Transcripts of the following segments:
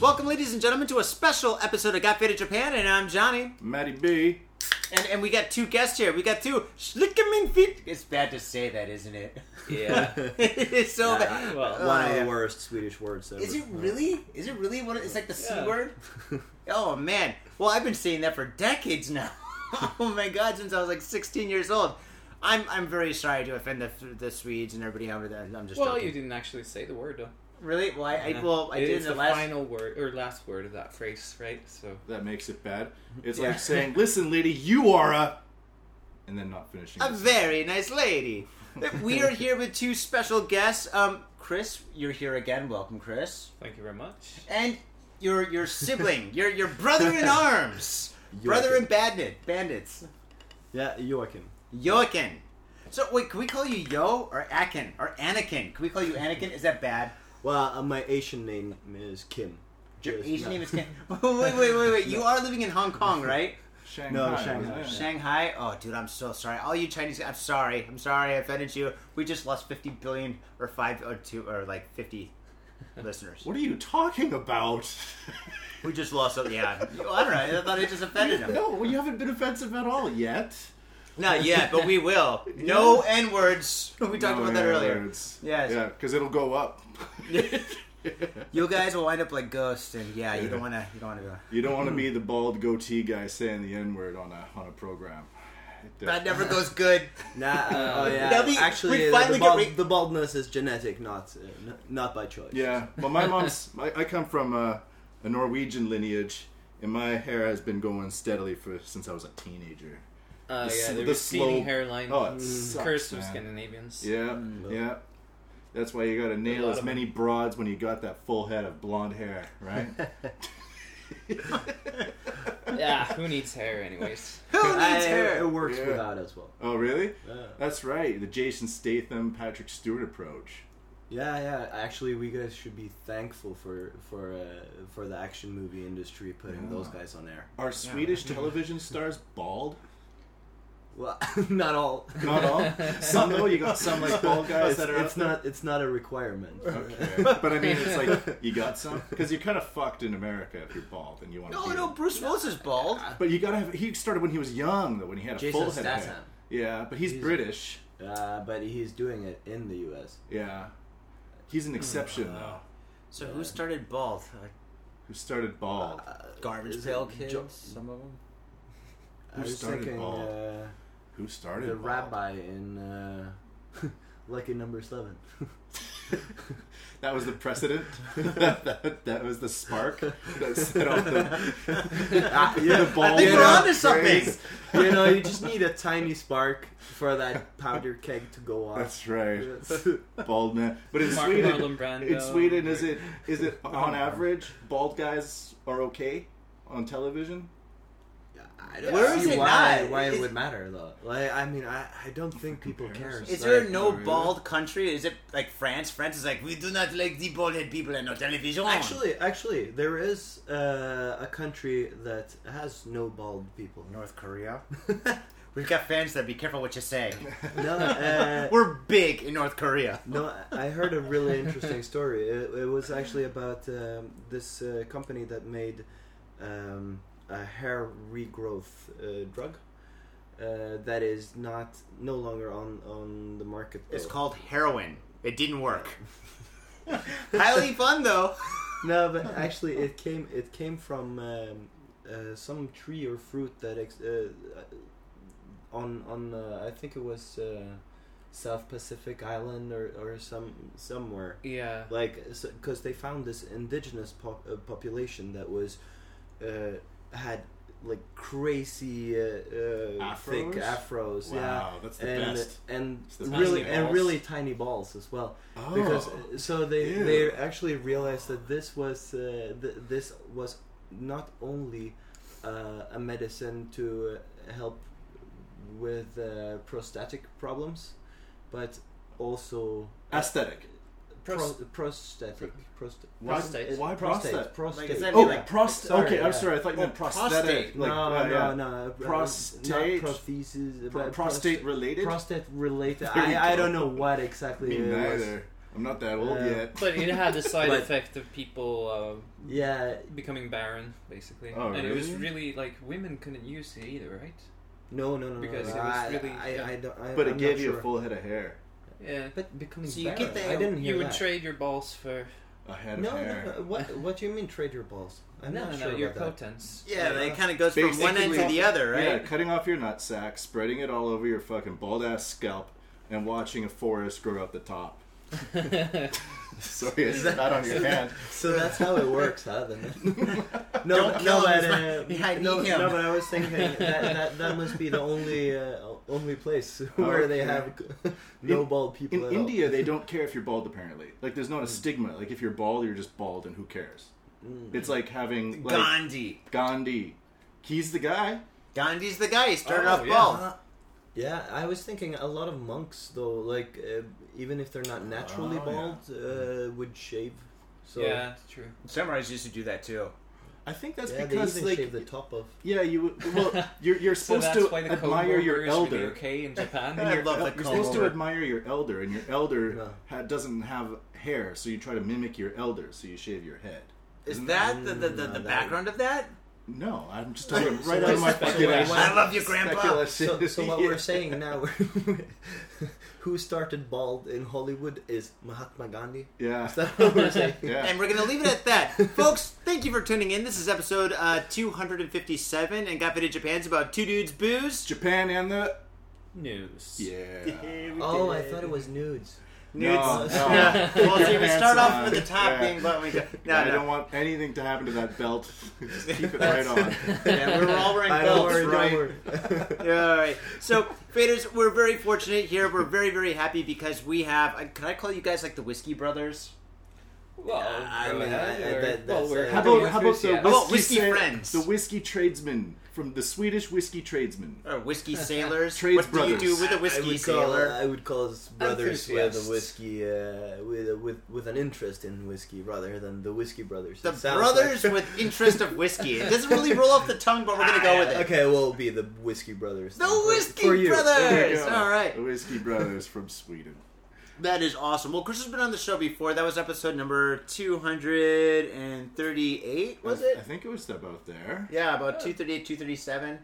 Welcome, ladies and gentlemen, to a special episode of Got Faded Japan, and I'm Johnny. Matty B. And and we got two guests here. We got two Schlickerman feet. It's bad to say that, isn't it? Yeah. it is so bad. well, One Oh, of yeah. the worst Swedish words ever. Is it really? Is it really what? it- It's like the c Yeah. word. Oh man. Well, I've been saying that for decades now. oh my god, since I was like 16 years old. I'm I'm very sorry to offend the the Swedes and everybody over there. I'm just well, joking. you didn't actually say the word though. really? Well, I, I Yeah. well I It did is in the the last. final word or last word of that phrase, right? So That makes it bad. It's Yeah. like saying, listen, lady, you are a. And then not finishing. a it. very nice lady. we are here with two special guests. Um, Chris, you're here again. Welcome, Chris. thank you very much. And your your sibling, your your brother in arms, brother in bandit, bandits, Yeah, Joakim. Joakim. So wait, can we call you Yo or Akin or Anakin? Can we call you Anakin? Is that bad? Well, uh, my Asian name is Kim. Your Just- Asian no. name is Ken. Wait, wait, wait, wait, wait. You are living in Hong Kong, right? Shanghai. No, wasn't Shanghai. it? Shanghai. Oh, dude, I'm so sorry. All you Chinese, I'm sorry. I'm sorry. I offended you. We just lost 50 billion or five or two or like 50 listeners. What are you talking about? We just lost. oh, Yeah, Well, I don't know. I thought I just offended them. no, well, you haven't been offensive at all yet. Not yet, but we will. No n words. We talked No, about that yeah, earlier. it's- Yes. Yeah, because it'll go up. You guys will wind up like ghosts, and yeah, you don't want to. You don't want to. go. you don't want to be the bald goatee guy saying the N word on a on a program. That never goes good. Nah, uh, oh yeah. Now we- we Actually, uh, finally the, get bald, re- the baldness is genetic, not uh, n- not by choice. Yeah, but my mom's. I, I come from a, a Norwegian lineage, and my hair has been going steadily for since I was a teenager. Uh, The yeah, s- the, the receding slow- hairline. Oh, it Mm. sucks, curse of man. Scandinavians. Yeah, yeah. That's why you gotta nail Mm, lot as of many broads when you got that full head of blonde hair, right? Yeah, Who needs hair, anyways? Who needs I- hair? It works Yeah. without as well. oh, really? Yeah. That's right. The Jason Statham, Patrick Stewart approach. yeah, yeah. Actually, we guys should be thankful for for uh, for the action movie industry putting Yeah. those guys on air. Are Swedish television stars bald? Well, not all. Not all. Some though. You got some like bald guys it's, that are. it's out there? not it's not a requirement. Okay. But I mean, it's like you got some because you're kind of fucked in America if you're bald and you want to. No, no. Bruce Willis is bald. But you gotta have. He started when he was young, though, when he had a Jason full head of hair. Statham. Yeah, but he's He's- British. Uh, but he's doing it in the U.S. Yeah, he's Hmm, an exception though. So who started bald? Uh, Who started bald? Garbage Uh, Is it Pail Jo- Kids. some of them. I Who was started thinking. bald? Uh, Who started the bald? rabbi in uh, Lucky Number Seven. That was the precedent. that, that was the spark that set off the, Ah, yeah, the ball. I think You we're know, onto something. craze. you know, you just need a tiny spark for that powder keg to go off. That's right, Yes. bald man. But in Mark Sweden, Marlon Brando. in Sweden, is it is it on average bald guys are okay on television? I don't Where see is it why, not? why Is- it would matter though. Like, I mean, I, I don't think people care. Comparison. Is there Like, no really. bald country? Is it like France? France is like we do not like the bald-head people in our television. Actually, actually, there is uh, a country that has no bald people. North Korea. We've got fans that be careful what you say. No, uh, We're big in North Korea. No, I I heard a really interesting story. It, it was actually about um, this uh, company that made um, a hair regrowth uh, drug uh, that is not no longer on on the market. It's though. called heroin. It didn't work. Highly fun though. no, but actually, it came it came from um, uh, some tree or fruit that ex- uh, on on uh, I think it was uh, South Pacific Island or or some somewhere. Yeah. like because they found this indigenous pop, uh, population that was uh, had like crazy uh, uh, thick Afros? afros yeah Wow, that's the and best. and It's the best. really Tiny and balls. really tiny balls as well Oh, because uh, so they Ew. they actually realized that this was uh, th- this was not only uh, a medicine to uh, help with uh, prostatic problems but also aesthetic. Pro- Prost- prostatic. Prost- Why- Prostate. Why prostate. prostate? Prostate. Like, is that Oh, Yeah, like prost. sorry, okay, yeah. Oh, I'm sorry. I thought you meant Well, prosthetic. prostate. Like, no, yeah, yeah. no, no. uh, Prostate. Not prosthesis. Pro- but prostate prost- related. Prostate related. There you I, I go. don't know what exactly Me it was. neither. I'm not that old Uh, yet. But it had the side But- effect of people um, Yeah, becoming barren, basically. Oh, and it was really? really like women couldn't use it either, right? no, no, no, no, Because no. it was I, really- I, yeah. I, don't. I, But I'm it gave not you sure. a full head of hair. Yeah. But becoming So you get barren, the- I didn't hear You would that. trade your balls for A head no, uh, of no, hair. no. What what do you mean trade your balls? I'm no, not no, sure no, your about that. potence. Yeah, it kind of goes from one end to Basically- the other, Yeah, right? cutting off your nut sack, spreading it all over your fucking bald ass scalp, and watching a forest grow out the top. Sorry, it's not on your hand. So that's how it works, huh? Then. No, Don't but- kill no, him, but, uh, it's my- I no, need him. no, but I was thinking that, that that must be the only uh, only place where they Okay. have no bald people. In at all. India, they don't care if you're bald. Apparently, like there's not a stigma. Like if you're bald, you're just bald, and who cares? Mm. It's like having like Gandhi. Gandhi. He's the guy. Gandhi's the guy. He started Oh, off yeah. bald. Uh, yeah, I was thinking a lot of monks though, like uh, even if they're not naturally Oh, yeah. bald, uh, would shave. So Yeah, it's true. Samurais used to do that too. I think that's yeah, because they even like shave the top of. yeah, you would- well you're you're So supposed that's to why the admire your elder. okay in And I Japan. your love el- the you're supposed to comb-over. admire your elder, and your elder Yeah. ha- doesn't have hair, so you try to mimic your elder, so you shave your head. Is Isn't that the, the, the, Mm, the that- background of that? No, I'm just talking So right out of my that's fucking speculation. ass. I love you, Grandpa. So, so what Yeah. we're saying now, who started bald in Hollywood is Mahatma Gandhi. Yeah. Is that what we're saying? Yeah. And we're going to leave it at that. Folks, thank you for tuning in. This is episode uh, 257, and Got Fit Japan's about two dudes booze. Japan and the News. yeah. Oh, I thought it was nudes. No, Nudes. no. Yeah. Well, see, we Pants start off on. with the top Yeah. being button. We go, no, I no. don't want anything to happen to that belt. Just keep it right on. yeah, we're all wearing I belts. don't worry, right. don't worry. Yeah, all right. So, Faders, we're very fortunate here. We're very, very happy because we have. uh, Can I call you guys like the Whiskey Brothers? Well, I go mean, ahead, I- I- or- that- well, that's, we're uh, How having about how about the enthusiasm. whiskey, Well, whiskey sa- friends. The whiskey tradesman from the Swedish whiskey tradesman. Or Whiskey Sailors? Trades what do you Brothers. do with a I Whiskey would call, uh, Sailor? I would call us brothers with Enthusiasts. a whiskey, uh, with, a, with with an interest in whiskey rather than the whiskey brothers. the It sounds brothers like- with interest of whiskey. It doesn't really roll off the tongue, but we're gonna go with it. Okay, well, it'll be the whiskey brothers. The then, for- Whiskey for you. There you Brothers. go. All right, The whiskey brothers from Sweden. that is awesome. Well, Chris has been on the show before. That was episode number two hundred and thirty-eight. Was I it? think it was about there. Yeah, about two thirty-eight, two thirty-seven.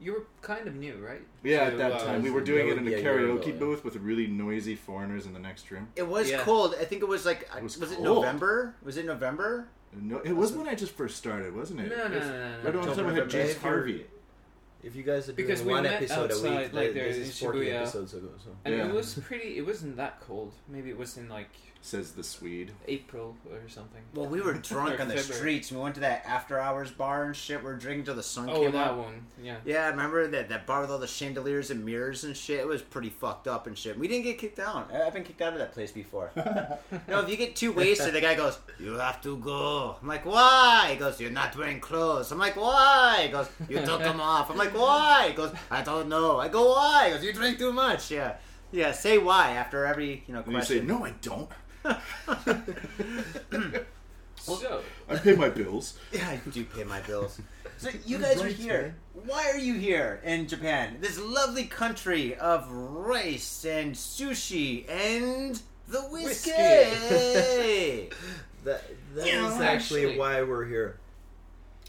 You were kind of new, right? Yeah, To, at that uh, time we were that doing it would in a be a year ago, karaoke yeah. booth with really noisy foreigners in the next room. It was Yeah. cold. I think it was like It was, was it cold. November? Was it November? No, it was when I just first started, wasn't No, it? no, no, It's- no. no. Right around the time I had November, James April. Harvey. If you guys are doing Because we one met episode a outside, week, like, there this in is 40 Shibuya. episodes ago. So. And Yeah. it was pretty. It wasn't that cold. Maybe it was in like Says the Swede. April or something. Well, we were drunk Or on the February. streets. We went to that after hours bar and shit. We were drinking till the sun Oh, came that up. one. Yeah. Yeah, I remember that that bar with all the chandeliers and mirrors and shit. It was pretty fucked up and shit. We didn't get kicked out. I- I've been kicked out of that place before. no, if you get too wasted, the guy goes, "You have to go." I'm like, "Why?" He goes, "You're not wearing clothes." I'm like, "Why?" He goes, "You took them off." I'm like, "Why?" He goes, "I don't know." I go, "Why?" He goes, "You drink too much." Yeah, yeah. Say why after every you know And you say, question. No, I don't. So I pay my bills. Yeah, I do pay my bills. So you guys are Right, here. Why are you here in Japan? This lovely country of rice and sushi and the whiskey. Whiskey. That, that is Yeah, actually, actually- why we're here.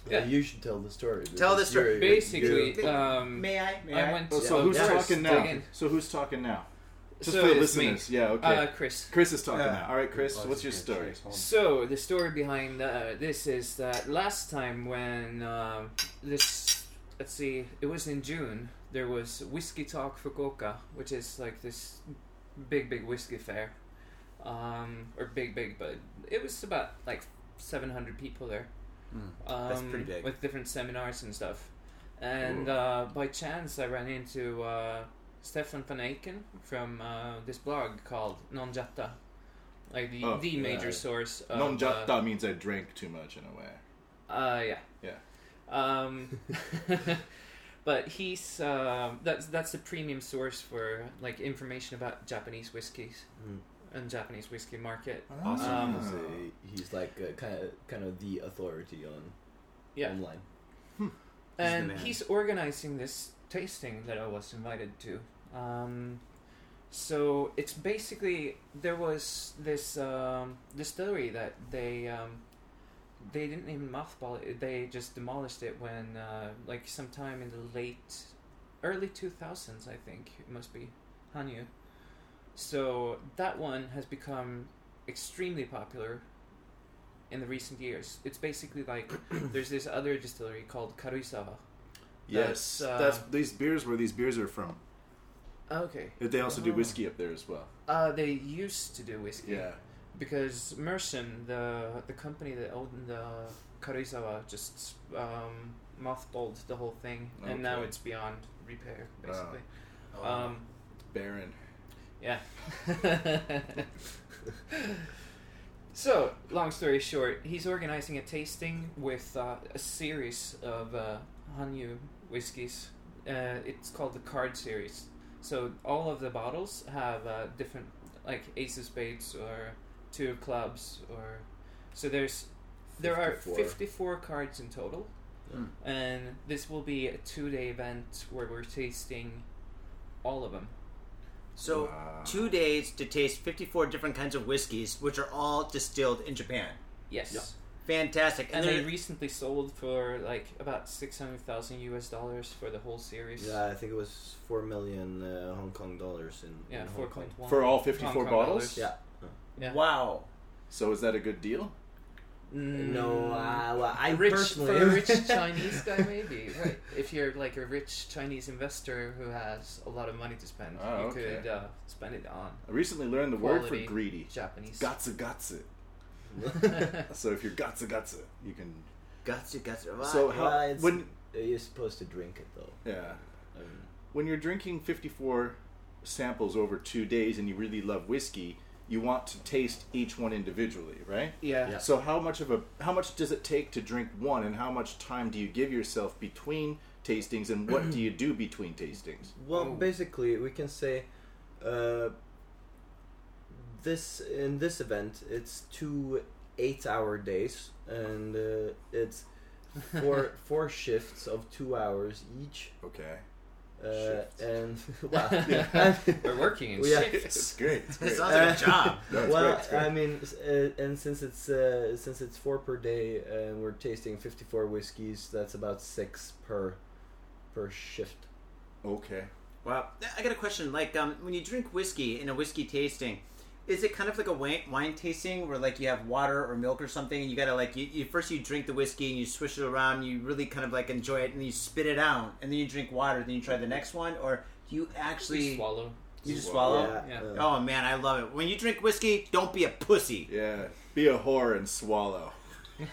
Yeah. Uh, you should tell the story. Tell the because story. you're- you're- basically, you- um, may I? May I I? went. Oh, To, so oh, who's yeah. talking Dig now? in. So who's talking now? Just So for the it's me. listeners. Yeah, okay. Uh, Chris. Chris is talking Yeah. now. All right, Chris, Oh, what's your yeah, story? cheers, hold on. So the story behind uh, this is that last time when um this, let's see, it was in June. There was Whiskey Talk Fukuoka, which is like this big, big whiskey fair, um, or big, big, but it was about like seven hundred people there. Mm, um, that's pretty big. With different seminars and stuff, and uh, by chance I ran into uh, Stefan van Eyken from uh, this blog called Non Jatta, like the, Oh, the major right. source. Of, Non uh, jatta means I drank too much in a way. uh, yeah. Yeah. Um, but he's um that's that's a premium source for like information about Japanese whiskeys Mm. and Japanese whiskey market. Awesome. Hmm. Um, He's, a- he's like uh, kind of kind of the authority on Yeah. online. He's the and man. he's organizing this tasting that I was invited to. Um, So it's basically there was this um, distillery that they um, they didn't even mothball it; they just demolished it when uh, like sometime in the late early two thousands, I think it must be Hanyu. So that one has become extremely popular in the recent years. It's basically like there's this other distillery called Karuisawa. Yes, That's, uh, that's these beers where these beers are from. Okay. They also do Oh. whiskey up there as well. Uh, they used to do whiskey. Yeah, because Mersin, the the company that owned the Karuizawa, just um, mothballed the whole thing, and now Okay. it's beyond repair, Wow. basically. Oh, Um, Baron. yeah. so, long story short, he's organizing a tasting with uh, a series of uh, Hanyu whiskeys. Uh, it's called the Card Series. So all of the bottles have uh, different, like Ace of Spades or two of clubs, or so there's there are 54. 54 cards in total. Hmm. And this will be a two-day event where we're tasting all of them. so Wow. two days to taste 54 different kinds of whiskeys, which are all distilled in Japan. Yes. Yep. Fantastic. And they're- they recently sold for like about six hundred thousand US dollars for the whole series. Yeah, I think it was four million uh, Hong Kong dollars in yeah, in Hong four Kong. point one For all 54 bottles? Yeah. yeah. Wow. So is that a good deal? No, uh, well, I Mm. rich personally for a rich Chinese guy, maybe. Wait, if you're like a rich Chinese investor who has a lot of money to spend, Oh, you okay. could uh, spend it on I recently learned the word Quality. for greedy. Japanese. Gatsu gatsu. So if you're gatsu gatsu, you can. Gotcha, gotcha. Wow. So how Well, it's- when You're supposed to drink it though. yeah I mean, when you're drinking 54 samples over two days and you really love whiskey, you want to taste each one individually, right? yeah. Yeah. So how much of a how much does it take to drink one, and how much time do you give yourself between tastings, and what do you do between tastings? Well, Oh. basically, we can say uh, this in this event, it's two eight-hour days, and uh, it's four four shifts of two hours each, Okay, uh, Shifts. and well, We're working in Yeah. it's shifts. great. It's That great. sounds like a Uh, job. No, it's well, great, it's great. I mean, s- uh, and since it's uh, since it's four per day, and we're tasting fifty-four whiskeys, that's about six per per shift. okay. Wow. I got a question. Like, um, when you drink whiskey in a whiskey tasting, is it kind of like a wine, wine tasting where like you have water or milk or something, and you gotta like you, you first you drink the whiskey and you swish it around, you really kind of like enjoy it, and then you spit it out, and then you drink water, then you try the next one, or do you actually We swallow. you just swallow? Yeah. uh, Oh man, I love it. When you drink whiskey, don't be a pussy. Yeah, be a whore and swallow.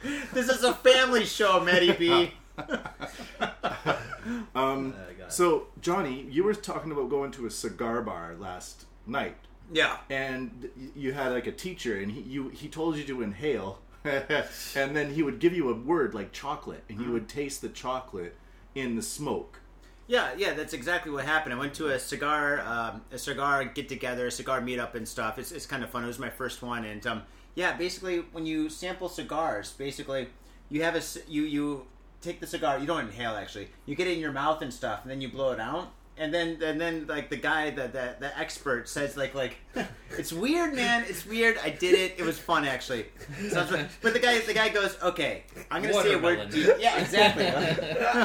This is a family show, Matty B. Um, I got it. so Johnny, you were talking about going to a cigar bar last night. yeah. and y- you had like a teacher and he you he told you to inhale and then he would give you a word like chocolate and you would taste the chocolate in the smoke Yeah, yeah, that's exactly what happened. I went to a cigar, um, a cigar get together, a cigar meetup and stuff. It's, it's kind of fun. It was my first one, and um, yeah, basically when you sample cigars, basically you have a c- you you take the cigar. You don't inhale actually. You get it in your mouth and stuff, and then you blow it out. And then and then like the guy the the, the expert says like like it's weird, man. It's weird. I did it. It was fun actually. Sounds fun. But the guy the guy goes, okay, I'm gonna say a word. Watermelon. to you." Yeah, exactly.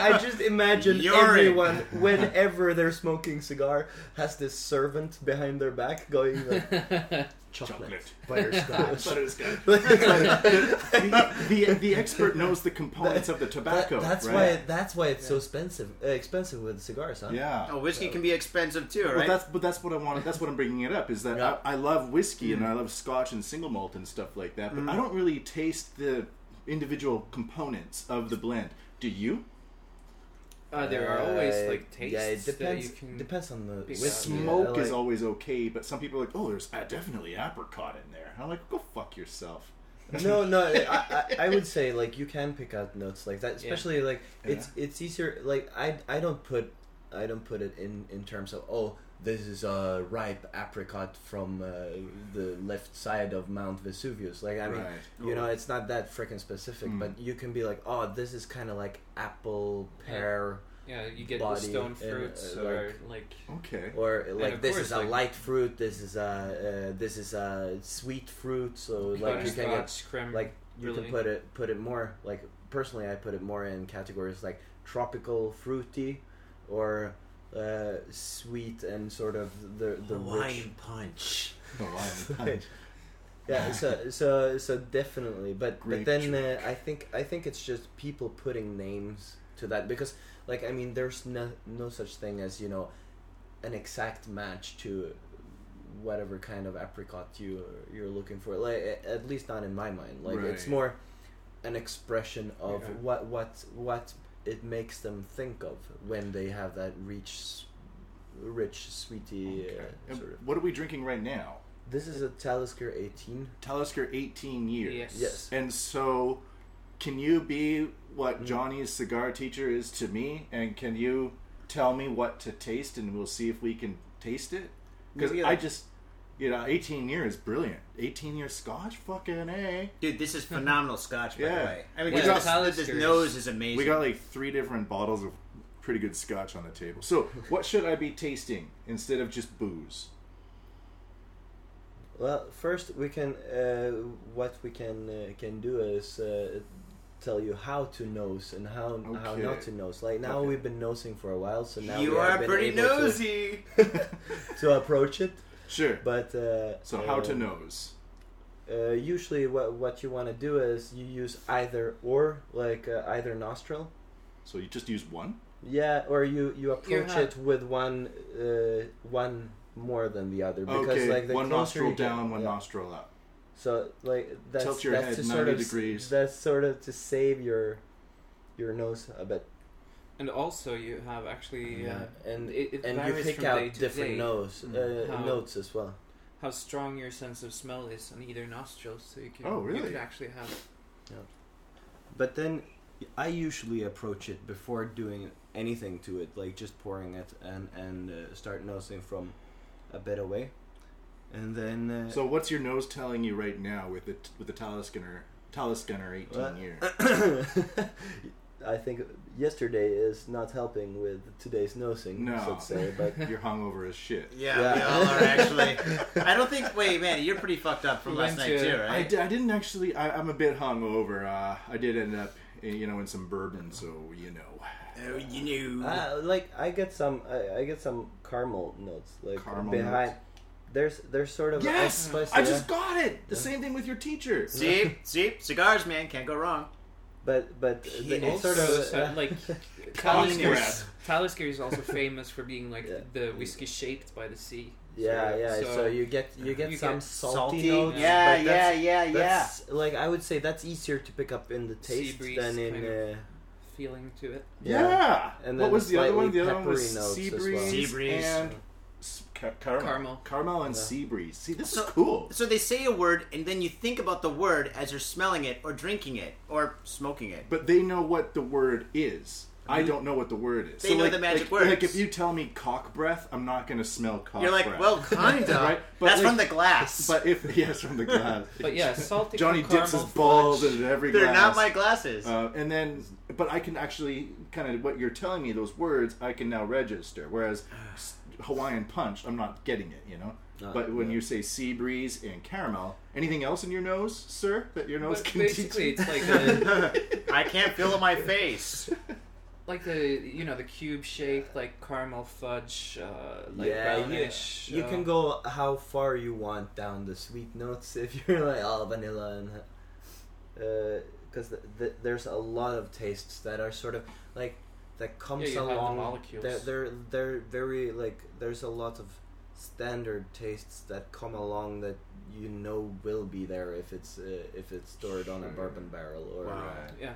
I just imagine Urine. everyone, whenever they're smoking cigar, has this servant behind their back going like, chocolate, butterscotch. butterscotch That- the, the, the expert knows the components of the tobacco that's right? why. That's why it's so expensive. Uh, expensive with cigars, huh? yeah Oh, whiskey can be expensive too, right? Well, that's but that's what I wanted. That's what I'm bringing it up is that Yeah. Mm-hmm. I, I love whiskey and I love Scotch and single malt and stuff like that. But I don't really taste the individual components of the blend. Do you? Uh, there are always Uh, like tastes Yeah, it depends. that you can. Depends on the pick whiskey. up. Smoke Yeah, is like- always okay, but some people are like, oh, there's uh, definitely apricot in there. I'm like, go fuck yourself. no, no. I, I, I would say like you can pick out notes like that, especially like it's it's easier. Like I I don't put I don't put it in in terms of oh this is a ripe apricot from uh, the left side of Mount Vesuvius. Like I mean, Right. you know, Mm. it's not that freaking specific, but you can be like oh this is kind of like apple pear. Yeah, you get Body the stone and, fruits uh, or like Okay. or uh, like of this course, is a like- light fruit this is a uh, this is a sweet fruit so like you can get butterscotch creme. like you really. can put it put it more like personally i put it more in categories like tropical fruity or uh, sweet and sort of the the rich Hawaiian punch. Oh, I'm- I'm- yeah so so so definitely but Grape but then uh, i think i think it's just people putting names to that because like i mean there's no no such thing as you know an exact match to whatever kind of apricot you you're looking for like a- at least not in my mind like it's Right. more an expression of Yeah. what what what it makes them think of when they have that rich rich sweetie okay. uh, And sort of What are we drinking right now? this is a talisker 18 Talisker 18 years. Yes. yes And so, can you be Hmm. what Johnny's cigar teacher is to me? And can you tell me what to taste and we'll see if we can taste it? Because Maybe I like- just, you know, 18 year is brilliant. 18 year scotch? Fucking A. Dude, this is phenomenal scotch, by Yeah. the way. I mean, We just got- the- this Talisker is- nose is amazing. We got like three different bottles of pretty good scotch on the table. So, what should I be tasting instead of just booze? Well, first we can uh, what we can uh, can do is uh, tell you how to nose and how how Okay. not to nose. Like now Okay. we've been nosing for a while, so now you we have are been pretty able to- nosy. to, approach it. Sure. But uh, So, how to uh, nose? Uh, usually, what what you want to do is you use either or, like uh, either nostril. So, you just use one? Yeah, or you you approach not- it with one uh, one more than the other because okay. like the one closer nostril you get- down, one yeah. nostril up. So like that's Tilt your that's head to sort 90 of, degrees. That's sort of to save your your nose a bit. and also you have actually uh, and it, it and you varies pick from day out to different day nose Mm. uh, How- notes as well. how strong your sense of smell is on either nostril, so you can Oh, you really? can actually have But then I usually approach it before doing anything to it, like just pouring it and and uh, start nosing from a bit away, and then uh, So what's your nose telling you right now with the with the Taliskinner Taliskinner eighteen What? year? I think yesterday is not helping with today's nosing, No. should say, but. You're hungover as shit. Yeah, Yeah. we all are actually. I don't think. Wait, man, you're pretty fucked up from We last went night to- too, I, right? di- I didn't actually. I, I'm a bit hungover. Uh, I did end up, eh, you know, in some bourbon. So you know, Oh, you knew. Ah. Uh, like I get some, I, I get some caramel notes. Like Caramel behind, notes. there's there's sort of yes, spice I there, just got it. The same thing with your teacher. see, see, cigars, man, can't go wrong. but but the- Penis. it's sort Also, of uh, so, uh, like, Talisker. Talisker. Talisker is also famous for being like Yeah. the whiskey shaped by the sea. yeah So- yeah. So, so- you get you get You some get salty, Salty. notes. yeah, but yeah, that's- yeah, yeah. That's, like I would say that's easier to pick up in the Sea taste breeze than in kind uh, of- feeling to it. Yeah. And what then was the other one? slightly The other one was peppery notes sea as well. breeze, Sea breeze. and s- ca- caramel. Caramel. Caramel and Yeah. sea breeze. See, this So- is cool. So they say a word, and then you think about the word as you're smelling it, or drinking it, or smoking it. but they know what the word is. I don't know what the word is. Mm-hmm. They know like, the magic like, words. Like if you tell me cock breath, I'm not going to smell cock You're like, breath. well, kinda. Right, but That's like- from the glass. but if yes, from the glass. But yeah, salty. Johnny from dips his caramel balls fudge. into every They're not glass. my glasses. Uh, and then, but I can actually kind of what you're telling me those words I can now register. Whereas s- Hawaiian punch, I'm not getting it, you know. Uh, but when yeah. you say sea breeze and caramel, anything else in your nose, sir, that your nose But can basically, teach? you? it's like the, I can't feel my face. like the you know the cube shaped like caramel fudge, uh, like yeah, you, brownish. you uh, can go how far you want down the sweet notes if you're like all vanilla and uh, because th th- there's a lot of tastes that are sort of like that comes you have the along. molecules. They're, they're they're very like there's a lot of standard tastes that come along that you know will be there if it's uh, if it's stored on a Sure. bourbon barrel or Wow. Yeah.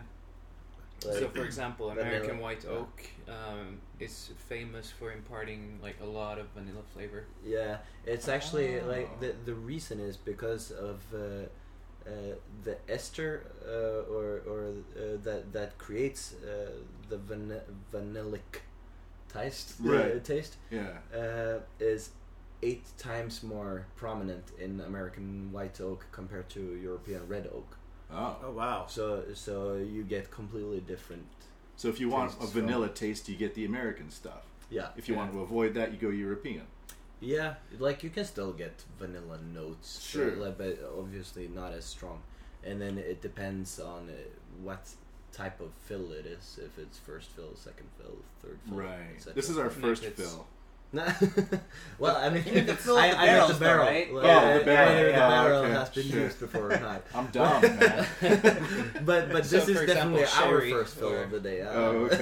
like, so, for example, vanilla. American white oak um, is famous for imparting like a lot of vanilla flavor. Yeah, it's actually like Oh. the the reason is because of uh, uh, the ester uh, or or uh, that that creates uh, the van- vanillic taste. Uh, Right. taste yeah. uh, is eight times more prominent in American white oak compared to European red oak. Oh. Oh wow. So so you get completely different So if you want Tastes a strong. vanilla taste, you get the American stuff. Yeah. If you Yeah. want to avoid that, you go European. Yeah, like you can still get vanilla notes, Sure. but- but obviously not as strong. And then it depends on uh, what type of fill it is. If it's first fill, second fill, third fill, Right. etc. This is our Like first it's- fill. well, I mean, mean the fill of I, the I meant barrels the though, barrel. right? Like, Yeah, uh, Oh, the barrel, Whether yeah, the barrel okay, has been sure. used before or not. I'm dumb, man. But but So, this is for definitely example, our sherry first fill or- of the day. I Oh, don't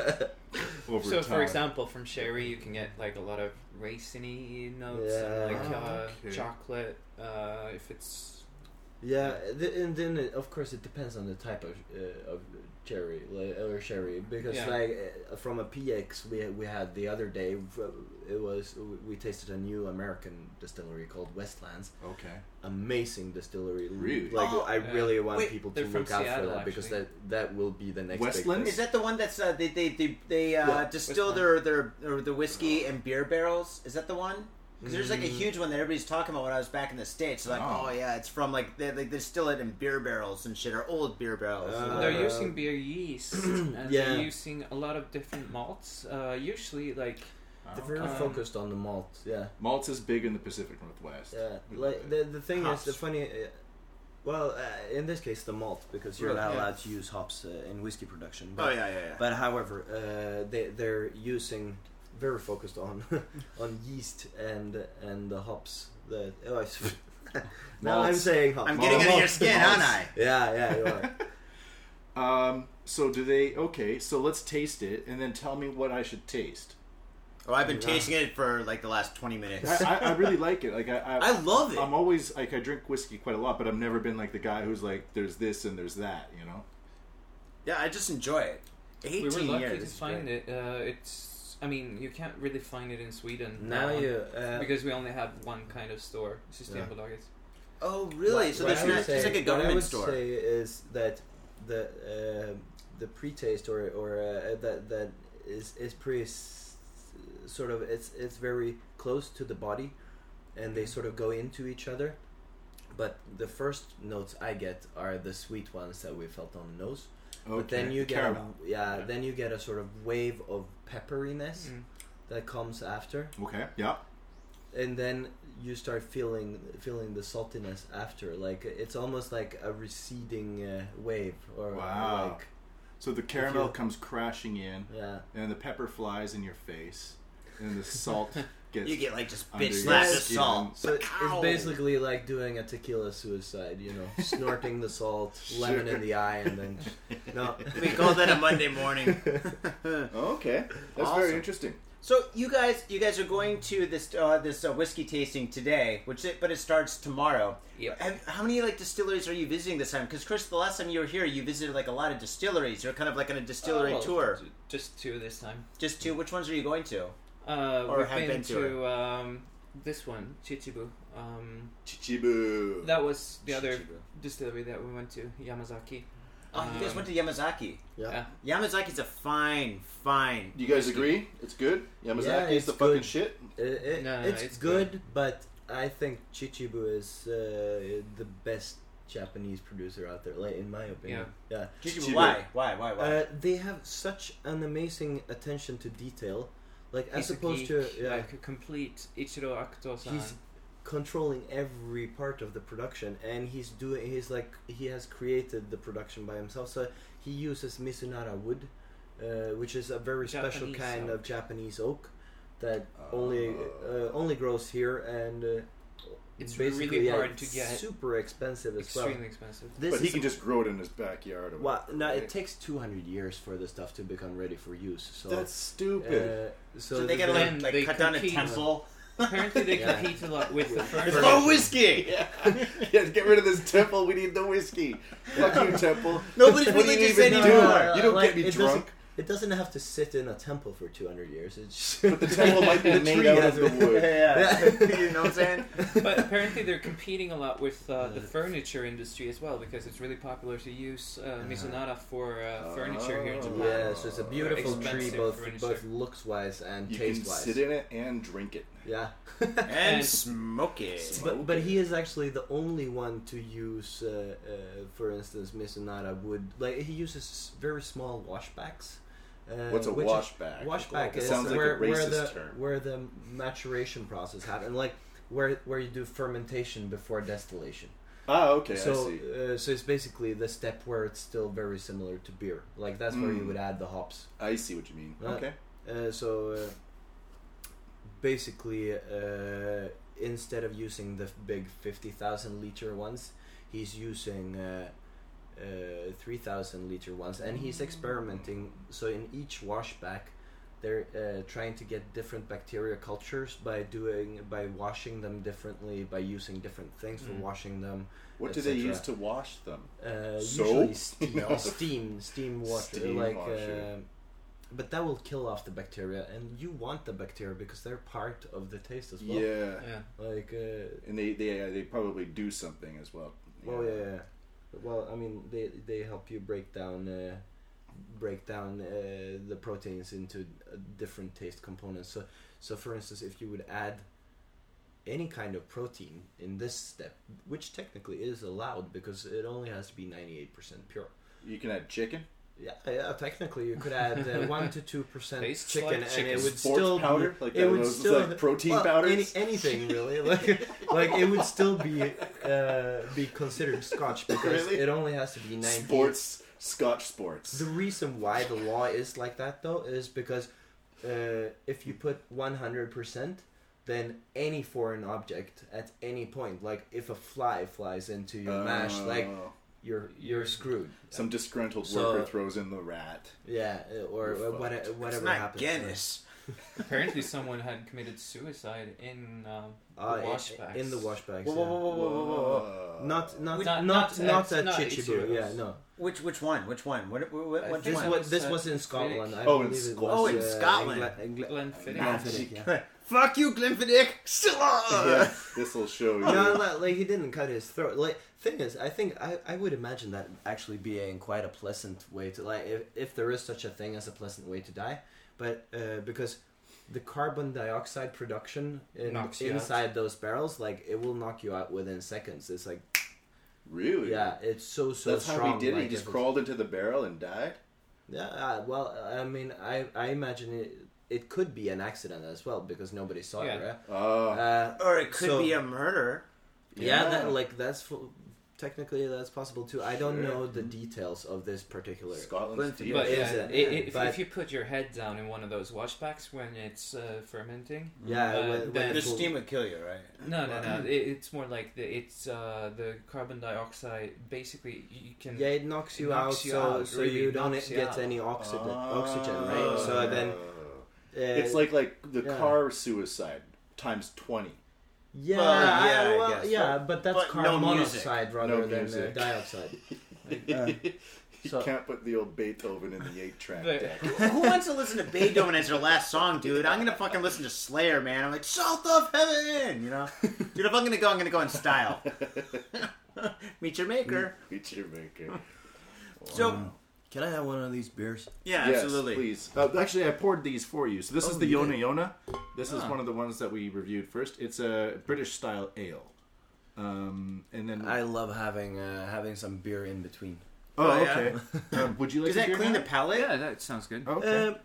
Over so, time. for example, from sherry, you can get like a lot of raciny notes and Yeah. like Ah, uh, okay. chocolate. Uh, if it's Yeah, th- and then it, of course it depends on the type of uh, of cherry like, or sherry because Yeah. like uh, from a PX we we had the other day f- it was we tasted a new American distillery called Westlands, Okay. amazing distillery. Really? Like Oh, I yeah. really want Wait, people they're to from look out Seattle, for that because actually. that that will be the next. big Westlands? thing. Is that the one that's uh, they they they they uh, Yeah. distill Which their their or the whiskey and beer barrels? Is that the one? Because there's like a Mm. huge one that everybody's talking about when I was back in the states. Like, Oh. oh, yeah, it's from like they, they distill it in beer barrels and shit, or old beer barrels. Uh, they're Uh, using beer yeast and yeah. they're using a lot of different malts. Uh, usually, like They're very Um, focused on the malt. Yeah. Malts is big in the Pacific Northwest. Yeah, like the the thing Hops. is the funny. Uh, well, uh, in this case, the malt because you're not Yeah. allowed to use hops uh, in whiskey production. But, oh yeah, yeah, yeah. But however, uh, they they're using very focused on on yeast and and the hops. The oh, I s- now I'm Malts. saying hops. I'm getting Malts. under your skin, aren't I? Yeah, yeah, you are. Um, so do they? Okay, so let's taste it, and then tell me what I should taste. Oh, I've been Yeah. tasting it for like the last 20 minutes. I, I, I really like it. Like I, I, I love it. I'm always like I drink whiskey quite a lot, but I've never been like the guy who's like there's this and there's that. You know. yeah, I just enjoy it. 18 we were lucky years. to is find great. it. Uh, it's I mean you can't really find it in Sweden now you uh, because we only have one kind of store, Systembolaget. Oh, really? so what there's not I would it's say- like a what I government would store. say is that the uh, the pre-taste or or uh, that that is is pretty s- sort of it's it's very close to the body, and Mm-hmm. they sort of go into each other. But the first notes I get are the sweet ones that we felt on the nose. Okay. But then you get caramel. A, yeah, Yeah. then you get a sort of wave of pepperiness Mm. that comes after, Okay. Yeah. and then you start feeling feeling the saltiness after like it's almost like a receding uh, wave or Wow. like So the caramel you- comes crashing in, yeah and the pepper flies in your face, and the salt gets. You get like just Under bitch your slapped with skin. salt. so it's Ow. basically like doing a tequila suicide you know snorting the salt lemon in the eye and then no We call that a Monday morning. okay, that's Awesome. very interesting. So you guys, you guys are going to this uh, this uh, whiskey tasting today, which it, but it starts tomorrow. Yep. Have, how many like distilleries are you visiting this time? Because Chris, the last time you were here, you visited like a lot of distilleries. You're kind of like on a distillery Uh, well, tour. j- Just two this time. Just two. Which ones are you going to? Uh, Or we've have been, been to to, um, this one, Chichibu. Um, Chichibu. that was the other distillery that we went to, Yamazaki. Oh, you guys Um, went to Yamazaki. yeah Yeah. Yamazaki's a fine, fine. You guys agree? It's good. Yamazaki Yeah, is it's the good. fucking shit. It- it- No, no, it's, it's good, but I think Chichibu is uh, the best Japanese producer out there like in my opinion yeah. Chichibu, Chichibu. why, why, why, why? Uh, they have such an amazing attention to detail. Like as He's a opposed to geek, yeah, like a complete Ichiro Akuto-san. He's- controlling every part of the production, and he's doing. He's like he has created the production by himself. So he uses Mizunara wood, uh, which is a very special Japanese kind oak. Ah. of Japanese oak that only uh, only grows here, and uh, It's basically, really yeah, hard to it's get. Super expensive as well. Extremely expensive. This but he is can just grow it in his backyard. or Well, whatever, no, right? it takes 200 years for the stuff to become ready for use. So That's stupid. Uh, so, so, they gotta then like, like they cut down a compete. temple. Apparently, they Yeah. compete a lot with the It's first. all whiskey. yeah. yeah, get rid of this temple. We need the whiskey. Fuck you, temple. Nobody's What do you religious even do? anymore. You don't Like, get me it drunk. doesn't- It doesn't have to sit in a temple for 200 years. It's just, But the temple might be The made tree out of has the it. wood. yeah, yeah. you know what I'm saying? but apparently, they're competing a lot with uh, the Uh, furniture industry as well because it's really popular to use uh, Mizunara for uh, furniture here in Uh-huh. Oh. Japan. yeah, so it's a beautiful tree, Expensive both furniture. both looks wise and You taste can wise. sit in it and drink it. Yeah. and smoky. But, but he is actually the only one to use, uh, uh, for instance, Mizunara would like he uses very small washbacks. Uh, What's a which is- washback? Washback It is sounds like a where, where racist the term. where the maturation process happens, like where where you do fermentation before distillation. Oh, okay, I so see. Uh, so it's basically the step where it's still very similar to beer. Like that's where you Mm. would add the hops. I see what you mean. Uh, okay. Uh, so uh, basically, uh, instead of using the big 50,000 liter ones, he's using uh, uh, 3,000 liter ones and he's experimenting. So in each washback, they're uh, trying to get different bacteria cultures by doing by washing them differently by using different things for Mm. washing them. Hmm. What do they etc. use to wash them? Uh, Soap? usually steam, No. steam, steam water, Steam like, washer. um, but that will kill off the bacteria, and you want the bacteria because they're part of the taste as well. Yeah. yeah. Like, uh, And they they, uh, they probably do something as well. well, Oh, yeah. yeah. Well, I mean, they they help you break down, uh, break down uh, the proteins into uh, different taste components. So, so for instance, if you would add any kind of protein in this step, which technically is allowed because it only has to be ninety eight percent pure. You can add chicken. Yeah, yeah. Technically, you could add uh, one to two percent Tastes chicken, like and chicken. it would Sports still powder? Be, Like it that- would those, still like, protein well, powders? any- anything really. Like, like it would still be uh, be considered scotch because Really? it only has to be ninety. Sports, Scotch sports. The reason why the law is like that though is because uh, if you put one hundred percent, then any foreign object at any point, like if a fly flies into your mash, like Oh. you're you're screwed. some disgruntled So- worker throws in the rat. Yeah, or You're what, fucked. whatever it's not happens. Guinness. Apparently, someone had committed suicide in uh, Uh, the in- washbacks. in the washbacks. Whoa, whoa, yeah. whoa, whoa, whoa, whoa, whoa. Not not We- not Not- not, not not at- at not at Chichibu. Ichiro's. Yeah, no. Which which one? Which one? What what what, I what think This one? it was was this at was in Scotland. I Oh, in believe it Scotland. was, Oh, in uh, Scotland. Engla- Engla- Glenfiddich. Glenfiddich, yeah. Fuck you, Glenfiddich. yeah, Silla. this will show you. No, no, like he didn't cut his throat. Like thing is, I think I, I would imagine that actually being quite a pleasant way to like if, if there is such a thing as a pleasant way to die, but uh, because the carbon dioxide production in, Knocks you out. inside those barrels, like it will knock you out within seconds. It's like really? yeah, it's so so That's strong. how he did it. like, He just if it's- crawled into the barrel and died. Yeah, uh, well, I mean, I I imagine it it could be an accident as well because nobody saw Yeah. it. Right? Oh, Uh, or it could So- be a murder. yeah, Yeah. that like that's fu- technically that's possible too. I don't Sure. know the details of this particular. Scotland's But- deep. But yeah, Is it? i- i- if, But- if you put your head down in one of those washbacks when it's uh, fermenting, Yeah, Uh, when, when the The it will- steam would kill you, right? no, no, no, it, it's more like the, it's uh, the carbon dioxide. Basically, you can yeah, it knocks you It knocks out, you so out, so really you don't knocks you get out. any oxygen, oxygen, right? Ah. Oh. So then, uh, it's like like the yeah. car suicide times twenty. yeah, Well, yeah, I well, guess, yeah, but- but that's but no carbon music. monoxide rather No than uh, music. dioxide. you so- can't put the old Beethoven in the eight track But- deck. Who wants to listen to Beethoven as their last song, dude? I'm gonna fucking listen to Slayer, man. I'm like, South of Heaven, you know? Dude, if I'm gonna go, I'm gonna go in style. Meet your maker. Feature maker. So, Can I have one of these beers? yeah, Yes, absolutely. Please. Uh, actually, I poured these for you. So this is Oh, the you Yona did. Yona. This is Ah. one of the ones that we reviewed first. It's a British style ale. Um, and then I love having uh, having some beer in between. oh, Oh, yeah. okay. um, would you like Does to that hear clean the Uh, that? palate? yeah, that sounds good. Oh, okay. Um,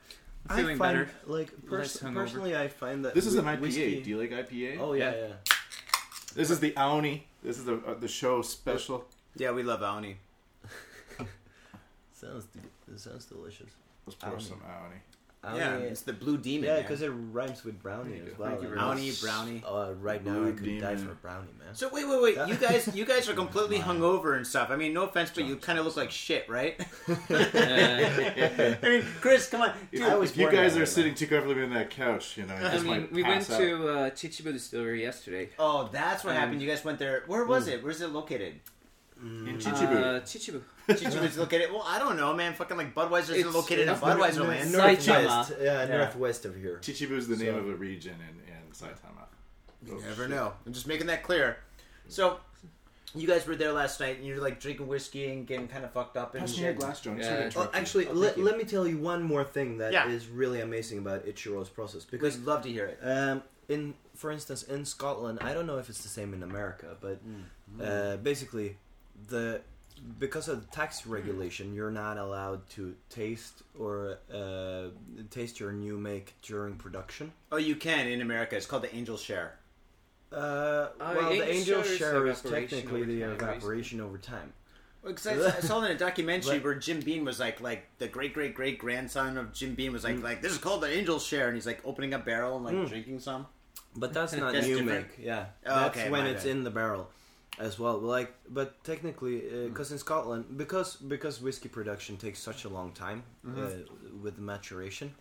I Feeling find, better. Like Less pers- hungover. personally, I find that this is an whi- IPA. whiskey- Do you like IPA? Oh yeah, yeah. This is the Aoni. This is the uh, the show special. Yeah, we love Aoni. Sounds it sounds delicious. Let's pour Aoni. some Aoni. Yeah, Aoni- it's the blue demon. yeah, man. because it rhymes with brownie Thank as you. well. Thank you and very much. Brownie, brownie. Uh, right now, Blue I could die demon. for a brownie, man. So wait, wait, wait. You guys, you guys are completely hungover and stuff. I mean, no offense, but you kind of look like shit, right? I mean, Chris, come on. Dude, I was if you born guys that way, are man. sitting too comfortably on that couch, you know, you I just mean, might we went pass out. to uh, Chichibu Distillery yesterday. oh, that's what happened. You guys went there. Where was it? Where's it located? in Chichibu. Uh, Chichibu. Chichi was located. Well, I don't know, man. Fucking like Budweiser's It's- located in it's Budweiser Nor- land. no- northwest, Saitama. yeah, Yeah. northwest of here. Chichibu is the name so- of a region in, in Saitama. Oh, You never know. I'm just making that clear. So, you guys were there last night, and you're like drinking whiskey and getting kind of fucked up. And Pass me your glass, John. Sorry to Yeah. Well, interrupt you. actually, Oh, thank let, you. let me tell you one more thing that is Yeah. really amazing about Ichiro's process because We'd love to hear it. Um, in, for instance, in Scotland, I don't know if it's the same in America, but Mm. uh, basically, the because of the tax regulation, you're not allowed to taste or uh, taste your new make during production. Oh, you can in America. It's called the angel share. Uh, well, angel the angel share is share is evaporation technically over the time, right? evaporation over time. Because I, I saw in a documentary Right. where Jim Beam was like, like the great great great grandson of Jim Beam was Mm. like, like this is called the angel share, and he's like opening a barrel and like drinking some. But that's not That's new different? make. Yeah, Oh, that's okay, when my it's bad. in the barrel, as well. Like, but technically, Mm. because in Scotland, because because whiskey production takes such a long time Mm-hmm. uh, with maturation,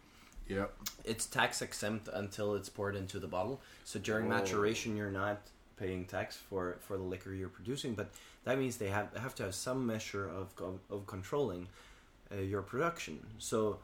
Yep. it's tax exempt until it's poured into the bottle. So during Oh. maturation, you're not paying tax for for the liquor you're producing. But that means they have have to have some measure of co- of controlling uh, your production. So.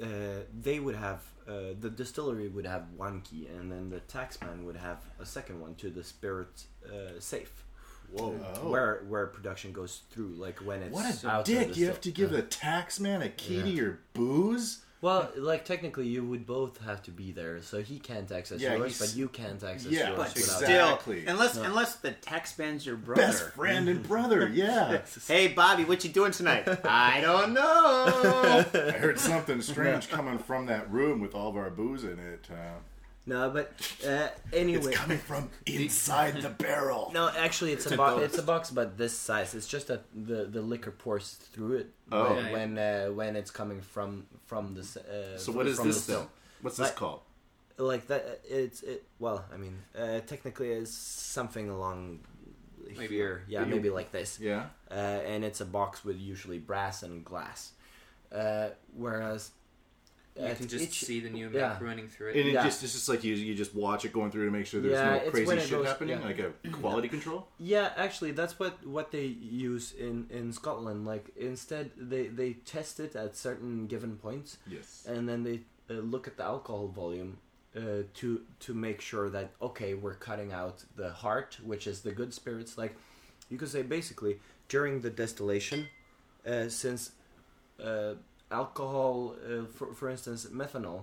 Uh, they would have uh, the distillery would have one key, and then the taxman would have a second one to the spirit uh, safe, Whoa. Oh. where where production goes through, like when it's What a out of the dick! You still- have to give a tax man a key to your booze. Well, like technically, you would both have to be there, so he can't access Yeah, yours, he's- but you can't access Yeah, yours But That's without. exact- Oh, Exactly. still, unless unless the tax ban's your brother. Best friend and brother. Yeah. Hey Bobby, what you doing tonight? I don't know. I heard something strange coming from that room with all of our booze in it. Uh, No, but uh, anyway, It's coming from inside the barrel. no, actually, it's a bo- it's a box about this size. It's just that the, the liquor pours through it Oh. when when, uh, when it's coming from from the. s- Uh, So what is from the this still? though? What's this Like- called? Like that, it's it. Well, I mean, uh, technically, it's something along Maybe here, yeah, But you- maybe like this. Yeah. uh, and it's a box with usually brass and glass. Uh, whereas uh, You at can just each- see the new make yeah. running through And it. it Yeah. just it's just like you you just watch it going through to make sure there's Yeah, no it's crazy when it shit goes- happening, yeah. like a quality control. Yeah, actually, that's what what they use in in Scotland. Like instead, they they test it at certain given points, Yes. and then they uh, look at the alcohol volume. Uh, to to make sure that okay we're cutting out the heart which is the good spirits like you could say basically during the distillation uh, since uh, alcohol uh, for, for instance methanol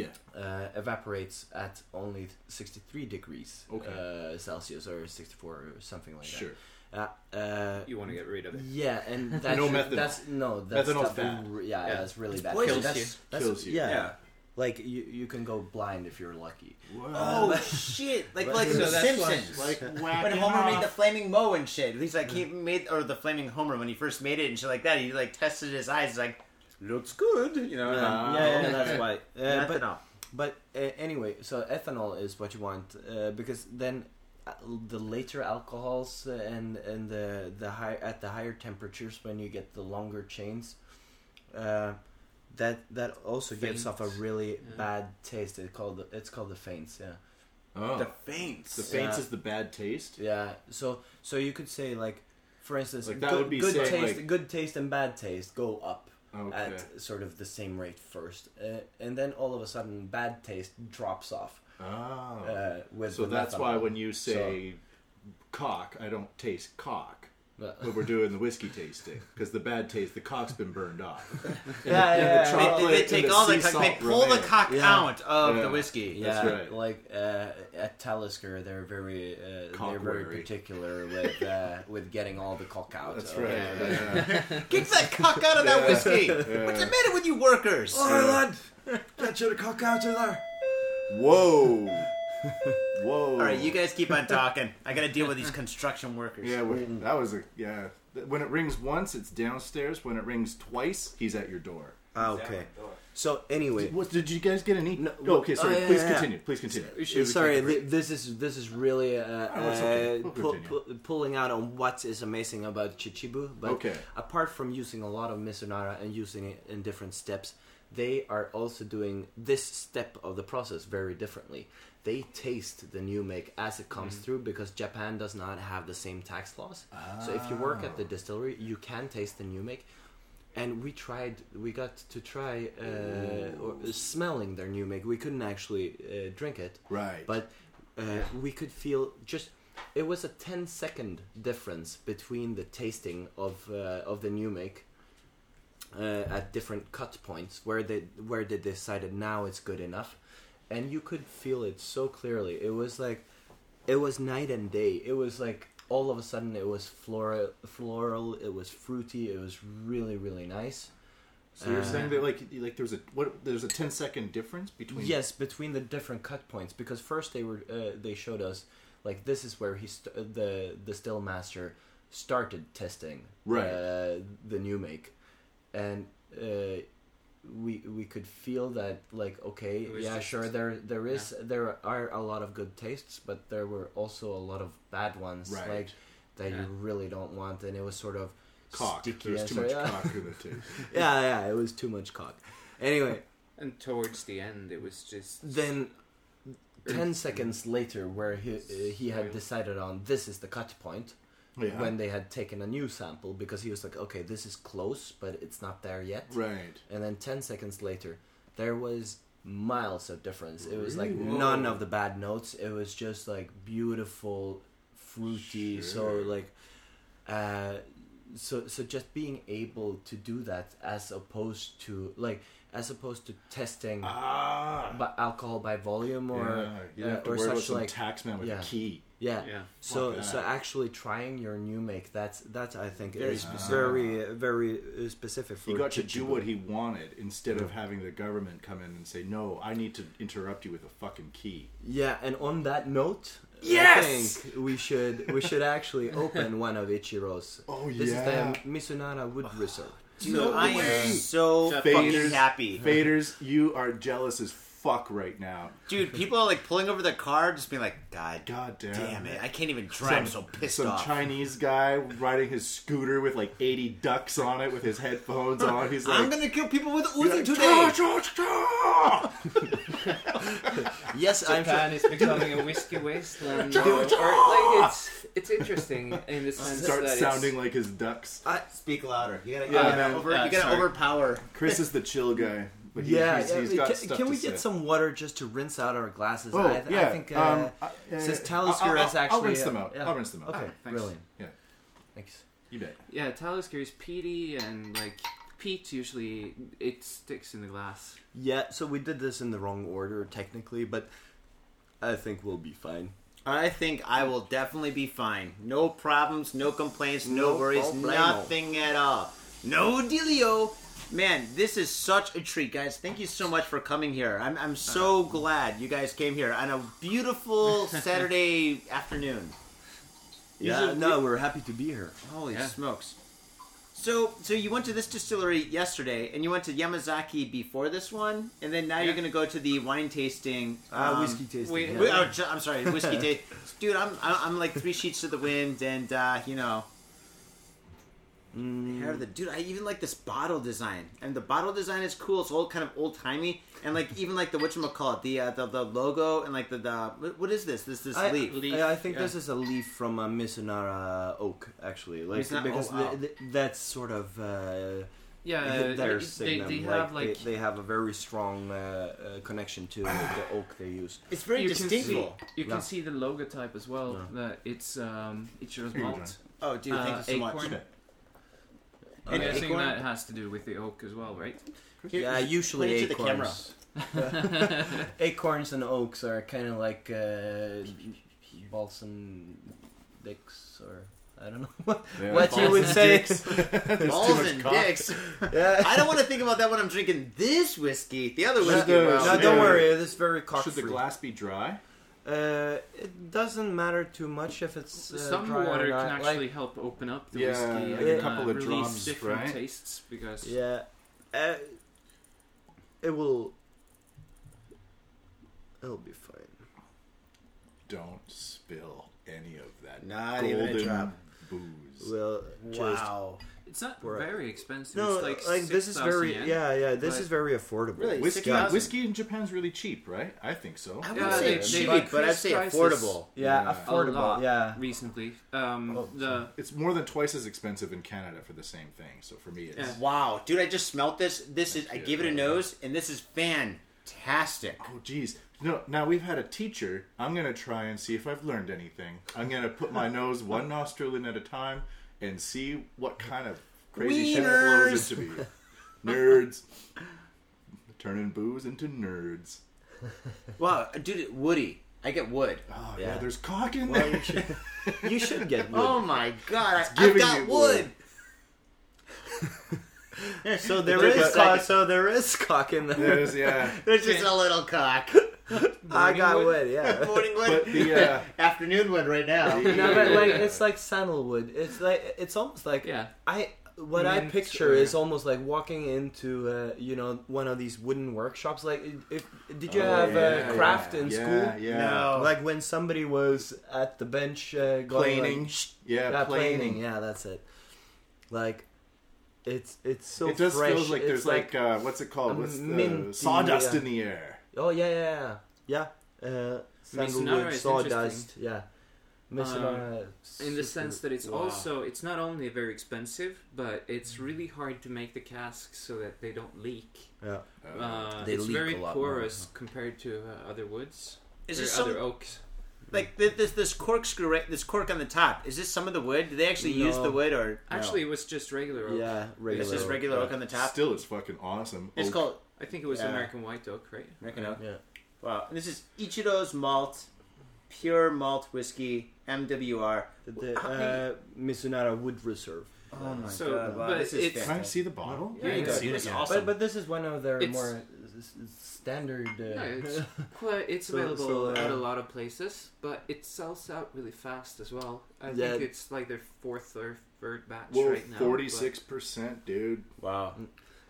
Yeah. uh, evaporates at only 63 degrees Okay. uh, Celsius or 64 or something like Sure. that. Uh, uh, You want to get rid of it. yeah, and that's No methanol. That's no that's Methanol's that's bad. re- Yeah, Yeah. that's really bad. poisonous. that's, Kills that's- Kills you. Yeah. Yeah. like you, you can go blind if you're lucky. oh shit! Like like So The that's why- Simpsons. whacking when Homer made off. Mm. the flaming moe and shit, he's like he made or the flaming Homer when he first made it and shit like that. He like tested his eyes, he's like looks good, you know. Yeah. Yeah. yeah, yeah, that's why. Uh, but Methanol. But uh, anyway, so ethanol is what you want uh, because then uh, the later alcohols uh, and and the the high at the higher temperatures when you get the longer chains, uh, that that also gives off a Faints. really Yeah. bad taste. It's called it's called the faints. Yeah, the Oh. The, faints. faints Yeah. is the bad taste. yeah. So so you could say like, for instance, Like, that good, would be good saying, taste, like- good taste and bad taste go up. Okay. At sort of the same rate first, uh, and then all of a sudden, bad taste drops off. oh. uh, with so the that's methanol. why when you say cock, I don't taste cock. But- But we're doing the whiskey tasting because the bad taste, the cock's been burned off. yeah, and the yeah, They- chocolate- they, they take and the all the sea cock, salt they pull the remains. cock Yeah. out of Yeah. the whiskey. yeah, That's right. Like uh, at Talisker, they're very uh, they're very Cock-wary. particular with uh, with getting all the cock out. That's of- right. Yeah. yeah. Get that cock out of that Yeah. whiskey. Yeah. Oh. What's the matter with you workers? Ireland, get your cock out of there. Whoa. Whoa. All right, you guys keep on talking. I got to deal with these construction workers. Yeah, we- that was a yeah. Th- When it rings once, it's downstairs. When it rings twice, he's at your door. Oh, okay. So anyway, What did you guys get an e? No, well- okay, sorry. oh, yeah, please yeah, yeah. continue. Please continue. It was sorry. like- thi- This is this is really uh, Oh, it's okay. uh, We'll pu- continue. pu- pulling out on what is amazing about Chichibu. But Okay. apart from using a lot of Mizunara and using it in different steps, they are also doing this step of the process very differently. They taste the new make as it comes Mm-hmm. through because Japan does not have the same tax laws. So if you work at the Oh. distillery, you can taste the new make. And we tried, we got to try uh, or, smelling their new make. We couldn't actually uh, drink it. Right. But uh, we could feel just it was a 10 second difference between the tasting of uh, of the new make uh, at different cut points where they where they decided now it's good enough and you could feel it so clearly. It was like, it was night and day. It was like all of a sudden it was floral, floral. It was fruity. It was really really nice. So you're Uh, saying that like you- like there's a what there's a 10 second difference between Yes, between the different cut points because first they were uh, they showed us like this is where he st- uh, the the still master started testing Right. uh, the new make, and uh, we we could feel that like okay It was yeah just- sure there there is there are a lot of good tastes but there were also a lot of bad ones Right. like that Yeah. you really don't want and it was sort of cock. sticky There's and too so- much yeah. cock in the taste. yeah yeah it was too much cock anyway And towards the end, it was just then Er, 10 seconds later where he, uh, he had Soil. decided on this is the cut point Yeah. when they had taken a new sample because he was like okay this is close but it's not there yet right. and then 10 seconds later there was miles of difference it was like Really? none of the bad notes it was just like beautiful fruity so Sure. like uh so so just being able to do that as opposed to like as opposed to testing Ah. by alcohol by volume or yeah. You don't uh, have to or worry about such some like- taxman with yeah. a key. yeah. yeah. So Fuck so that. actually trying your new make that's that's I think Very is specific. very uh, very uh, specific for He got to Chichibu. do what he wanted instead of having the government come in and say, "No, I need to interrupt you with a fucking key." Yeah, and on that note, Yes! I think we should we should actually open one of Ichiro's. Oh, This yeah. is the Misunara Wood Reserve. Dude, No I way. am so Shut Faders. fucking happy. Faders, you are jealous as fuck right now. Dude, people are like pulling over their car, just being like, God, God damn, damn it. I can't even drive. I'm so pissed some off. Chinese guy riding his scooter with like 80 ducks on it with his headphones on. He's like, I'm gonna kill people with You're Uzi like, today. "Cha, cha, cha!" Yes, I'm Japan sure. is becoming a whiskey wasteland. now, or, George! like it's it's interesting in the sense Start that sounding like his ducks. I, Speak louder. You gotta, you Yeah, gotta man. over, Yeah, you gotta sorry. overpower. Chris is the chill guy. But he, yeah, he's, yeah, he's got can, stuff can to we get say. some water just to rinse out our glasses? Oh, I, th- yeah. I think uh, um, I- yeah, since yeah. Talisker I'll- I'll- is actually. I'll rinse them out. yeah. I'll rinse them out. Okay, thanks. brilliant. Yeah. Thanks. You bet. yeah, Talisker is peaty and like peat usually it sticks in the glass. Yeah, so we did this in the wrong order technically, but I think we'll be fine. I think I will definitely be fine. No problems, no complaints, no, No worries, problemo. nothing at all. No dealio. Man, this is such a treat, guys. Thank you so much for coming here. I'm, I'm Uh, so glad you guys came here on a beautiful Saturday afternoon. Yeah, Usually- no, we're happy to be here. Holy Yeah. smokes. So, so you went to this distillery yesterday, and you went to Yamazaki before this one, and then now Yeah. you're going to go to the wine tasting. Uh, um, whiskey tasting. we- yeah. Wh- oh, ju- I'm sorry, whiskey taste. Dude, I'm I'm I'm like three sheets to the wind, and uh, you know, Mm. hair of the dude. I even like this bottle design, and the bottle design is cool. It's all kind of old timey, and like even like the whatchamacallit, the uh, the the logo, and like the the what- what is this? This this I, leaf. leaf, I, I think yeah. this is a leaf from a Misonara oak, actually. Like Misonara- because oh, wow. the, the, that's sort of uh, Yeah, their they, they, signum. they like, have like they, they have a very strong uh, uh, connection to the oak they use. It's very you distinctive. Can see, you Yeah. can see the logotype as well. That it's um, Ichiro's Here you go, malt. Oh, dude, Uh, thank you so much. acorn. And I'm guessing acorn? that has to do with the oak as well, right? Here, yeah, just usually point it to the camera. acorns. acorns and oaks are kind of like uh, balls and dicks, or I don't know what, Yeah, what you balls would and say. dicks. There's too Balls much and cock. dicks. yeah. I don't want to think about that when I'm drinking this whiskey. The other Should whiskey. the- bro. No, Yeah. don't worry. It's very cock Should the glass be dry? Uh, it doesn't matter too much if it's uh, Some dry or water can not, like- actually help open up the Yeah, whiskey like and a couple uh, of release drums, different right? tastes because Yeah. Uh, it will. It'll be fine. Don't spill any of that Not even a golden drop. booze. We'll just. Wow. it's not We're- very expensive. No, it's like, like, this is 6,000 very yen. yeah yeah this but- is very affordable. Really? Whiskey, 6,000. whiskey in Japan's really cheap, right? I think so. I Yeah, wouldn't say they- cheap, they but I'd increase say prices. affordable. Yeah, Yeah. A affordable. lot. Yeah. recently. Um, Oh, the It's more than twice as expensive in Canada for the same thing. So for me, it's Yeah. Wow, dude, I just smelt this. This is I Yeah. give it a nose, and this is fantastic. oh geez. No, now we've had a teacher. I'm gonna try and see if I've learned anything. I'm gonna put my nose one nostril in at a time and see what kind of crazy shit flows Wieners. into me. Nerds turning booze into nerds. Wow, dude, Woody. I get wood. Oh yeah, Yeah. there's cock in Well, there. you should, you should get wood. Oh my god, I, I've giving got you wood. wood. So there But- is but- cock. So there is cock in There there. is, yeah. There's just a little cock. I got Morning wood. Yeah. Morning wood. But the, uh, Afternoon wood right now. The- No, but like it's like sandalwood. It's like it's almost like Yeah. I what I Mint picture or- is almost like walking into uh, you know one of these wooden workshops. Like, if, did you Oh, have yeah, uh, craft yeah, in yeah, school? Yeah, No. Like when somebody was at the bench uh, going Planing. like, "Shh, Yeah, yeah, planing. planing. Yeah, that's it. Like, it's it's so it just fresh. feels like it's there's like, uh, what's it a called? What's the minty, sawdust yeah. in the air? oh yeah yeah yeah yeah. Uh, Masonara sandalwood is sawdust yeah. Masonara, Um, in the super- sense that it's Wow. also it's not only very expensive but it's really hard to make the casks so that they don't leak yeah. uh, They it's leak very a lot more, porous compared to uh, other woods Is or this other some oaks like th- this this corkscrew right? This cork on the top. Is this some of the wood? Did they actually use No. the wood or no? actually it was just regular oak yeah regular It's just regular oak on the top. Still, it's fucking awesome. Oh, it's Oak. called i think it was Yeah. american white oak right American oak. yeah. Wow. And this is Ichiro's malt, pure malt whiskey, MWR. The How uh, Mizunara Wood Reserve. Oh my So, god! Wow, but this is it's- Can I fantastic. see the bottle? Yeah, Yeah, you yeah. can see this. Yeah. Awesome. But but this is one of their It's- more s- s- standard. Uh, no, it's quite, it's So- available so, uh, at a lot of places, but it sells out really fast as well. I Yeah. think it's like their fourth or third batch Whoa, right now. but- forty-six percent, dude. wow.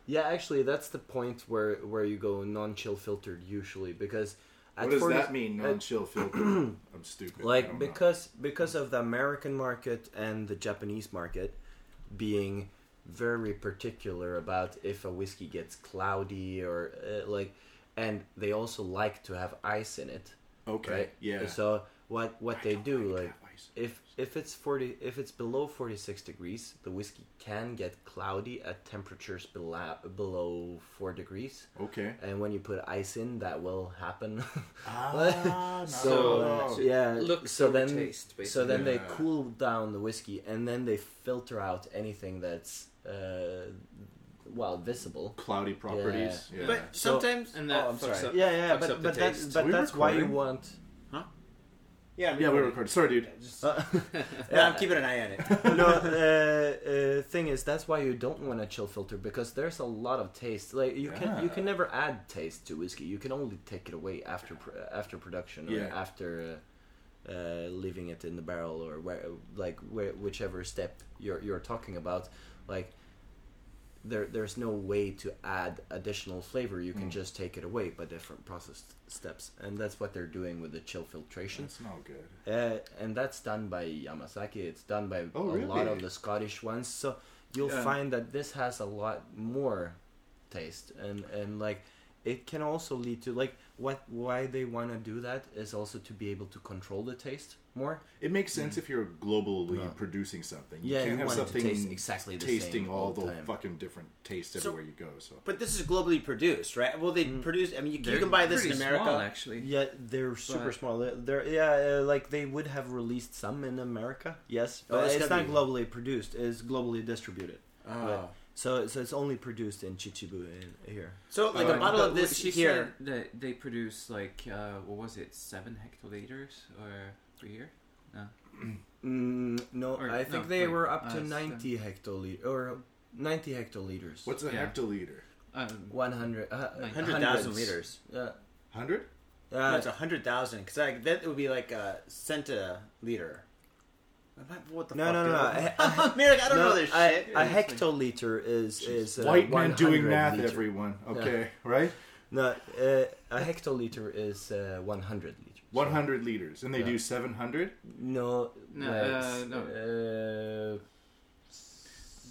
yeah, actually, that's the point where where you go non-chill filtered usually because. What does 40 that mean? Non-chill filter. I'm stupid. I Like don't because because of the American market and the Japanese market being very particular about if a whiskey gets cloudy or uh, like, and they also like to have ice in it. know. okay, right? yeah. So what what I they don't do like like that ice. if if it's forty if it's below forty six degrees, the whiskey can get cloudy at temperatures below below four degrees, okay. and when you put ice in, that will happen. Ah, so not uh, Oh. at all. yeah, Look so over then taste, so then they Yeah. cool down the whiskey, and then they filter out anything that's uh, well visible. cloudy properties. Yeah. But So- sometimes And that oh, I'm fucks sorry. up. Yeah, yeah, Fucks up but the but that, taste. but Are we that's why recording? you want. Yeah, yeah, we're recording. Sorry, dude. Just, Uh, yeah, I'm keeping an eye on it. no, uh, uh, thing is that's why you don't want a chill filter because there's a lot of taste. Like you can you can never add taste to whiskey. You can only take it away after pr- uh, after production or Yeah. after uh, uh, leaving it in the barrel or where like where, whichever step you're you're talking about. Like there there's no way to add additional flavor. You can just take it away by different process steps, and that's what they're doing with the chill filtration. That's not good. Uh, and that's done by Yamasaki. It's done by Oh, a lot really? of the Scottish ones. So you'll Yeah. find that this has a lot more taste, and and like it can also lead to like what why they want to do that is also to be able to control the taste more. It makes sense if you're globally No. producing something. You Yeah, can't you have want it to something taste exactly the same tasting all, all the the time. fucking different tastes So- everywhere you go. So But this is globally produced, right? Well, they produce. I mean, you, you can buy this in America. actually. Yeah, they're super But- small. They're, they're- yeah, uh, like they would have released some in America. Yes, Oh, but it's it's gotta not be- globally produced. It's globally distributed. Oh. So so it's only produced in Chichibu in, here. So, Oh, like a Uh, bottle of But this she here. said that they produce like uh, what was it, seven hectoliters or per year? Mm, no, Or- I think no, they wait, were up uh, to it's 90 hectoliter or 90 hectoliters. what's a Yeah. hectoliter? Um, 100 uh, Like 100,000 hundreds. liters. Yeah. Hundred? No, Uh, it's 100,000. Because like, that would be like a centiliter. Am I- What the No, fuck? no, no, dude? I- America, I don't no, know this a- shit. A hectoliter is is uh, White men doing 100 math, liter. everyone. Okay, right? No, uh, a hectoliter is uh, 100 liters. One hundred liters, and they Yeah. do seven hundred. No, uh, No, wait, uh, no.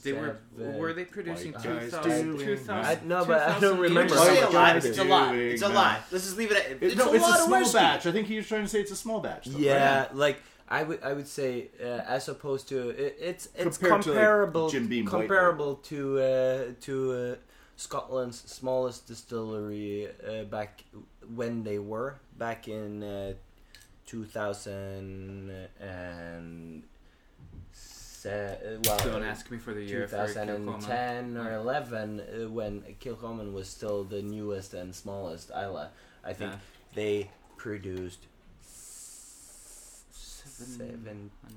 they were were they producing White guys 2,000 doing 2,000 that. I- no, but I 2,000 don't We're remember. just Why saying a would lot. you It's, a do lot. it, It's a man? lot. Let's just leave it at. It's, It- no, a it's a, lot of small whiskey. batch. I think he's trying to say it's a small batch. Though, right? Yeah, like I would I would say uh, as opposed to it, it's it's Compared to, like, comparable Jim Beam White comparable to uh, to uh, Scotland's smallest distillery uh, back when they were back in uh, 2006 se- uh, well, Don't uh, ask me for the year for Kilcoman. 2010 or Yeah. 11 uh, when Kilcoman was still the newest and smallest isla. I think Yeah. they produced Seven- seven. Mm.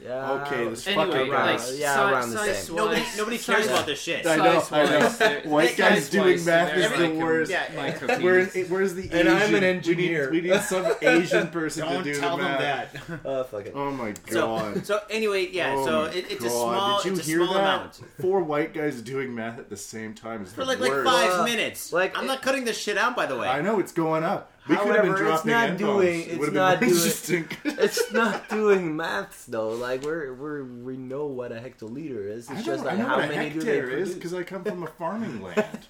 Yeah. Okay, this Anyway, fucking around- like guy. yeah, si- around the size same. Nobody, wise- nobody cares size- about this shit. I know, I know. Size-wise, they're- White guys doing size-wise, math they're is the like a worst. Yeah. micro Where's, penis. where's the Asian? And I'm an engineer. We need, we need some Asian person Don't to do tell the them math. that. Oh fuck it. Oh my god. So, so anyway, yeah. Oh so my it, it's a God. small, Did you it's a hear small that? amount Four white guys doing math at the same time is for the like like worst. five Well, minutes. like, Like I'm it- not cutting this shit out, by the way. I know it's going up. We could have However, been it's dropping not N-bombs. doing- It it's would have not been doing- more interesting. It's not doing maths though. Like we're we're we know what a hectoliter is. It's I just don't I like know how what a many do they hectare is produce? because I come from a farming land.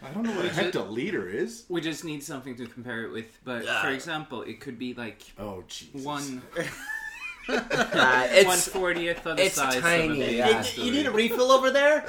I don't know what a hectoliter is. We just need something to compare it with. But Yeah. for example, it could be like Oh Jesus. one Uh, one it's fortieth of the it's size of a tiny, baby. yeah. You- you, need a refill over there.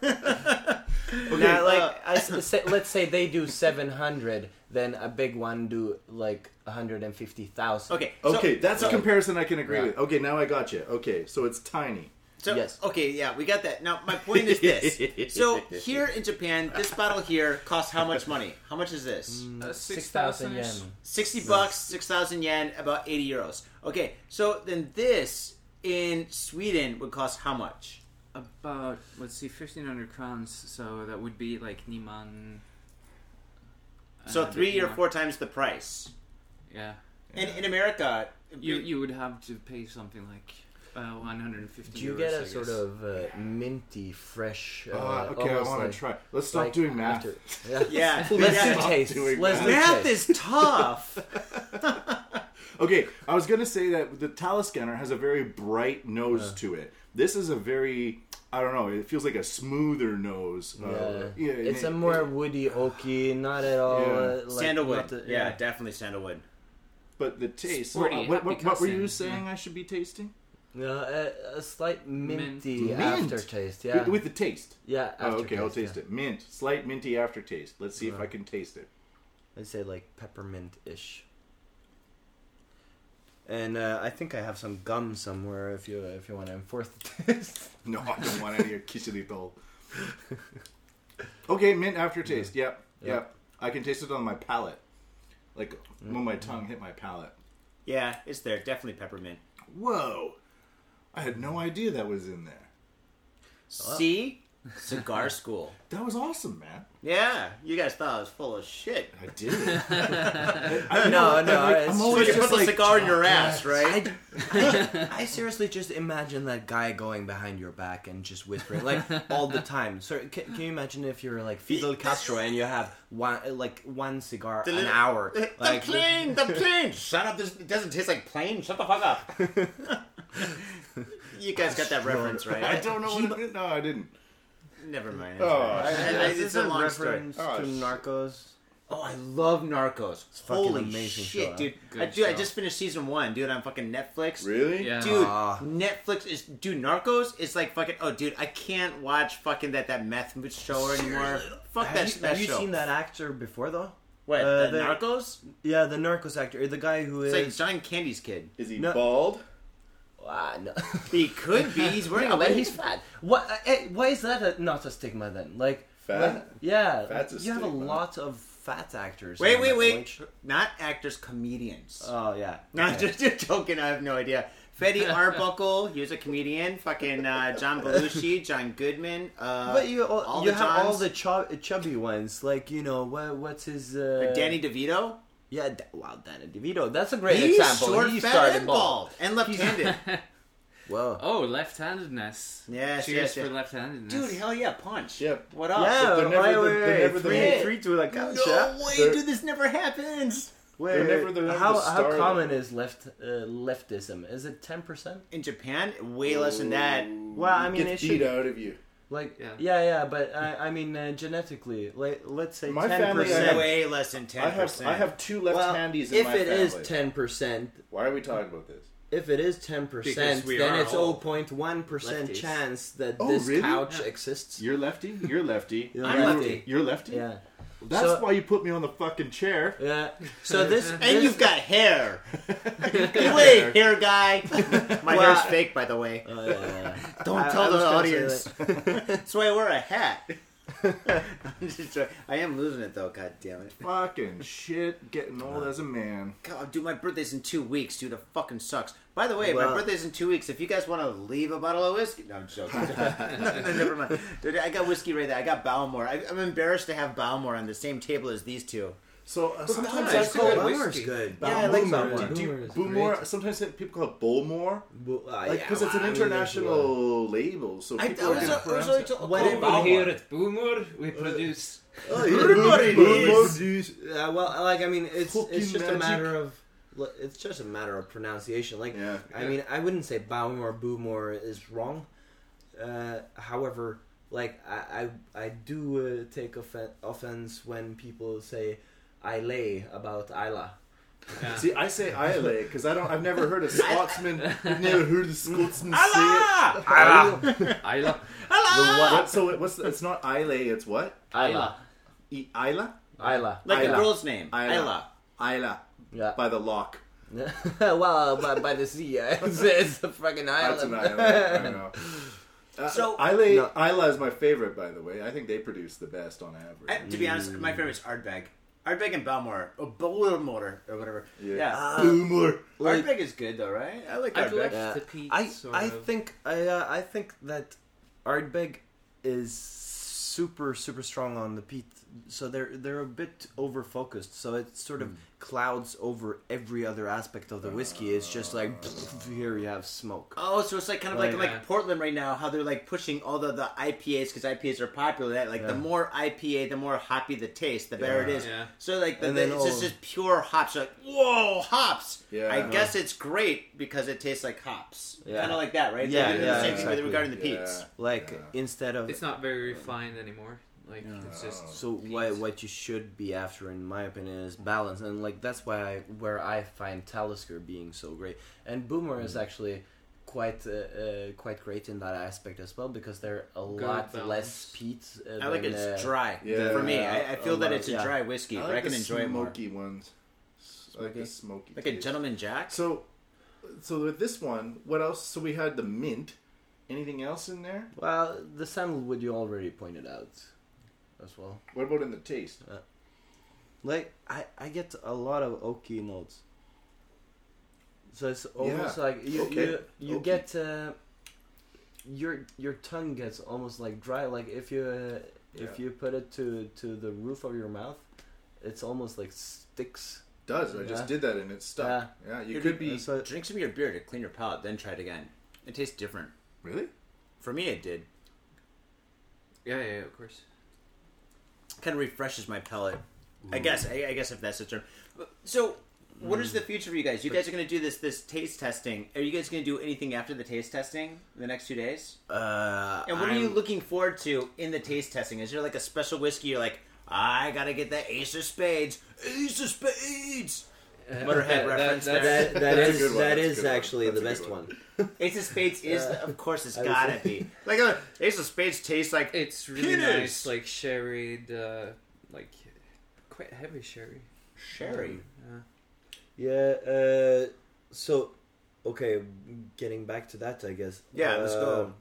not like I s- say, let's say they do seven hundred, then a big one do like one hundred and fifty thousand. Okay. so- Okay, that's a so- comparison I can agree Yeah. with. Okay, now I got you. Okay, so it's tiny. So, Yes. Okay, yeah, we got that. Now, my point is this. so, here in Japan, this bottle here costs how much money? How much is this? Uh, Six 6,000 thousand -ish. yen. 60 Mm. bucks, 6,000 yen, about 80 euros. Okay, so then this in Sweden would cost how much? About let's see, fifteen hundred crowns. So that would be like Niman. So, uh, three or Niman. four times the price. Yeah, And in America, you you would have to pay something like uh, one hundred and fifty. Do you euros, get I a guess. sort of uh, minty, fresh? Uh, Uh, okay, I almost want to like- try. Let's stop like doing math. after- Yeah. Let's Yeah. do Stop taste. doing Let's do math taste. is tough. Okay, I was gonna say that the Talus scanner has a very bright nose Uh. to it. This is a very, I don't know, it feels like a smoother nose. Yeah. Uh, yeah, and it's it- a more woody, oaky, not at all. Yeah. Uh, like, sandalwood. not the- yeah, definitely sandalwood. but the taste. uh, Sporty, what, what, what, happy what were you cussing. saying? I should be tasting Yeah, a, uh, a slight minty Mint. aftertaste. Yeah, with, with the taste. yeah. oh, okay, I'll aftertaste, yeah. Uh. taste it. Mint, slight minty aftertaste. Let's see if Yeah. I can taste it. I'd say like peppermint ish. And uh, I think I have some gum somewhere if you if you want to enforce the taste. No, I don't want any of Kisilito. Okay, mint aftertaste. Yep, Yeah. yep. I can taste it on my palate, like when my tongue hit my palate. Yeah, it's there. Definitely peppermint. Whoa! I had no idea that was in there. Oh, See? Cigar school. That was awesome, man. Yeah, you guys thought I was full of shit. I did. I, No, no, it's Oh, I'm So always you just put the like, cigar in your ass, right? I, I, I seriously just imagine that guy going behind your back and just whispering like all the time. So can, can you imagine if you're like Fidel Castro and you have one uh, like one cigar The an little- hour? The Like plane, the plane. Shut up! This it doesn't taste like plane. Shut the fuck up. you guys got that reference, right? I don't know what it is. No, I didn't. Never mind. Oh, I- I- shit. I- Is it's this a a long reference story. Oh, to shit. Narcos? Oh, I love Narcos. fucking Holy amazing shit, show, huh? dude! Good I, dude, I show. just finished season one, dude. On fucking Netflix. Really? Yeah. Dude, Ah. Netflix is dude. Narcos is like fucking. Oh, dude, I can't watch fucking that that meth show anymore. Fuck Have that, you, that have you show. seen that actor before though? What Uh, the the- Narcos? Yeah, the Narcos actor, the guy who It's is. like John Candy's kid. Is he No. bald? Ah, no. He could be. He's wearing a No, but wig. he's fat. What? Uh, eh, why is that a, not a stigma then? Like, Fat? like, yeah, Fat's a you have a stigma. lot of fat actors. Wait, on wait, that wait. lynch- Not actors, comedians. Oh yeah. no, I'm Okay. just, just joking. I have no idea. Fetty Arbuckle, he was a comedian. Fucking uh, John Belushi, John Goodman. Uh, But you all, all you the have all Johns. the chub, chubby ones, like you know what, what's his uh, Danny DeVito. Yeah, D- wow, Danny DeVito. That's a great he's example. short, he fat, started and bald, and left-handed. Whoa. oh left-handedness. Yes, Cheers yes, for yes. left-handedness. Dude, hell yeah, punch. Yep. What up? Yeah, They're never why- the- wait, they're wait, never the three, main- three to like No gotcha. way, They're- dude. This never happens. Wait, They're wait, never- they're never how the star how of common it. is left uh, leftism? Is it ten percent? In Japan, way less than that. Well, I mean, it Gets should beat out of you. like yeah, Yeah. yeah, but I, I mean uh, genetically, like let's say My ten family, I have- percent. Way less than ten I have percent. I have two Well, left-handies in if my it family. is ten percent, Why are we talking about this? if it is ten percent, Because we are then it's all zero point one percent lefties. chance that Oh, this really? couch Yeah. exists. You're lefty. You're lefty. You're You're- lefty. You're lefty. Yeah, That's So- why you put me on the fucking chair. Yeah. So this, and this- you've got hair. Wait, hair guy. My Well, hair's fake, by the way. Oh, yeah, yeah, yeah. Don't I- tell I was the gonna say audience. That's why I wear a hat. I'm just trying- I am losing it though. God damn it. Fucking shit, getting old as a man. God, dude, my birthday's in two weeks, dude. It fucking sucks. By the way, my Well- birthday's in two weeks. If you guys want to leave a bottle of whiskey, no, I'm joking. no, no, never mind, dude. I got whiskey right there. I got Balmore. I, I'm embarrassed to have Balmore on the same table as these two. So uh, sometimes that's I call good. it. Boomer's whiskey. good. Yeah, I like Boomer. Boomer. Do Boomer you, is Boomore, great. sometimes people call it Bullmore, Bo- uh, like yeah, because it's an well, I mean, there's a lot. international label. So I, I people are was, gonna I was pronounce already it. told. When Oh, it- Balmore. Over here at Boomer, we produce. Oh, Everybody needs- Uh, well, like I mean, it's Fucking it's just a magic. matter of look, it's just a matter of pronunciation. Like Yeah. I mean, I wouldn't say Baum or Boom or is wrong. Uh, however, like I I, I do uh, take offen- offense when people say I lay about Isla. Yeah. See, I say Islay because I don't. I've never heard a Scotsman. I've never heard a Scotsman say it. Allah! I love. The Allah! what- So it, what's? It's not Islay. It's what? Isla. E- Isla. Isla. Like a Isla. girl's name. Isla. Isla. Isla. Yeah. By the lock. well, uh, by, by the sea, yeah. it's, it's a fucking That's island. an Isla. I don't know. Uh, So- Islay, No. Isla is my favorite, by the way. I think they produce the best on average. I, to be honest, my favorite's Ardbeg. Ardbeg and Balmore. Or Balmore, or whatever. Yeah. Ah, Boomer. Like- Ardbeg is good, though, right? I like I've Ardbeg. liked- Yeah. the peat I sort I of- think I uh, I think that Ardbeg is super super strong on the peat, so they're they're a bit over focused. So it sort Hmm. of clouds over every other aspect of the whiskey. It's just like here you have smoke. Oh, so it's like kind of like Like- like, Yeah. Portland right now, how they're like pushing all the, the IPAs because IPAs are popular. That like the Yeah. more IPA, the more hoppy the taste, the better it Yeah. is. Yeah. So like the, And then the- it's just, all- just pure hops. Like whoa, hops! Yeah. I guess it's great because it tastes like hops. Yeah. Kind of like that, right? Yeah, They're doing the yeah, same exactly. thing with regarding the Yeah. peats. Like Yeah. instead of It's not very refined anymore. Like it's just so what what you should be after in my opinion is balance and like that's why I, where I find Talisker being so great and Boomer Mm-hmm. is actually quite uh, uh, quite great in that aspect as well because they're a lot balance. less peat uh, I like than, it's uh, dry. Yeah. For me, I, I A feel that lot, it's a yeah. dry whiskey. I I, like can the enjoy it more. smoky ones. I like the smoky. Like a taste. gentleman jack. So, so with this one, what else? So we had the mint. Anything else in there? well the sandalwood you already pointed out as well What about in the taste? like I, I get a lot of oaky notes so it's almost like you Okay. you, you Oaky. get uh, your your tongue gets almost like dry like if you uh, if Yeah. you put it to to the roof of your mouth it's almost like sticks Does I just Yeah. did that and it stuck? Yeah, you could be. Uh, so Drink some of your beer to clean your palate, then try it again. It tastes different. Really? For me, it did. yeah, yeah, of course. Kind of refreshes my palate. I guess. I, I guess if that's the term. But- So, what is the future for you guys? You guys are going to do this this taste testing. Are you guys going to do anything after the taste testing in the next two days? uh, And what are you I'm- looking forward to in the taste testing? Is there like a special whiskey? You're like, I gotta get that Ace of Spades. Ace of Spades. Motorhead reference Uh, there. That, that's- that, that That's a is good one, that that's a is good one, actually that's the a good best one. one. Ace of Spades is, Uh, of course, it's I was gotta be. thinking- Like, uh, Ace of Spades tastes like it's really nice, like sherry, uh, like quite heavy sherry. sherry. Yeah. Yeah. Uh, so, okay, getting back to that, I guess. Yeah, let's go. Um,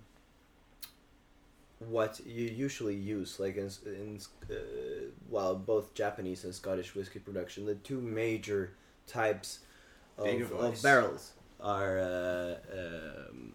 What you usually use, like in, in uh, well, both Japanese and Scottish whiskey production, the two major types Bigger of, voice. of barrels are uh, um,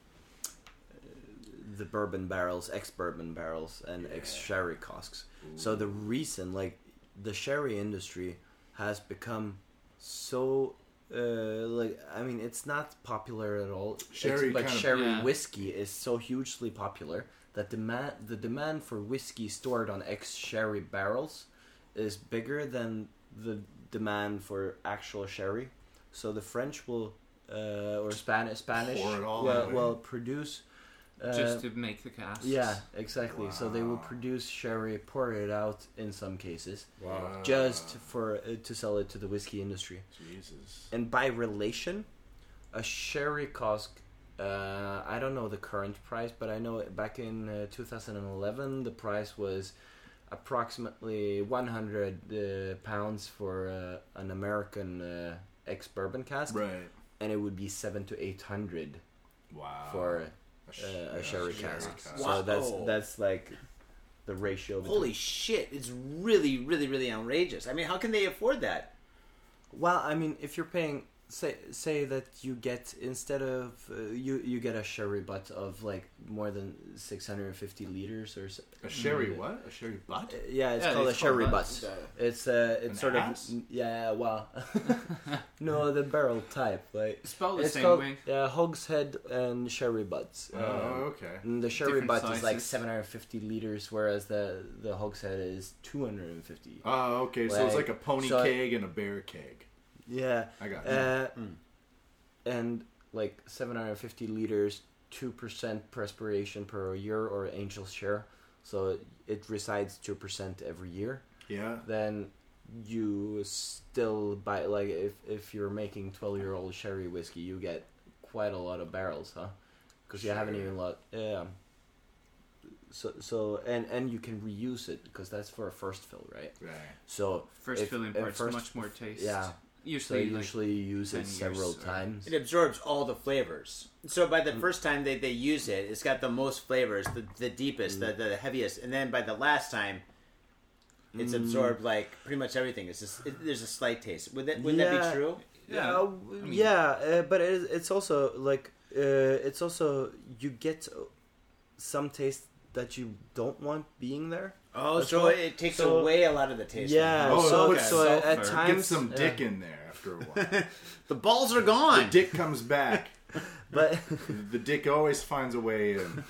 the bourbon barrels, ex-bourbon barrels, and ex-sherry casks. So the reason, like, the sherry industry has become so uh, like I mean, it's not popular at all. Sherry It's- but kind of- sherry Yeah. whiskey is so hugely popular that demand the demand for whiskey stored on ex sherry barrels is bigger than the demand for actual sherry. So the French will uh, or Spanish Spanish pour it all will, away. will produce. Uh, Just to make the cast. yeah, exactly. So they will Wow. produce sherry, pour it out in some cases, Wow. just for uh, to sell it to the whiskey industry Jesus. and by relation, a sherry cask. Uh, I don't know the current price, but I know back in uh, 2011 the price was approximately 100 uh, pounds for uh, an American uh, ex bourbon cask, Right. and it would be seven to 800 Wow. for sh- uh, a yeah, sherry sherry cask. cask. So Wow. that's that's like the ratio. between- Holy shit! It's really, really, really outrageous. I mean, how can they afford that? Well, I mean, if you're paying, say say that you get instead of uh, you you get a sherry butt of like more than 650 liters or so. A sherry what? A sherry butt? Uh, yeah, it's Yeah, called it's called a sherry butt. butt. It's uh, it's An sort ass? of yeah. Well, no, the barrel type. Like Spell Oh, the it's same called way. uh, hogshead and sherry butts. Oh, Um, okay. And the sherry Different butt is like sizes. 750 liters, whereas the the hogshead is 250. Oh, okay. so it's like, like a pony so I- keg and a bear keg. Yeah. I got it. Uh, And like 750 liters, 2% perspiration per year or angel share. So it- it resides 2% every year. Yeah. Then you still buy, like, if, if you're making 12 year old sherry whiskey, you get quite a lot of barrels, huh? Because you haven't Sure. even lot. Yeah. So, so and and you can reuse it because that's for a first fill, right? Right. So First if- filling uh, part's first- much more taste. yeah. so Usually, you like, usually you use 10 it years several or- times. It absorbs all the flavors. So by the first time they, they use it, it's got the most flavors, the, the deepest, the, the heaviest, and then by the last time, it's absorbed like pretty much everything. It's just it, there's a slight taste. Would that wouldn't that Yeah. be true? yeah. Uh, w- yeah, uh, but it, it's also like uh, it's also you get uh, some taste that you don't want being there. Oh, That's so right. it takes So- away a lot of the taste. Yeah, Oh, so, okay. so at- at Sulfur. times Get some yeah. dick in there after a while. the balls are gone. dick comes back. but The dick always finds a way in.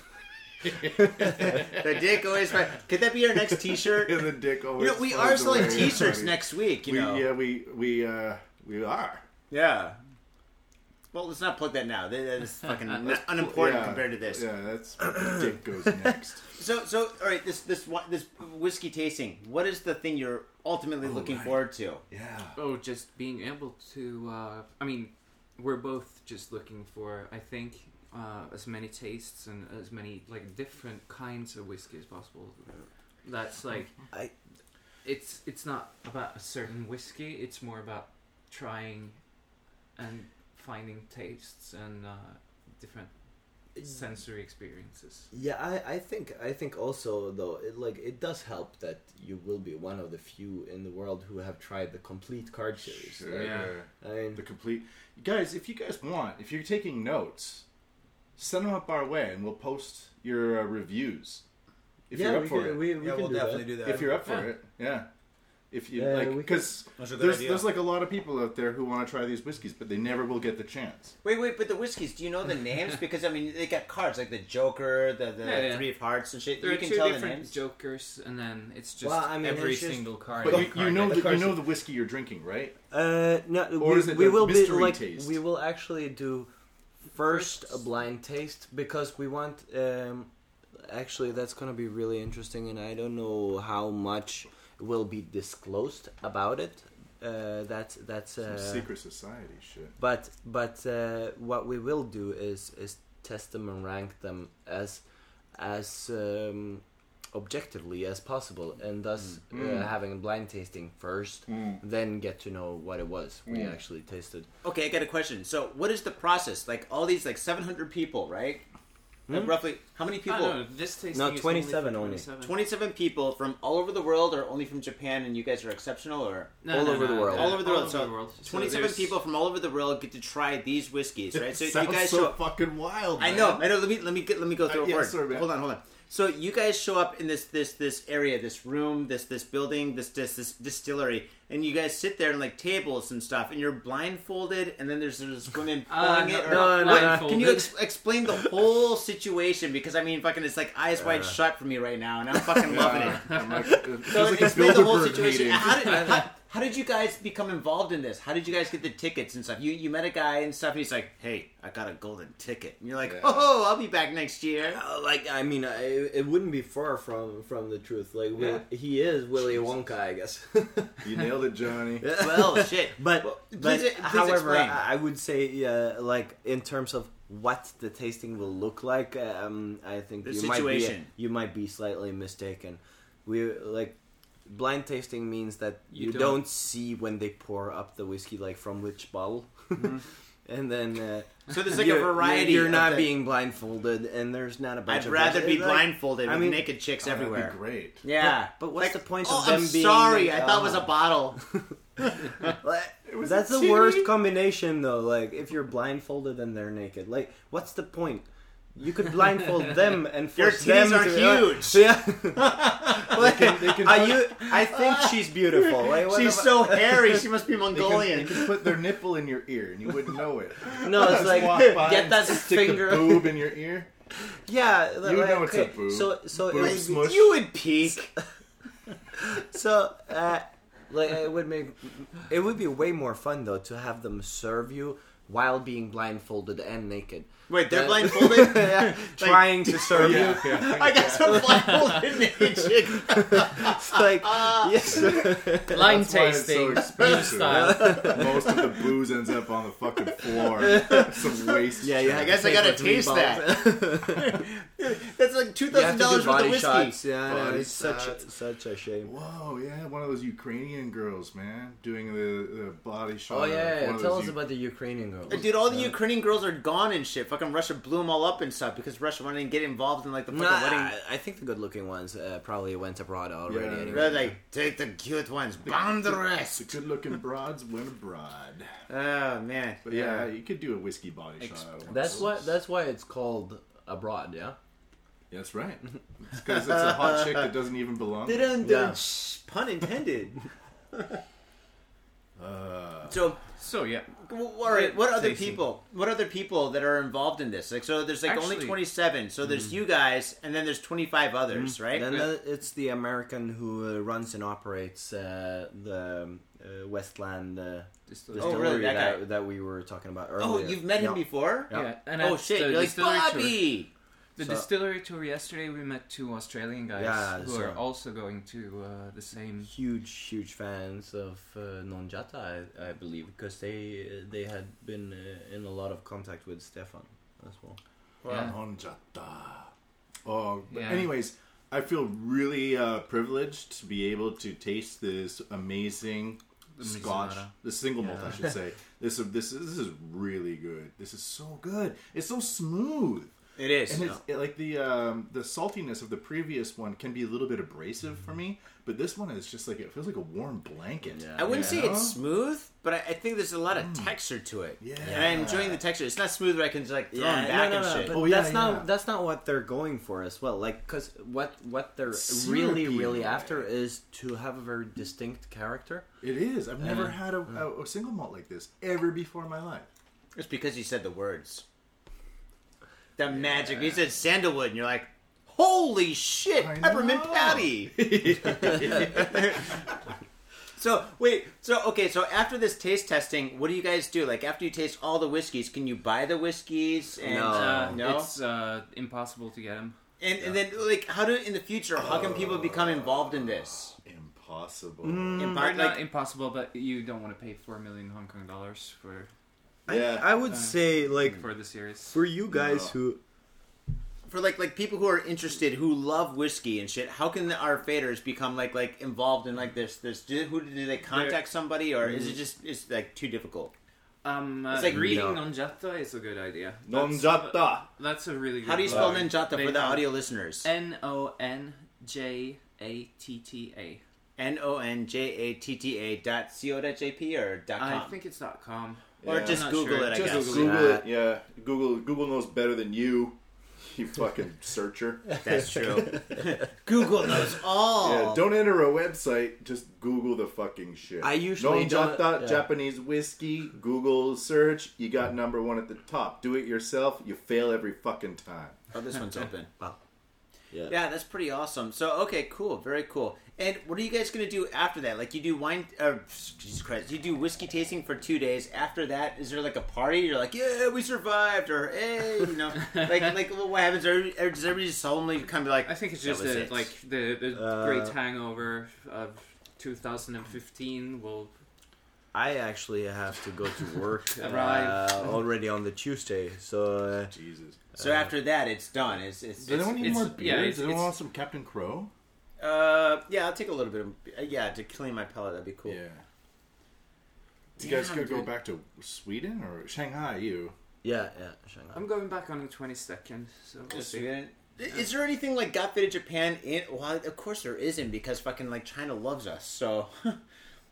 the dick always. Could that be our next T-shirt? And the dick always. You know, we finds are a selling way in. T-shirts We- next week. You We, know. yeah, we we uh we are. Yeah. Well, let's not plug that now. That that is fucking not unimportant Yeah. compared to this. Yeah, that's where the dick goes next. So, so all right. This this one- this whiskey tasting. What is the thing you're ultimately looking right. forward to? Yeah. Oh, just being able to. Uh, I mean, we're both just looking for, I think, uh, as many tastes and as many like different kinds of whiskey as possible. That's like, I- it's it's not about a certain whiskey. It's more about trying and finding tastes and uh, different sensory experiences. yeah, I, I think I think also though it like it does help that you will be one of the few in the world who have tried the complete card series. Sure. Yeah. I mean, The complete guys, if you guys want, if you're taking notes, send them up our way, and we'll post your uh, reviews. If yeah, you're up we for can, it, we, we can do that. do if you're up for Yeah. it, yeah. If you Yeah, like, we 'cause That's a good there's idea. there's like a lot of people out there who want to try these whiskeys, but they never will get the chance. Wait, wait. But the whiskeys. Do you know the names? Because I mean, they got cards like the Joker, the, the Yeah, yeah. Three of Hearts and shit. There you are can two tell the different names. jokers, and then it's just Well, I mean, every it's just- single card. But you, card you know that- the, you know the whiskey you're drinking, right? Uh, no, Or we, is it we the will be mystery like taste? we will actually do first a blind taste because we want um actually that's going to be really interesting and I don't know how much will be disclosed about it. Uh that's that's Some uh secret society shit. but but uh, what we will do is is test them and rank them as as um, objectively as possible, and thus uh, having a blind tasting first, then get to know what it was we actually tasted. Okay, I got a question. So, what is the process? Like all these like 700 people, right? Like, roughly, how many Hmm? I people? don't know, this tasting is only for 27 only. 27. 27 people from all over the world or only from Japan and you guys are exceptional or No, All no, over the no, world. no, all over the world. so So 27 there's- people from all over the world get to try these whiskeys, right? So It you sounds guys show so up. fucking wild. I man. know. I know. Let me let me get, let me go through Uh, a yeah, word. sorry, man. hold on, hold on. So you guys show up in this this this area, this room, this this building, this this, this distillery, and you guys sit there and like tables and stuff, and you're blindfolded, and then there's this woman Uh, pulling it. or- no, no, Wait, no. Can you ex- explain the whole situation? Because I mean, fucking, it's like eyes wide shut for me right now, and I'm fucking loving it. I'm like, it So feels like a explain the whole Bilderberg situation. meeting. How did, how, how did you guys become involved in this? How did you guys get the tickets and stuff? You you met a guy and stuff. And he's like, "Hey, I got a golden ticket." And you're like, Yeah. "Oh, I'll be back next year." Uh, like I mean, I, it wouldn't be far from from the truth. Like we, he is Willy Wonka, I guess. You nailed it, Johnny. well, shit. But, Well, but please- please however, explain. I, I would say, uh, like in terms of what the tasting will look like, um, I think The you might situation. be you might be slightly mistaken. we like blind tasting means that You you, don't- don't. see when they pour up the whiskey, like from which bottle. Mm-hmm. And then uh, So there's like you're- a you're- variety. You're of not the- being blindfolded, and there's not a bunch. I'd of rather bunch- be like- blindfolded I with mean- naked chicks Oh, that'd be everywhere. great. Yeah, But- but what's the point oh, of them I'm being- sorry. I thought it was a Oh. bottle. was That's a the TV. worst combination, though. Like, if you're blindfolded and they're naked, like, what's the point? You could blindfold them and Your force titties them are to, uh, Yeah. Like, are you? I think she's beautiful. Like, what She's the so hairy. She must be They can, they Mongolian. can put their nipple in your ear and you wouldn't know it. fu- no, it's Just like walk by get and that Stick finger. the boob in your ear. Yeah, like, know it's a okay, boob. So, so Boob it would smush. You would peek. So, uh, like, it would make it would be way more fun though to have them serve you while being blindfolded and naked. Wait, they're Uh, blindfolded. yeah, trying to serve you. Yeah, yeah, I got some blindfolded naked chick. It's like yes, Blind That's why it's so tasting. expensive. style. Most of the booze ends up on the fucking floor. Some waste. yeah, shit. yeah. I guess I gotta taste that. That's like two thousand dollars worth of whiskey. Yeah, no, Body it's such shots. such a shame. Whoa, yeah, one of those Ukrainian girls, man, doing the, the body shot. Oh of yeah, one of tell those us about the Ukrainian girl. Dude, all the Ukrainian girls are gone and shit. Fucking Russia blew them all up and stuff because Russia wanted to get involved in like the fucking Nah, wedding. I think the good-looking ones uh, probably went abroad already. Yeah. anyway. They're like, take the cute ones, bomb the The rest. good looking broads went abroad. Oh man, But yeah, you could do a whiskey body shot. out of one of That's those. why. That's why it's called abroad. Yeah. That's right. Because it's, a hot chick that doesn't even belong. there. Yeah. Pun intended. Uh, so, So yeah, w- all right, what other Tasty. people? What other people that are involved in this? Like, so there's like only Actually- 27. So there's you guys, and then there's 25 others, right? And mm. then uh, it's the American who uh, runs and operates uh, the um, uh, Westland uh, Just- distillery Oh, really? That guy? that, that we were talking about earlier. oh, you've met him Yeah. before. Yeah. yeah. And Oh at shit, the you're like distillery tour- Bobby. The So- distillery tour yesterday, we met two Australian guys Yeah, who so- are also going to uh, the same. Huge, huge fans of uh, Non Jata, I, I believe, because they uh, they had been uh, in a lot of contact with Stefan as well. Yeah. Honjata. Oh, but Yeah. anyways, I feel really uh, privileged to be able to taste this amazing Amazing Scotch, Mara. the single malt, Yeah. I should say. This this this is really good. This is so good. It's so smooth. It is. And it's, it- like the um, the saltiness of the previous one can be a little bit abrasive for me, but this one is just like it feels like a warm blanket. I wouldn't Mm-hmm. Yeah. Mm. say it's smooth, but I, I think there's a lot of texture to it. Yeah. And I'm enjoying the texture. It's not smooth where I can just like throw them back and shit. But Oh, yeah, that's yeah. not that's not what they're going for as well. Like, cause what what they're really Syrupy, really right. after is to have a very distinct character. It is. I've never had a, a, a single malt like this ever before in my life. It's because you said the words. The magic. You said sandalwood, and you're like, holy shit, I peppermint know. patty. so wait, so okay, so after this taste testing, what do you guys do? Like after you taste all the whiskeys, can you buy the whiskeys? And, No. uh, Uh, no. It's uh, impossible to get them. and, and then like, how do in the future? How can people become involved in this? Impossible. In, Or part, Mm, like, not impossible, but you don't want to pay four million Hong Kong dollars for Yeah. I, I would say like for the series. for you guys No. who for like like people who are interested who love whiskey and shit how can our faders become like like involved in like this this do, who do they contact somebody or is it just it's like too difficult Um, uh, It's like reading no. non jatta is a good idea. Non That's- jata. That's a really good. how do you spell Right. ninjata They for the have- audio listeners N O N J A T T A. n-o-n-j-a-t-t-a dot co dot jp or dot com I think it's dot com. or Yeah. just I'm not google sure. it i Just guess Google Yeah. it. Uh, Yeah, Google Google knows better than you. You fucking searcher. that's true google knows all Yeah, don't enter a website. Just Google the fucking shit. I usually Nonjata don't- yeah. Japanese whiskey. Google search. You got number one at the top. Do it yourself. You fail every fucking time. oh this one's open Wow. Yeah. yeah that's pretty awesome so okay cool very cool and what are you guys gonna do after that like you do wine or jesus christ you do whiskey tasting for two days after that is there like a party you're like yeah we survived or hey you know like like what happens or, or does everybody just solemnly kind of like I think it's That just was the, it. like the, the Uh, great hangover of 2015 will I actually have to go to work uh, Arrive. already on the Tuesday. So uh, Jesus. so after that it's done it's it's, Does it's anyone need it's- more yeah, beers? it's- Does anyone it's- want some Captain Crow? Uh, yeah, I'll take a little bit of uh, yeah to clean my palate. That'd be cool. Yeah. You guys Damn, could go dude. back to Sweden or Shanghai, you. yeah. yeah, Shanghai. I'm going back on the 22nd, so we'll see. Is there anything like got fit in Japan? In well, of course there isn't because fucking like China loves us. So,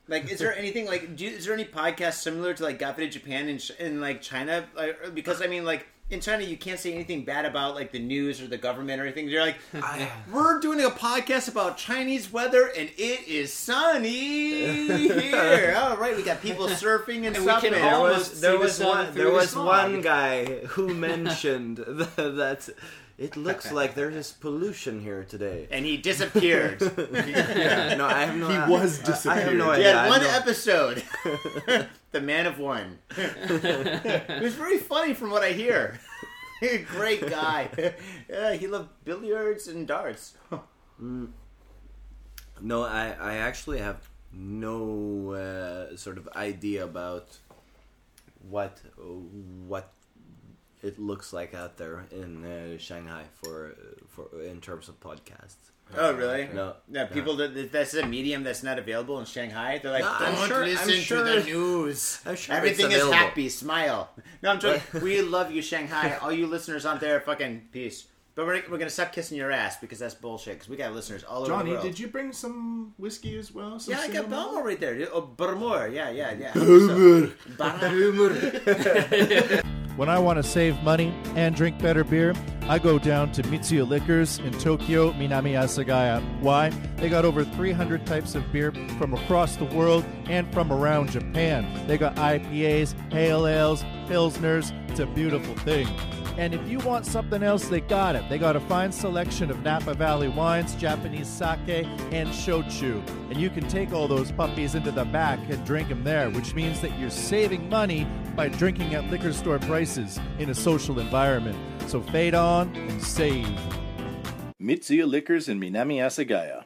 like, is there anything like? Do you, is there any podcast similar to like got fit in Japan in, Ch- in like China? Like, because I mean, like in China, you can't say anything bad about like the news or the government or anything. You're like, I, we're doing a podcast about Chinese weather and it is sunny here. All right, we got people surfing and, And we stuff. can and- all- There Almost was there see the was sun one through the there was smog. one guy who mentioned th- that it looks like there is pollution here today. and he disappeared. No, I have no. He I- was I have disappeared. no He idea. had I one know- episode. the Man of One. it was very funny from what I hear. Great guy. yeah, he loved billiards and darts. No, I, I actually have no uh, sort of idea about what what it looks like out there in uh, Shanghai for for in terms of podcasts. Oh, really? No. Yeah, people that that's a medium that's not available in Shanghai. They're like, No, I'm don't sure- I'm listen to sure- the news. I'm sure it's Everything is available." happy. Smile. No, I'm joking. we love you, Shanghai. All you listeners out there, fucking peace. But we're, we're gonna stop kissing your ass because that's bullshit. Because we got listeners all over the Johnny, world. did you bring some whiskey as well? Some Oh, Yeah, I got cinnamon? Balmor right there. Oh, Balmor. Yeah, yeah, yeah. Balmor. Balmor. When I want to save money and drink better beer, I go down to Mitsuya Liquors in Tokyo, Minami Asagaya. Why? They got over 300 types of beer from across the world and from around Japan. They got IPAs, pale ales, pilsners. It's a beautiful thing. And if you want something else, they got it. They got a fine selection of Napa Valley wines, Japanese sake, and shochu. And you can take all those puppies into the back and drink them there, which means that you're saving money by drinking at liquor store prices in a social environment. So fade on and save. Mitsuya Liquors in Minami Asagaya.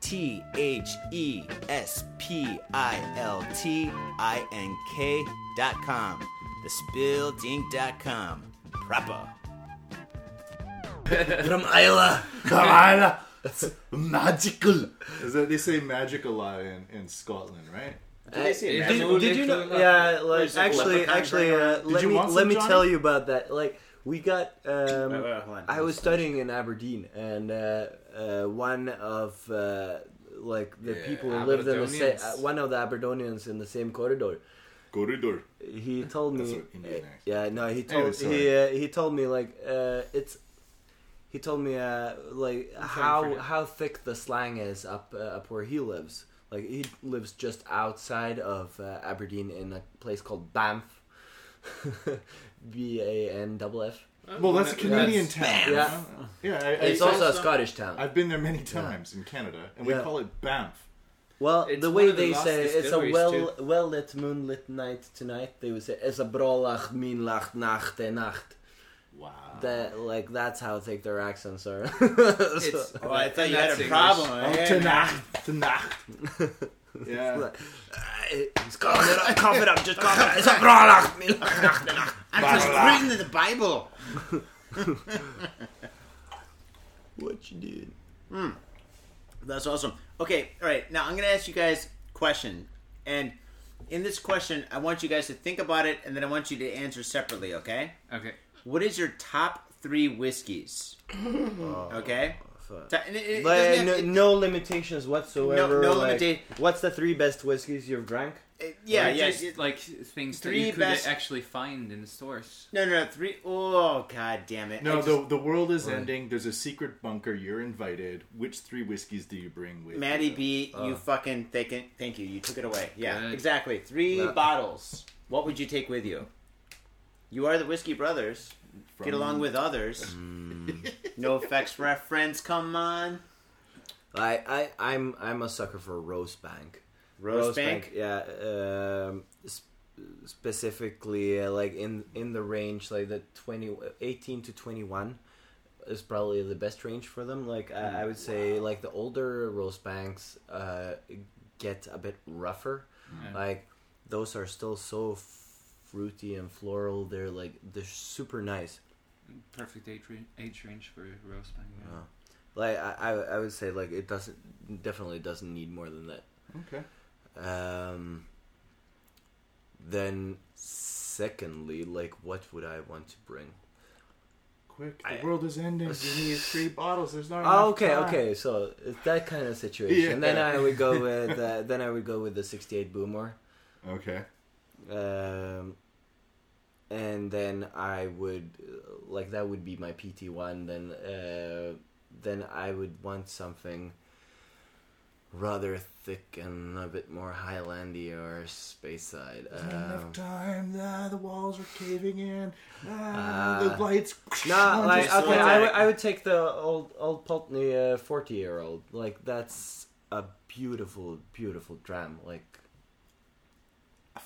T H E S P I L T I N K.com. Thespiltink.com. Proper. From Isla. magical. Is that they say magic a lot in, in Scotland, right? Is it Did, all did you know? liquor left? Yeah, like There's, like, actually, leprechauns actually, running uh, let you me want let some, me Johnny? tell you about that. Like we got. Um, Wait, wait, hold on. I was studying in Aberdeen, and uh, uh, one of uh, like the Yeah, people who lived in the same, Aberdonians. one of the Aberdonians in the same corridor. Corridor. He told me. eh, That's what Indian accent. Yeah, no, he told he sorry. uh, he told me like uh, it's. He told me uh, like how forget. how thick the slang is up uh, up where he lives. Like he lives just outside of uh, Aberdeen in a place called Banff, B A N double F. Well, that's a Canadian That's- town. Yeah. Yeah, I, I, It's also a so- Scottish town. I've been there many times in Canada, and we Yeah. call it Banff. Well, It's the one way of the they last say it's a distilleries, well well lit moonlit night tonight. They would say it's a brolach minlach nachte nacht. Wow. That like that's how thick their accents are. It's, Oh, I thought you had and that's a English. problem. Oh, Yeah. tonight, tonight. yeah. It's called it up. Cough it up, just cough it up. It's a- brolach minlach nacht nacht. I'm just reading the Bible. What you did? That's awesome. Okay, all right. Now I'm going to ask you guys a question. And in this question, I want you guys to think about it and then I want you to answer separately, okay? Okay. What is your top 3 whiskeys? Oh, okay? Ta- and it- it Like, doesn't no, have- it- no limitations whatsoever. No- no like, limita- What's the three best whiskeys you've drank? it- yeah, Like, yeah. just, it- like things that Three you could best- actually find in the stores. No, no, no. Three oh god damn it. I No, just- the, the world is ending. There's a secret bunker. You're invited. Which three whiskeys do you bring with? Maddie you? B, you fucking thank it, thank you. You took it away. Yeah, Good. exactly. Three Yeah. bottles. What would you take with you? You are the whiskey brothers. From- Get along with others. no effects reference. Come on. I I I'm I'm a sucker for roast bank. Rose, Bank. yeah. Um, sp- specifically, uh, like in in the range, like the 20, 18 to twenty one, is probably the best range for them. Like I, I would say, like the older roast banks uh, get a bit rougher. Like those are still so fruity and floral. They're like they're super nice. Perfect age, ra- age range for roast bang. Yeah. Like I, I, I would say, like it doesn't definitely doesn't need more than that. Okay. Um, then, secondly, like, what would I want to bring? Quick. I- The world is ending. You need three bottles. There's not Oh, enough okay, time. okay. So it's that kind of situation. Yeah. Then I would go with uh, then I would go with the '68 Boomer, Okay. um, and then I would uh, like that would be my PT one. Then uh, then I would want something rather thick and a bit more Highlandy or Speyside. There's not Um, enough time. Ah, the walls are caving in. Ah, Uh, the lights. No, Just like so okay, dark. I would- I would take the old old Pultney uh, forty year old. Like that's a beautiful, beautiful dram. Like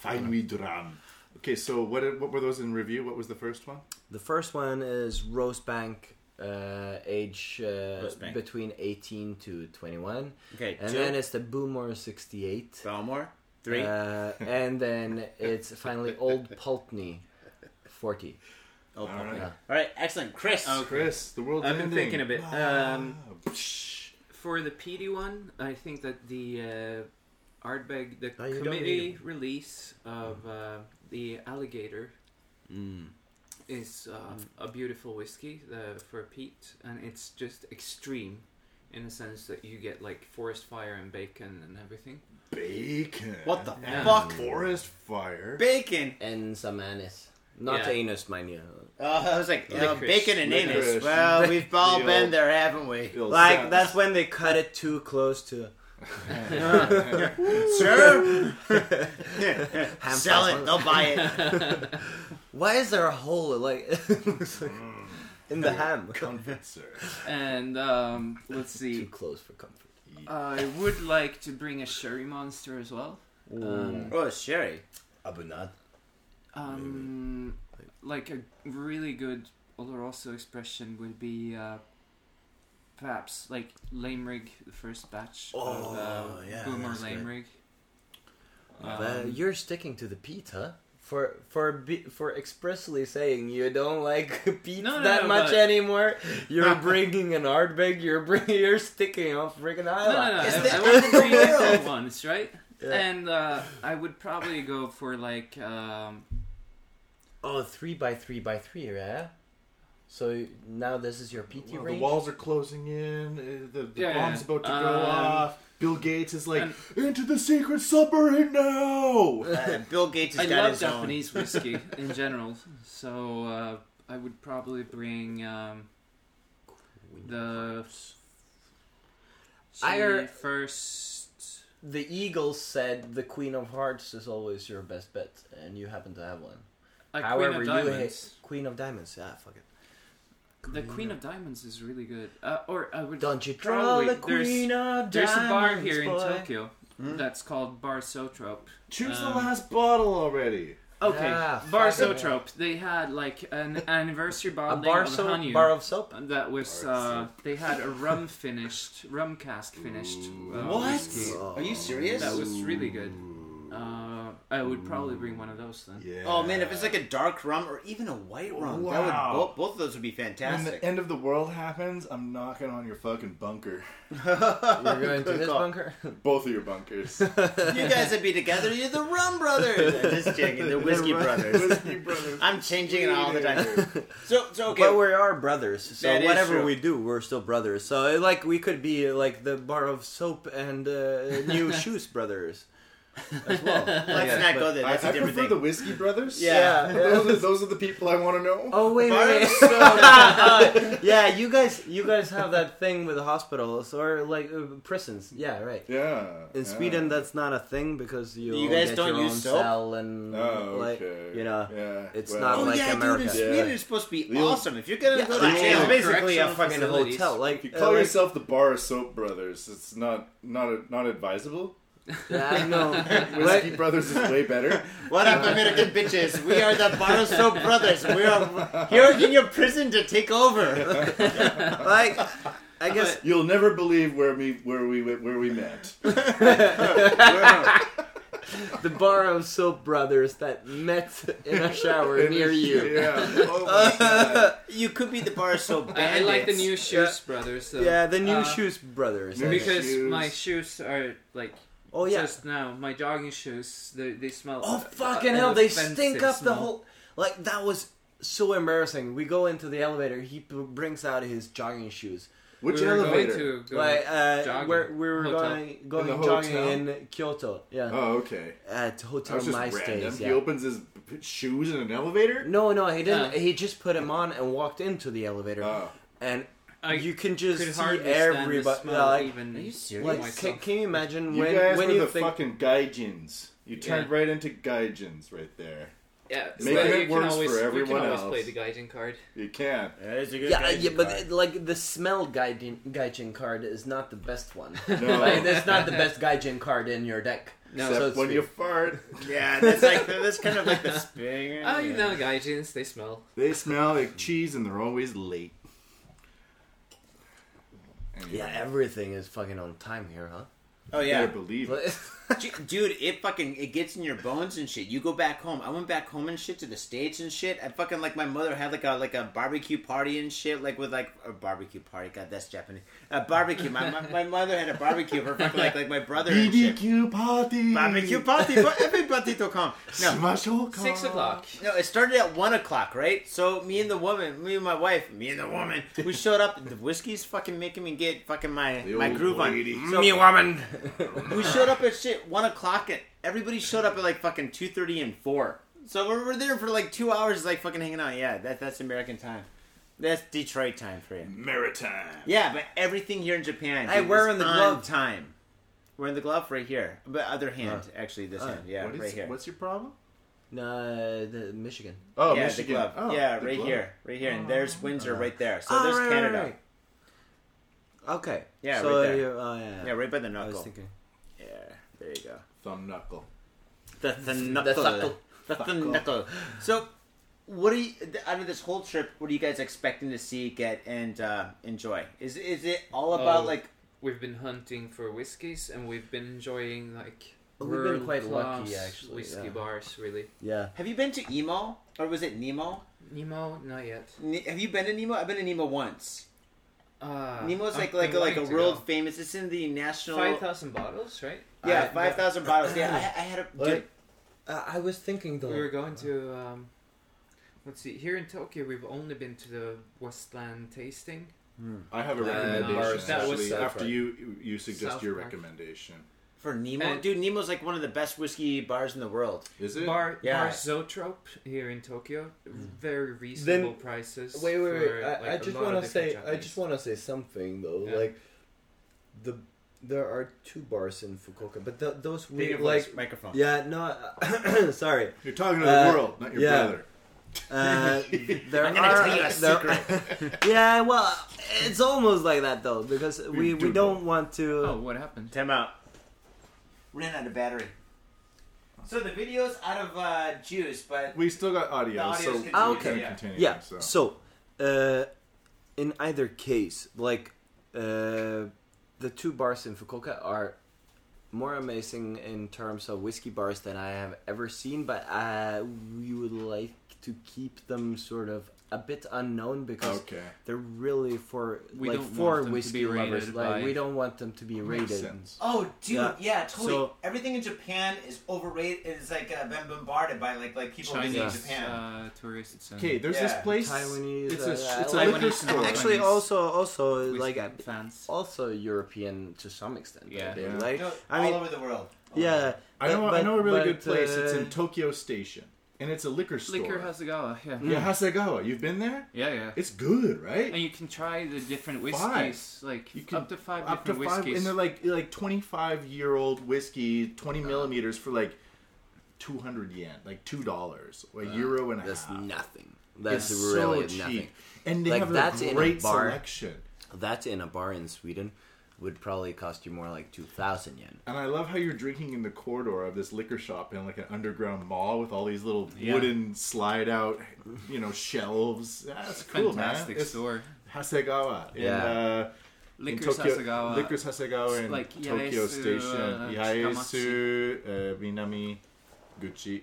Fine, we drum. Okay, so what what were those in review? What was the first one? the first one is Rosebank, uh, age uh, Rosebank. between eighteen to twenty one, Okay, and two. then it's the Boomer sixty eight, Belmore. Three. uh, and then it's finally Old Pultney forty. oh, All right. yeah. All right. Excellent, Chris. Oh, Chris, the world's I've been ending. thinking a bit. Ah, Um, psh. For the PD one, I think that the uh, Ardbeg, the No, you don't need committee release of uh, the alligator is uh, a beautiful whiskey uh, for Pete, and it's just extreme in the sense that you get like forest fire and bacon and everything. bacon. What the Yeah. fuck? Forest fire. Bacon. And some anise, not Yeah. anus, mind you. Oh, I was like, uh, Licorice. bacon and anus. Licorice. Well, we've all The been old- there, haven't we? Bill Like Sacks. that's when they cut it too close to. Sure. Ham Sell fries. it. They'll buy it. Why is there a hole like Mm. in the ham? Convincer. And um, let's Too see. close for comfort. I would like to bring a sherry monster as well. Um, Oh, it's sherry. Abunad. um, like a really good Oloroso expression would be uh, perhaps like lame rig, the first batch of Oh, uh, Um, yeah, boomer that's lame good. rig. Uh, you're sticking to the Pete, huh? For for be- for expressly saying you don't like Pete No, no, that no, much but- anymore. You're bringing an Ardbeg. You're bringing. You're sticking off freaking No, no, no. Isla. I, Is that- I want the real ones, right? Yeah. And uh, I would probably go for like um, Oh, three by three by three, yeah. So now this is your PT Well, the range. walls are closing in. uh, The, the Yeah, bomb's about to go um, off. Bill Gates is like, and- into the secret submarine now. Uh, Bill Gates I has got love his own. Japanese whiskey in general, so uh, I would probably bring um, the I er I are- first. The Eagles said the Queen of Hearts is always your best bet, and you happen to have one. Like However, Queen of you Diamonds. hit Queen of Diamonds. Yeah, fuck it. The Queen of Diamonds is really good. Uh, or I would Don't you draw probably the there's queen of there's a bar diamonds, here in boy. Hmm? Tokyo that's called Bar Sotrop. Choose the Um, last bottle already. Okay, Yeah, Bar Ah, fuck it. Sotrop. They had like an anniversary A bottling bar, of soap, Hanyu. bar of soap. that was uh, they had a rum finished rum cask finished uh, What? whiskey. Are you serious? that was really good uh, I would probably bring one of those then Yeah. Oh man, if it's like a dark rum or even a white rum, that Wow. would both, both of those would be when fantastic. the end of the world happens, I'm knocking on your fucking bunker. You're going to Good his call. bunker. Both of your bunkers. you guys would be together. You're the Rum Brothers. I'm just joking. They're Whiskey Brothers. Whiskey brothers. I'm changing it all the time. So, so okay. But we are brothers, so That is whatever true. we do, we're still brothers. So like we could be uh, like the bar of soap and uh, new shoes brothers as well. Let's Yeah, not but- go there. I, I That's a prefer different thing. the Whiskey Brothers. yeah. Yeah. those, are, those are the people I want to know. Oh wait, Bar wait, of wait. yeah, you guys, you guys have that thing with hospitals or like uh, prisons. Yeah, right. Yeah. In yeah. Sweden, that's not a thing because you You all guys get don't your use own soap? cell and Oh, like okay. you know. Yeah. it's well, not Oh like yeah, America. dude, in Sweden it's supposed to be We'll- awesome. If you're gonna Yeah, go to like, jail, it's it's basically a correctional fucking facilities. hotel. Like If you call uh, like- yourself the Bar of Soap Brothers, it's not not not advisable. Yeah, I know. Whiskey Like- Brothers is way better. What up, American bitches? We are the Bar of Soap Brothers. We are here in your prison to take over. like I guess You'll never believe where we where we where we met. the bar of soap brothers that met in a shower near you. Yeah. Oh my God. you could be the Bar of Soap I, I Bandits. like the new shoes brothers though. Yeah, the new Uh, shoes brothers. New because shoes. my shoes are like oh yeah. just now my jogging shoes they, they smell oh uh, fucking uh, hell! They offensive stink up the smell. whole. Like that was so embarrassing. We go into the elevator. He p- brings out his jogging shoes. Which we were elevator? going to go Like uh, jogging. where we were Hotel. going going the jogging hotel? in Kyoto. Yeah, Oh, okay. at That hotel was just nice random. days. He Yeah. opens his p- shoes in an elevator. No, no, he didn't. Uh. he just put him on and walked into the elevator, Oh. and I you can just could see hardly stand the everybody. smell like, even Are you serious? Like, myself. can, can you imagine You when guys when were you the think fucking gaijins. You turned Yeah. right into gaijins right there. yeah, Making but it you can worse always, for we can everyone always else. play the guiding card You can. That is a good yeah, guy. yeah, but it- like the smell gaijin, gaijin card is not the best one. like, No. that's not the best gaijin card in your deck. no So Except it's when the- you fart, yeah, that's like that's kind of like the spin. oh you know gaijins they smell they smell like cheese and they're always late. Anyway, Yeah, everything is fucking on time here, huh? Oh better yeah, believe it. But- Ju- dude, it fucking it gets in your bones and shit. You go back home. I went back home and shit to the states and shit. I fucking like my mother had like a like a barbecue party and shit, like with like a barbecue party. God, that's Japanese. A barbecue. My my, my mother had a barbecue for fucking like like my brother and shit. BBQ party. Barbecue party for everybody to come. No, six o'clock no, it started at one o'clock, right? So me and the woman, me and my wife, me and the woman, we showed up. The whiskey's fucking making me get fucking my The my old groove lady. on. So- me woman. we showed up at shit one o'clock and everybody showed up at like fucking two thirty and four. So we were there for like two hours, like fucking hanging out. Yeah, that that's American time. That's Detroit time for you. Maritime. Yeah, but everything here in Japan. Hey, dude, we're is in the on glove. time. We're in the glove right here, but other hand actually this Uh, hand. Yeah, What is, right here. What's your problem? No, the Michigan. Oh, yeah, Michigan. the glove. Oh, yeah, the right glove. here, right here, and there's Windsor right there. So Ah, there's right, right, Canada. right. Okay. Yeah, so right there. you- oh, yeah. Yeah, right by the I knuckle. was thinking. Yeah, there you go. Thumb knuckle. The, the The knuckle. knuckle. The, knuckle. So, what are you out of this whole trip? What are you guys expecting to see, get, and uh, enjoy? Is is it all about Oh. like? we've been hunting for whiskeys and we've been enjoying like We've been quite world-class lucky, actually, whiskey yeah. bars really Yeah. Have you been to Emo or was it Nemo? Nemo not yet Ne- have you been to Nemo? I've been to Nemo once. uh, Nemo's I've like been like like a wanting to world go. famous. It's in the national. five thousand bottles right yeah, I- five thousand bottles. Yeah, I, I had a. Like, Uh, I was thinking though. We were going to. Um, let's see. Here in Tokyo, we've only been to the Westland tasting. I have a Uh, recommendation. bars, that was actually, South after Park. you you suggest South your Park. recommendation. for Nemo, and- dude, Nemo's like one of the best whiskey bars in the world. Is it? Bar Yeah. Bar Zotrope here in Tokyo. Very reasonable prices. Mm. Wait, wait, wait! for, I, like, I a just lot of want different to say, I Japanese. just want to say something though. Yeah. Like, the there are two bars in Fukuoka, but th- those Bigger weird, voice, like, microphone. yeah, no, uh, sorry, You're talking to the Uh, world, not your yeah. brother. Uh, there I'm gonna are, tell you a there- yeah, well, it's almost like that though because we, we Dude, don't want to. Oh, what happened? Time out. Ran out of battery. So the video's out of uh, juice, but We still got The audio, audio's so continuing, we okay. can yeah. continue. yeah. So. So, uh, in either case, like uh, the two bars in Fukuoka are more amazing in terms of whiskey bars than I have ever seen, but uh, we would like to keep them sort of a bit unknown because okay. they're really for We like don't want for them to whiskey be rated lovers. Like by- we don't want them to be Makes rated. sense. Oh, dude, yeah, Yeah. totally. So- Everything in Japan is overrated. It's like uh, been bombarded by like like people visiting Chinese Japan. uh, tourists. And Okay, there's Yeah. this place. Taiwanese, It's a, uh, it's a I like- liquor Taiwanese store. and- Actually, Chinese also also whiskey like fans. also European to some extent. a Yeah. bit, Yeah. Like, No, I mean, all over the world. yeah. I know. but- I know a really but, good place. it's uh, in Tokyo Station, and it's a liquor store. Liquor Hasegawa, yeah. Hmm. yeah, Hasegawa. You've been there? Yeah, yeah. It's good, right? And you can try the different Five. whiskeys, like You can- up to five Up to different five, whiskeys. and they're like like twenty five year old whiskey, twenty millimeters for like two hundred yen, like two dollars, a euro and a That's half. uh, nothing. It's That's so really cheap, nothing. and they Like, have that's in a a great bar. selection. That in a bar in Sweden would probably cost you more like two thousand yen. And I love how you're drinking in the corridor of this liquor shop in like an underground mall with all these little Yeah. wooden slide out, you know, shelves. That's cool, Fantastic man. It's store. Hasegawa. In, Yeah. uh, in Liquor Tokyo, Hasegawa. Liquors Hasegawa in Like Tokyo Yaesu, Station. uh, Yaesu, uh, Minami, Gucci.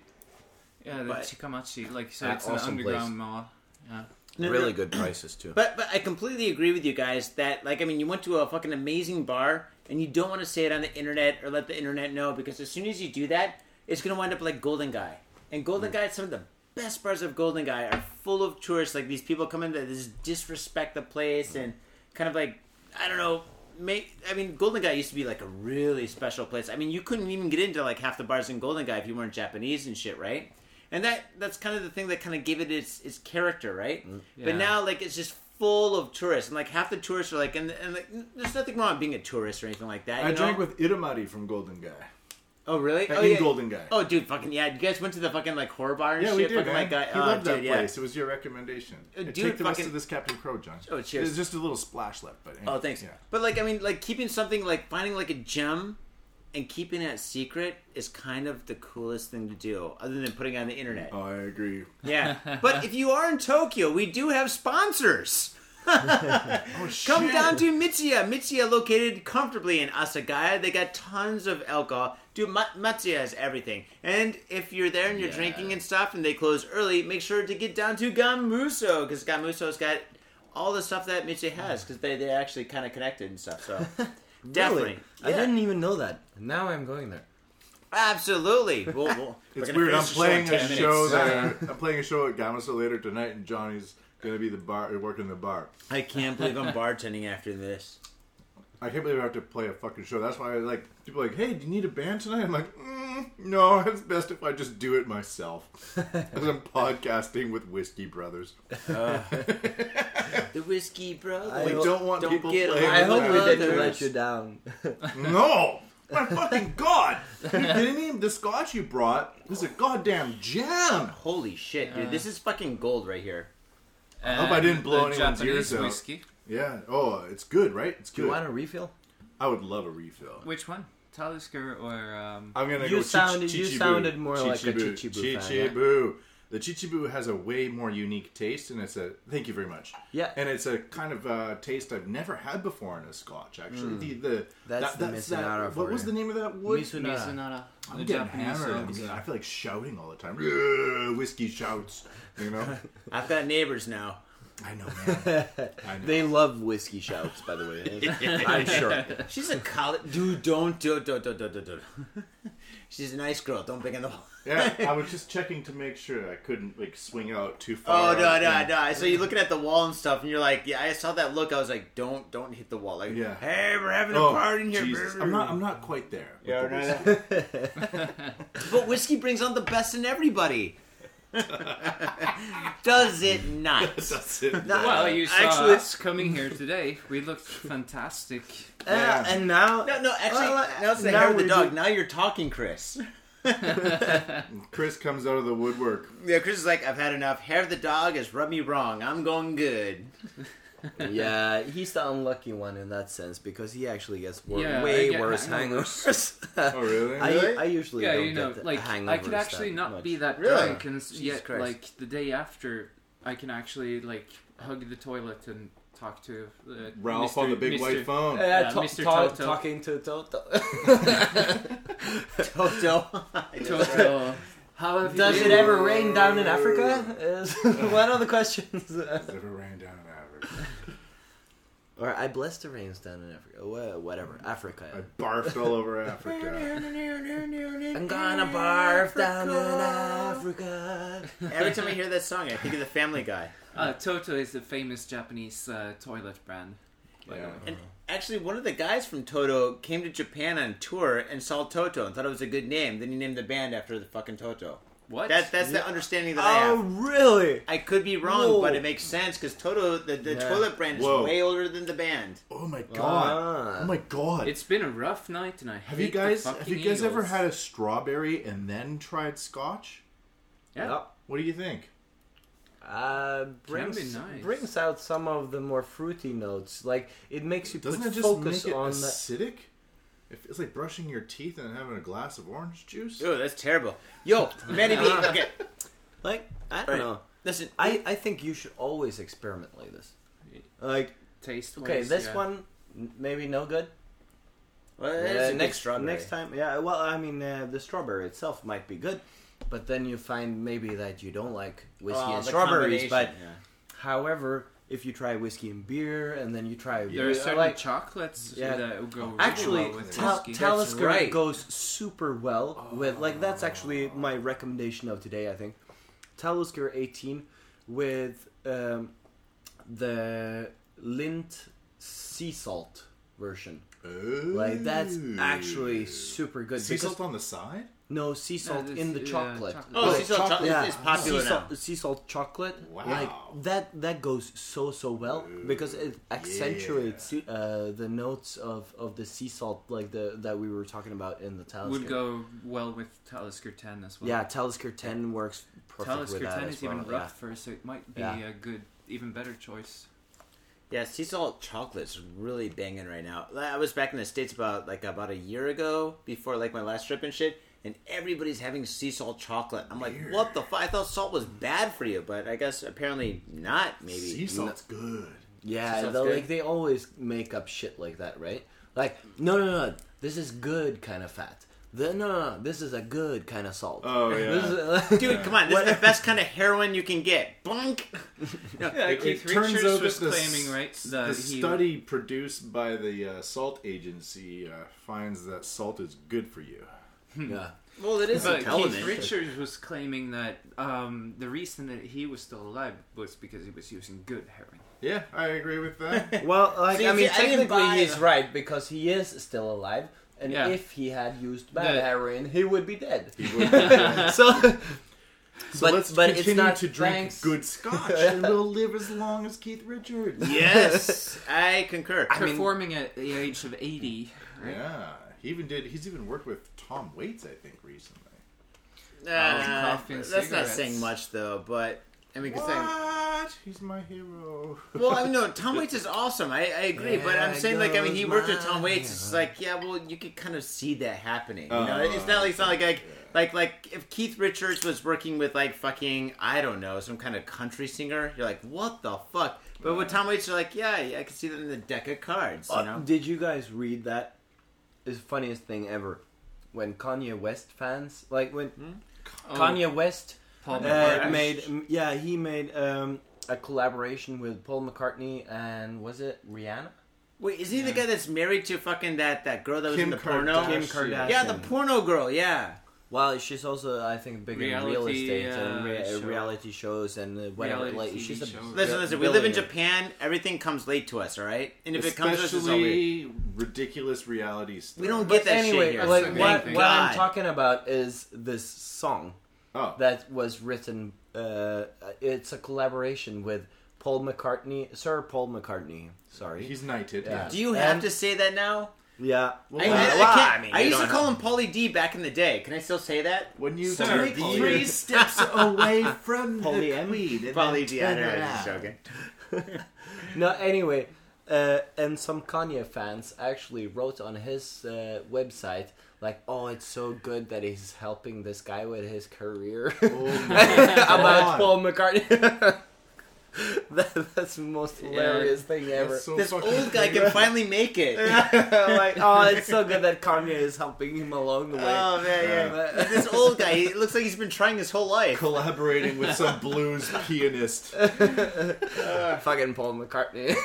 Yeah, the But- Chikamachi. Like, so Ah, it's an awesome underground place. mall. Yeah. really good prices too. But but I completely agree with you guys that like I mean you went to a fucking amazing bar and you don't want to say it on the internet or let the internet know because as soon as you do that it's gonna wind up like Golden Guy and Golden Guy some of the best bars of Golden Guy are full of tourists like these people come in that just disrespect the place and kind of like I don't know make I mean Golden Guy used to be like a really special place I mean you couldn't even get into like half the bars in Golden Guy if you weren't Japanese and shit right and that that's kind of the thing that kind of gave it its its character right but Yeah. now now, like it's just full of tourists, and like half the tourists are like, and, and like, n- there's nothing wrong with being a tourist or anything like that. I you drank know? with Itamari from Golden Guy. Oh really? Uh, oh in yeah. Golden Guy. Oh dude, fucking yeah! You guys went to the fucking like horror bar and yeah, shit. we did. fucking, Man. like, uh, he oh, loved that dude, yeah. place. It was your recommendation. Uh, dude, Take the rest fucking- of this Captain Crow, John. Oh, cheers. There's just a little splash left, but Oh thanks. Yeah. But like I mean, like keeping something like finding like a gem and keeping it secret is kind of the coolest thing to do, other than putting it on the internet. Oh, I agree. Yeah. But if you are in Tokyo, we do have sponsors. Oh, Come down to Mitsuya. Mitsuya located comfortably in Asagaya. They got tons of alcohol. Dude, Ma- Matsuya has everything. And if you're there and you're drinking and stuff and they close early, make sure to get down to Gamuso because Gamuso's got all the stuff that Mitsuya has because they, they're actually kind of connected and stuff. So definitely. Really? I Yeah. didn't even know that. Now I'm going there. Absolutely. We'll, we'll, we're It's gonna weird. I'm finish the show in 10 playing a show minutes. that I'm playing a show at Gamasa later tonight, and Johnny's gonna be the bar working the bar. I can't believe I'm bartending after this. I can't believe I have to play a fucking show. That's why I like people are like, hey, do you need a band tonight? I'm like, mm, no, it's best if I just do it myself. As I'm podcasting with Whiskey Brothers. The whiskey brother. We don't want don't people get playing. along. I with hope we our didn't brothers. let you down. No! My fucking god! Are you kidding me? The scotch you brought is a goddamn gem. Holy shit, dude! This is fucking gold right here. hope I didn't blow the anyone's Japanese ears out. whiskey. Yeah. Oh, it's good, right? It's Do you good. want a refill? I would love a refill. Which one? Talisker or um, I'm gonna You go. sounded- you Chichibu. sounded more like a Chichibu fan, yeah. Chichibu. The Chichibu has a way more unique taste, and it's a thank you very much. Yeah. and it's a kind of uh, taste I've never had before in a Scotch. Actually, the, the Hmm. That's that, the that's Mizunara that, What for was you. the name of that wood? Mizunara? I'm The getting Japanese hammered. I'm oak. getting- I feel like shouting all the time. Yeah, whiskey shouts. You know. I've got neighbors now. I know, man. I know. They love whiskey shouts, by the way. I'm sure. She's a college dude. Don't do do do do do do. She's a nice girl. Don't pick on the. yeah, I was just checking to make sure I couldn't like swing out too Oh far. no no and- no! So you're looking at the wall and stuff, and you're like, yeah. I saw that look. I was like, don't don't hit the wall. Like, Yeah. hey, we're having a Oh, party in here. Jesus. I'm not. I'm not quite there. with Yeah, the we're not- whiskey. But whiskey brings out the best in everybody. Does it not? That's it. Well, you saw Actually- us coming here today. We looked fantastic. Uh, and now, No, no, actually, Well, now it's the now hair of the we dog. do- Now you're talking, Chris. Chris comes out of the woodwork. Yeah, Chris is like, I've had enough. Hair of the dog has rubbed me wrong. I'm going good. yeah, he's the unlucky one in that sense because he actually gets wor- Yeah, I way get worse hangovers. hangovers. Oh, really? I, I usually yeah, don't you know, get the like hangovers I could actually that not much. be that Really? drunk, and s- Jesus yet, Christ. like the day after, I can actually like hug the toilet and talk to uh, Ralph Mr. on the big Mr. white phone. Yeah, Yeah, to- Mr. to- Toto. talking to Toto. Toto. Toto. How have you Does it been? ever rain down in Africa? Is one of the questions. Has ever rained down in Africa? or I bless the rains down in Africa. Wha- Whatever, I Africa. barfed all over Africa. I'm gonna barf down in Africa. Every time I hear that song, I think of the Family Guy. Uh, Toto is a famous Japanese uh, toilet brand. Yeah. And actually, one of the guys from Toto came to Japan on tour and saw Toto and thought it was a good name. Then he named the band after the fucking Toto. What? That's that's the understanding that I Oh, have. really? I could be wrong, Whoa. but it makes sense because Toto, the, the Yeah. toilet brand, is Whoa. way older than the band. Oh my god! Ah. Oh my god! It's been a rough night, and I have hate you guys The have you fucking guys ever Eagles. had a strawberry and then tried Scotch? Yeah. What do you think? Uh, brings be nice. brings out some of the more fruity notes. Like it makes you Doesn't it put just focus make it on the acidic? If It's like brushing your teeth and having a glass of orange juice. Dude, that's terrible. Yo, Manny B. Okay, like. I don't know. listen. I I think you should always experiment like this. Like Taste. okay, wise, this yeah. one n- maybe no good. Well, Uh, that is a good next strawberry. next time, yeah. Well, I mean, uh, the strawberry itself might be good, but then you find maybe that you don't like whiskey Oh, and the strawberries. But combination, yeah. however, if you try whiskey and beer, and then you try There are uh, certain like chocolates Yeah. that will go really actually well with tal- whiskey. Talisker right. goes super well with like that's actually my recommendation of today. I think Talisker 18 with um, the lint sea salt version. Like that's actually super good. sea because- salt on the side. No, sea Yeah, salt this- in the yeah, chocolate. chocolate. Oh, Like sea salt chocolate yeah. is popular sea now. salt, sea salt chocolate. Wow. Like that that goes so so well because it accentuates uh, the notes of, of the sea salt like the that we were talking about in the Talisker. would go well with Talisker 10 as well. Yeah, Talisker 10 works perfect Talisker with that 10 as is well. even yeah. rougher, so it might be Yeah. a good, even better choice. Yeah, sea salt chocolate's really banging right now. Like, I was back in the states about like about a year ago before like my last trip and shit, and everybody's having sea salt chocolate. I'm like, what the fuck? I thought salt was bad for you, but I guess apparently not. Maybe sea salt's good. Yeah, sounds though, good. like they always make up shit like that, right? Like, no, no, no, this is good kind of fat. The, no, no, no, this is a good kind of salt. Oh This yeah. is- Dude, come on! This is the best kind of heroin you can get. Blunk. Yeah, It- Keith it turns Richards out was that the s- claiming, right, that the he- study produced by the uh, salt agency uh, finds that salt is good for you. yeah. Well, it is But Keith intelligent. Richards was claiming that um, the reason that he was still alive was because he was using good heroin. Yeah, I agree with that. Well, like See, I mean, see, I didn't technically buy he's the- right because he is still alive, and Yeah. if he had used bad The- heroin, he would be dead. so, but- let's but it's continue not- to drink thanks. good scotch, and we'll live as long as Keith Richards. Yes, I concur. Performing at the age of 80. Yeah, he even did. He's even worked with Tom Waits, I think, recently. Uh, coffee and that's not cigarettes. saying much though, but I mean, 'cause I'm- What? He's my hero. Well, I mean, no, Tom Waits is awesome. I, I agree, but I'm There saying like I mean, he worked with goes Tom my Waits. It's like yeah, well, you could kind of see that happening. You know, Oh, it's not like it's not like like, like like if Keith Richards was working with like fucking I don't know some kind of country singer, you're like what the fuck. But with Tom Waits, you're like yeah, yeah I can see that in the deck of cards. You Uh, know, Did you guys read that? It's the funniest thing ever. When Kanye West fans, like when Hmm? Kanye West oh, Paul uh, McCartney. made, m- yeah, he made um, a collaboration with Paul McCartney and was it Rihanna? wait, is he the guy that's married to fucking that that girl that was in Kim the porno? Kardashian. Kim Kardashian. Yeah, the porno girl. Yeah. Well, she's also, I think, big in real Reality, estate and uh, rea- show. reality shows and uh, whatever. Reality like, TV she's a shows. bi- Listen, listen. We live in billionaire. Japan. Everything comes late to us, all right? And if it comes to us, it's all weird. Especially ridiculous reality stuff. We don't But get that anyway, shit here. like Thank what, what God. I'm talking about is this song Oh, that was written. Uh, it's a collaboration with Paul McCartney, Sir Paul McCartney. Sorry, Oh, he's knighted. Yeah. Do you have And- to say that now? Yeah. I, uh, I- I well, can't- I mean, I you used to don't call him Paulie D back in the day. Can I still say that? When you Sir, take Paulie. three steps away from Paulie the M. queen, and Paulie then D. I turn know, I'm just around. joking. No, anyway, uh, and some Kanye fans actually wrote on his uh, website like, "Oh, it's so good that he's helping this guy with his career." Oh my About God. Paul McCartney. that, that's the most hilarious thing ever. That's so This fucking old guy can finally make it. like, oh, it's so good that Kanye is helping him along the way. Oh man, yeah. Uh, this old guy, he looks like he's been trying his whole life. collaborating with some blues pianist. Fucking Paul McCartney.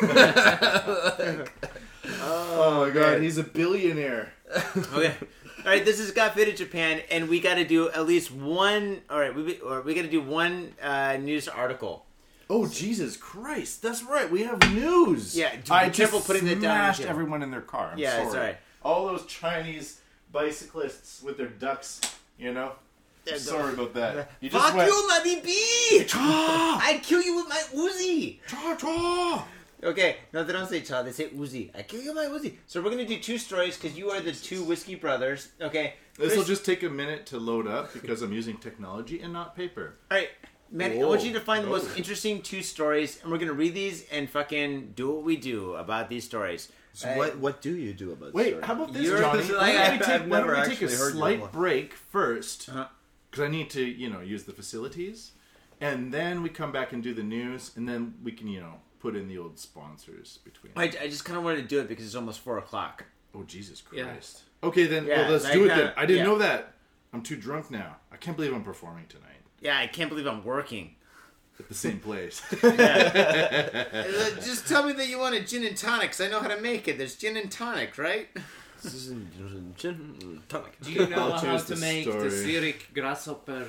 Oh my god, he's a billionaire. Okay. All right, this is Got Fit in Japan, and we got to do at least one. All right, we or we got to do one uh, news article. Oh Jesus Christ! That's right. We have news. Yeah, d- I careful just putting that down on the smashed table. everyone in their car. I'm Yeah, sorry. it's all right. All those Chinese bicyclists with their ducks. You know. I'm go. sorry about that. You just Fuck went. you, Muddy B! Cha! I kill you with my Uzi. Cha cha! Okay, no, they don't say cha. They say Uzi. I kill you with my Uzi. So we're gonna do two stories because you are the two whiskey brothers. Okay. This will Chris- just take a minute to load up because I'm using technology and not paper. All right, Matt. I Whoa. want you to find the most Whoa. interesting two stories, and we're gonna read these and fucking do what we do about these stories. So what what do you do about Wait, story? how about this, You're- Johnny? Why I've don't we take, why don't never we take a actually heard you slight before. break first? Uh-huh. Because I need to, you know, use the facilities, and then we come back and do the news, and then we can, you know, put in the old sponsors between. I, I just kind of wanted to do it because it's almost four o'clock. Oh Jesus Yeah. Christ! Okay, then Yeah, well, let's like do it. that. Then I didn't Yeah. know that. I'm too drunk now. I can't believe I'm performing tonight Yeah, I can't believe I'm working. at the same place. Uh, just tell me that you want a gin and tonic, 'cause I know how to make it. There's gin and tonic, right? Do you know I'll how choose to the make the story. Zurich grasshopper?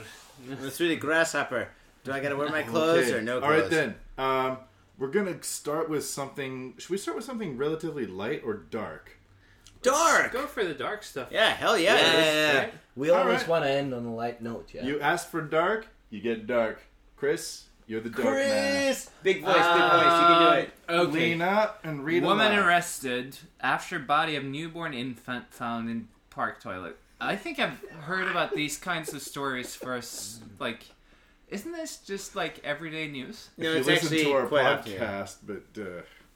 Let's do the grasshopper. Do I gotta wear my clothes Okay. or no All clothes? right then. Um, we're gonna start with something. Should we start with something relatively light or dark? Dark. Go for the dark stuff. Yeah, hell yeah. yeah. Right? We All always right. want to end on a light note, yeah. You ask for dark, you get dark. Chris, you're the dark man. Chris, Uh, big voice, big voice. You can do it. Um, Okay. Lean up and read. Woman aloud. arrested after body of newborn infant found in park toilet. I think I've heard about these kinds of stories for us. Like, isn't this just like everyday news? If No, you it's listen actually to our quite podcast, often. but uh,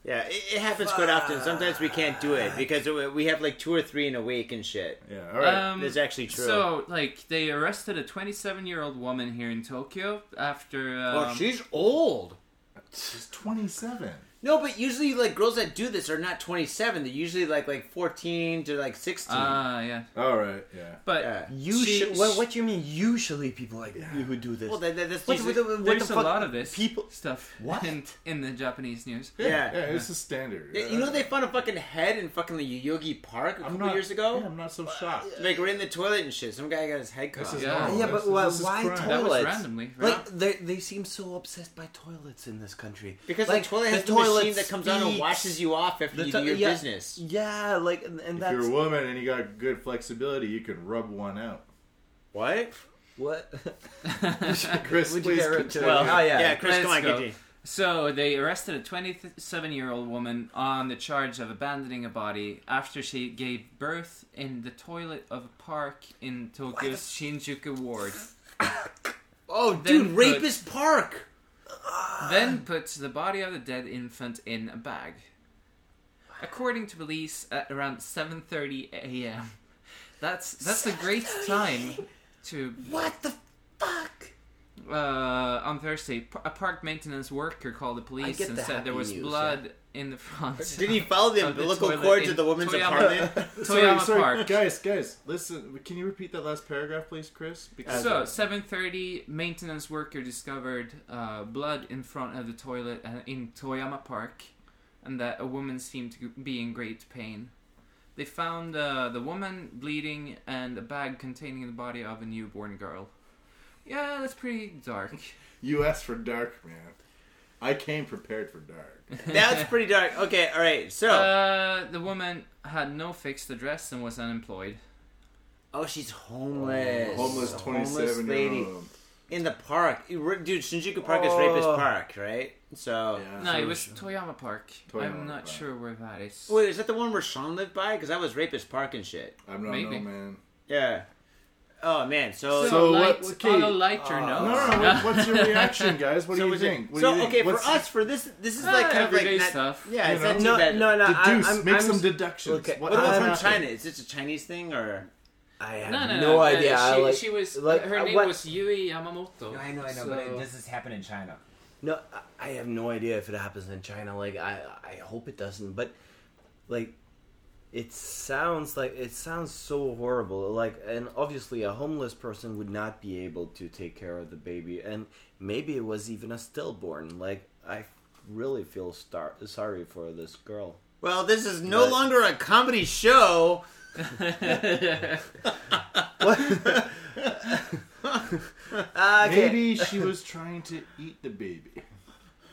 Yeah, it, it happens quite often. Sometimes we can't do it because we- we have like two or three in a week and shit. yeah, all right. Um, It's actually true. So, like, they arrested a 27-year-old woman here in Tokyo after. Um, oh, she's old. She's 27. No, but usually like girls that do this are not 27. They're usually like like 14 to like 16. Ah, yeah. All right, yeah. But yeah. she- Usually, what, what do you mean? Usually, people like who do this. Well, that, that- that's What- usually- what- what the there's a fuck? lot of this People- stuff What? in in the Japanese news. yeah. yeah, it's a standard. Yeah, You know they found a fucking head in fucking the Yoyogi Park a uh, I'm couple not- years ago. Yeah, I'm not so shocked. Like right in the toilet and shit. Some guy got his head This cut. is Yeah. normal. Yeah, but Oh, This why- is- this is why crime. toilet? That was Toilets. randomly. Right? Like they they seem so obsessed by toilets in this country. Because like, the toilet has the, machine that comes on and washes you off after you to- do your yeah, business. Yeah, like and, and If that's you're a woman and you got good flexibility, you can rub one out. What? what. Chris, Would you please get rid to- continue. Well, oh yeah. Yeah, Chris, Let's come on, go. get So they arrested a 27-year-old woman on the charge of abandoning a body after she gave birth in the toilet of a park in Tokyo's Shinjuku ward. Oh, Then dude, put- Rapist Park. then puts the body of the dead infant in a bag. According to police, at around 7:30 a.m. That's that's a great time to What the fuck? uh, on Thursday. p- A park maintenance worker called the police get and the said there happy was news, blood in the front. Did he follow the of the umbilical toilet cord to in the woman's Toyama- apartment? Toyama sorry, Park. Guys, guys, listen. Can you repeat that last paragraph, please, Chris? Because So, 7:30, maintenance worker discovered uh, blood in front of the toilet uh, in Toyama Park, and that a woman seemed to be in great pain. They found uh, the woman bleeding and a bag containing the body of a newborn girl. Yeah, that's pretty dark. you asked for dark, man. I came prepared for dark. That's pretty dark. Okay, all right. So, Oh. Uh, the woman had no fixed address and was unemployed. oh, she's homeless. Homeless A 27 year lady. old. in the park, You were- dude. Shinjuku Park is Rapist Park, right? So Yeah. No, it was Toyama Park. Toyama I'm not Park. sure where that is. wait, is that the one where Sean lived by? Because that was Rapist Park and shit. I don't know, Maybe. man. Yeah. Oh man, so So on a light, what's- on a okay. lighter No, note. no, no. what- What's your reaction, guys? What so do you was it- think? What do so you think? okay What's- for us for this this is Ah, like kind of like everyday not- stuff. Yeah, You it's know? not too No, bad. no, no. I, Deduce. I'm, make I'm some s- deductions. Okay, What- Well, I- it's I'm- from China. Is this a Chinese thing or? I have No, no, no, uh, idea. She, I, like, she was. like, her uh, name what- was Yui Yamamoto. so- has happened in China. No, I- I have no idea if it happens in China. Like, I, I hope it doesn't. But, like, it sounds like it sounds so horrible. Like, and obviously, a homeless person would not be able to take care of the baby, and maybe it was even a stillborn. Like, I really feel star- sorry for this girl. Well, this is no But- longer a comedy show. Maybe she was trying to eat the baby.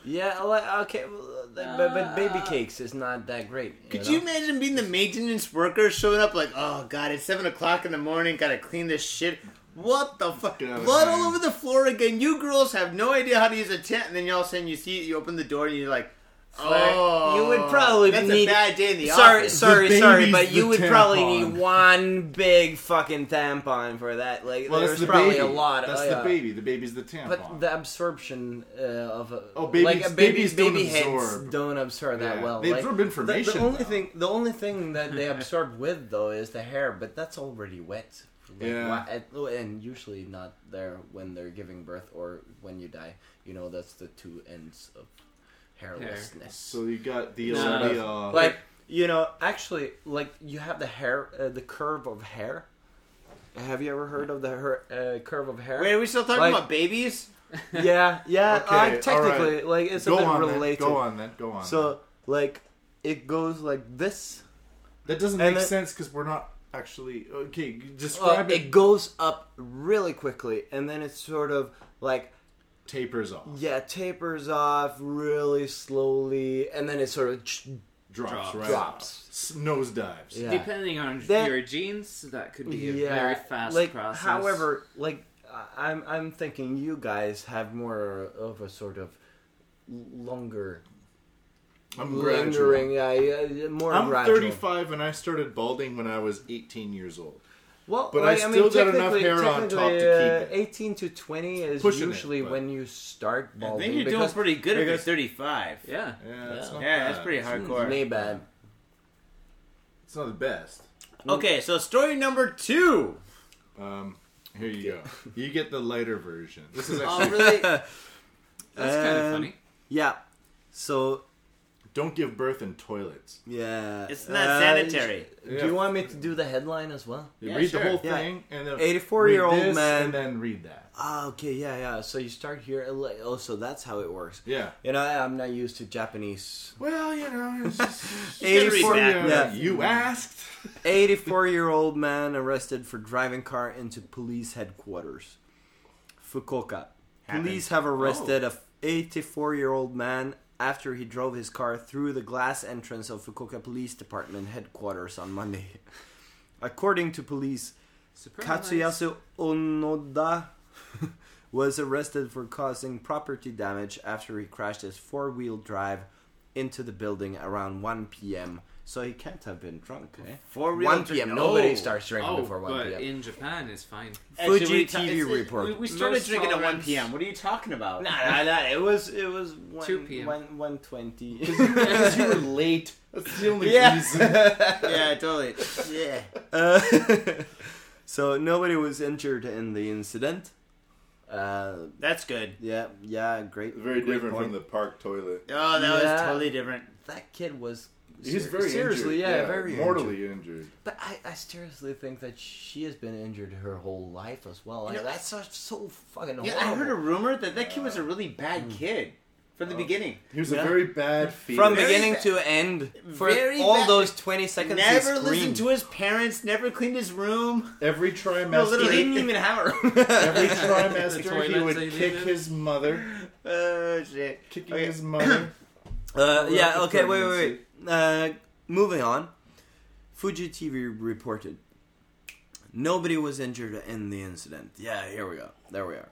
Yeah, like, okay, well, th- but, but baby cakes is not that great. Uh, Could know? you imagine being the maintenance worker showing up like, oh god, it's seven o'clock in the morning, gotta clean this shit. What the fuck? Get out of Blood here. all over the floor again. You girls have no idea how to use a tent, and then all of a sudden you see it, you open the door, and you're like, oh, you would probably that's need- a bad day in the Sorry, office. sorry, The sorry, baby's but you the would probably tampon. need one big fucking tampon for that. Like, Well, that's there's the probably baby. a lot. That's oh, the yeah. baby. The baby's the tampon. But the absorption uh, of a Oh, babies- like a babies baby's don't baby heads absorb. don't absorb that Yeah. well. They Like, absorb the- information, The, only though. thing, the only thing that they absorb with though is the hair, but that's already wet. Like, Yeah. why- at- oh, and usually not there when they're giving birth or when you die. You know, that's the two ends of hairlessness. so you got the, No, uh, no. the uh, Like you know, actually, like you have the hair, uh, the curve of hair. Have you ever heard of the her, uh, curve of hair? Wait, are we still talking Like- about babies? yeah, yeah. Okay, like, technically, alright. like it's go a bit on, related. Then. Go on then. Go on. So like it goes like this. then. that doesn't and make it- sense because we're not actually okay. Well, Describe it. it goes up really quickly, and then it's sort of like Tapers off. yeah, tapers off really slowly, and then it sort of Drops. Drops. Right. drops. S- Nose dives. Yeah. Depending on That- your genes, that could be a very fast like, process. However, like I- I'm, I'm thinking you guys have more of a sort of longer, I'm graduating. lingering, yeah, yeah, more I'm gradual. 35 and I started balding when I was 18 years old. Well, But I like, still mean, got enough technically- hair on top to technically, keep uh, Eighteen to twenty is Pushing it, usually but- when you start I balding. think you're doing because pretty good if you're because- 35. yeah. Yeah, that's, Yeah. not Yeah, bad. that's pretty hardcore. me bad. It's not the best. Okay, so story number two. Um, here you go. You get the lighter version. This is actually, Oh, really? That's kind of Um, funny. yeah. So don't give birth in toilets. yeah, uh, It's not sanitary. Do Yeah. you want me to do the headline as well? You Yeah, read sure. the whole Yeah. thing and then 84-year-old read this man. and then read that. Ah, okay, yeah, yeah. So you start here. like, Oh, so that's how it works. Yeah. You know, I'm not used to Japanese. Well, you know, it's just, You can read 84 that. Yeah. you asked. 84 year old man arrested for driving car into police headquarters. Fukuoka. Police have arrested a 84 year old man after he drove his car through the glass entrance of Fukuoka Police Department headquarters on Monday. According to police, Surprise. Katsuyasu Onoda was arrested for causing property damage after he crashed his four wheel drive into the building around 1 p.m. So he can't have been drunk, eh? Four-wheel 1 dri- p.m. Oh. Nobody starts drinking Oh, before 1 but p.m. in Japan, it's fine. Fuji Actually, we TV it's- it- report. We, we started Most drinking at 1 tolerance- p.m. What are you talking about? nah, nah, it was it was 1, 2 p.m.. 1, 120. Because you were late. That's the only Yeah. reason. yeah, totally. Yeah. Uh, so nobody was injured in the incident. Uh, That's good. yeah, yeah, great. Very great different point. from the park toilet. Oh, that was Yeah. totally different. That kid was He's ser- very seriously, injured. yeah, very injured. mortally injured. But I, I seriously think that she has been injured her whole life as well. Like, know, that's so, so fucking Yeah, horrible. I heard a rumor that that kid was a really bad kid from the beginning. He was Yeah. a very bad fetus. From Very beginning ba- to end, for very all bad. those twenty seconds, he Never listened screamed. to his parents. Never cleaned his room. every No, literally trimester, didn't even have a room. every The trimester, he toilet would they kick live in. his mother, oh shit! kicking Okay. his mother. Uh, yeah, Rapid okay, wait, wait, wait. Uh, moving on. Fuji TV reported nobody was injured in the incident. Yeah, here we go. There we are.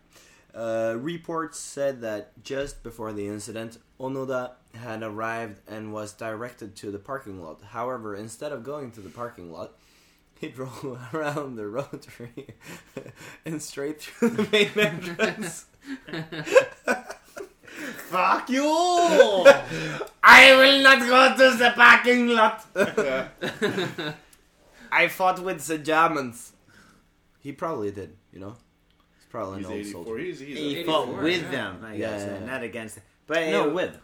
Uh, reports said that just before the incident, Onoda had arrived and was directed to the parking lot. However, instead of going to the parking lot, he drove around the rotary and straight through the main entrance. Fuck you! I will not go to the parking lot. Yeah. I fought with the Germans. He probably did, you know. He's probably He's an old 84. soldier. He's, he's a- He fought 84, with yeah. them, I Yeah, guess, yeah, yeah. not against. Them. But No, it- with.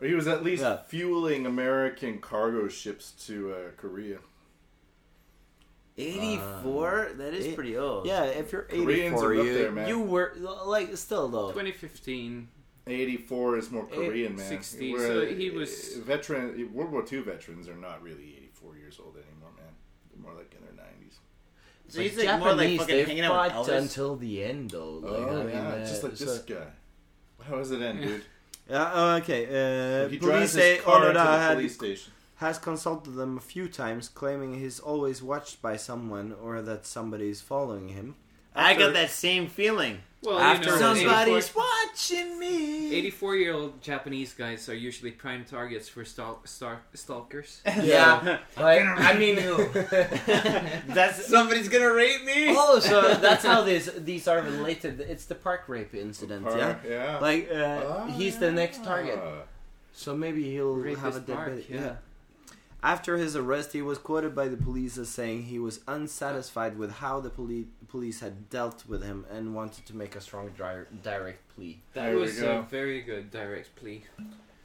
Or he was at least Yeah. fueling American cargo ships to uh, Korea. 84. that is it- pretty old. Yeah, if you're Koreans 84, are up you, there, man. you were like still though. 2015. 84 is more Korean, man. 60, Where, so he was- uh, veteran. World War II veterans are not really 84 years old anymore, man. They're more like in their 90s. So he's like more like fucking hanging out with Elvis. until the end though. Like, oh, I mean, yeah, uh, just like so- this guy. How does it end, dude? Yeah, oh, okay. Uh, he police drives say his car to Onoda the had, police station. has consulted them a few times, claiming he's always watched by someone or that somebody's following him. I After- got that same feeling. Well, After you know, Somebody's 84 watching me. 84 year old Japanese guys are usually prime targets for stal- star- stalkers. Yeah, like, I mean, That's somebody's gonna rape me. oh, so that's how these these are related. It's the park rape incident, yeah. Car- yeah. Like uh, Ah, he's the next target, yeah. so maybe he'll Rapist have a dead Mark, body. yeah. After his arrest, he was quoted by the police as saying he was unsatisfied with how the poli- police had dealt with him and wanted to make a strong dri- direct plea. That There we was go. a very good direct plea.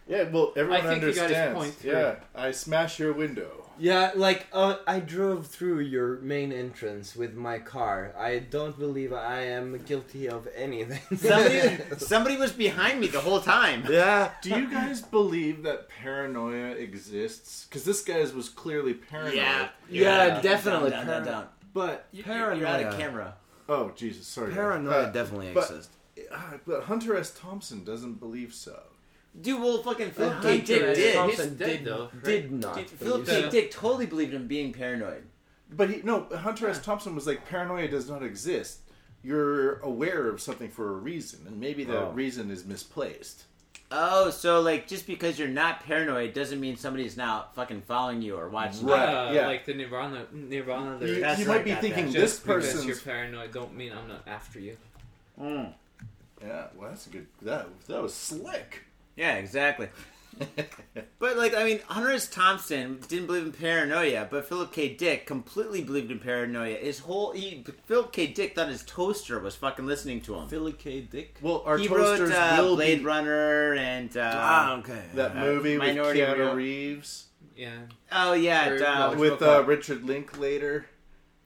Yeah, well, everyone think he got understands. his point through. yeah, I smash your window. Yeah, like uh, I drove through your main entrance with my car. I don't believe I am guilty of anything. Somebody, somebody was behind me the whole time. yeah. Do you guys believe that paranoia exists? Because this guy's was clearly paranoid. Yeah, definitely. Down, down, down, down. But You're- paranoia, You're out of camera. Oh Jesus, sorry. paranoia Uh, definitely but- exists. uh, but Hunter S. Thompson doesn't believe so. Dude, well, fucking Philip Uh, K. Dick Hunter S. did. Thompson His- He's dead, though, right? did not. Dude, Philip K. believe so. Dick totally believed in being paranoid. But he, no, Hunter S. Thompson was like, paranoia does not exist. You're aware of something for a reason, and maybe that Oh. reason is misplaced. Oh, so like just because you're not paranoid doesn't mean somebody's not fucking following you or watching. Right, you. Uh, yeah. Like the Nirvana, Nirvana You, lyrics. That's you where I might be got thinking that. this Just because you're person's. paranoid, don't mean I'm not after you. Mm. Yeah, well, that's a good. That that was slick. Yeah, exactly. But like, I mean, Hunter S. Thompson didn't believe in paranoia, but Philip K. Dick completely believed in paranoia. His whole he, Philip K. Dick thought his toaster was fucking listening to him. Philip K. Dick. well, our he toasters wrote uh, will Blade be Runner and uh, ah, okay. that uh, movie with Minority Keanu Reel. Reeves. Yeah. oh yeah, Or- it, uh, Which with book uh, was it? Richard Linklater.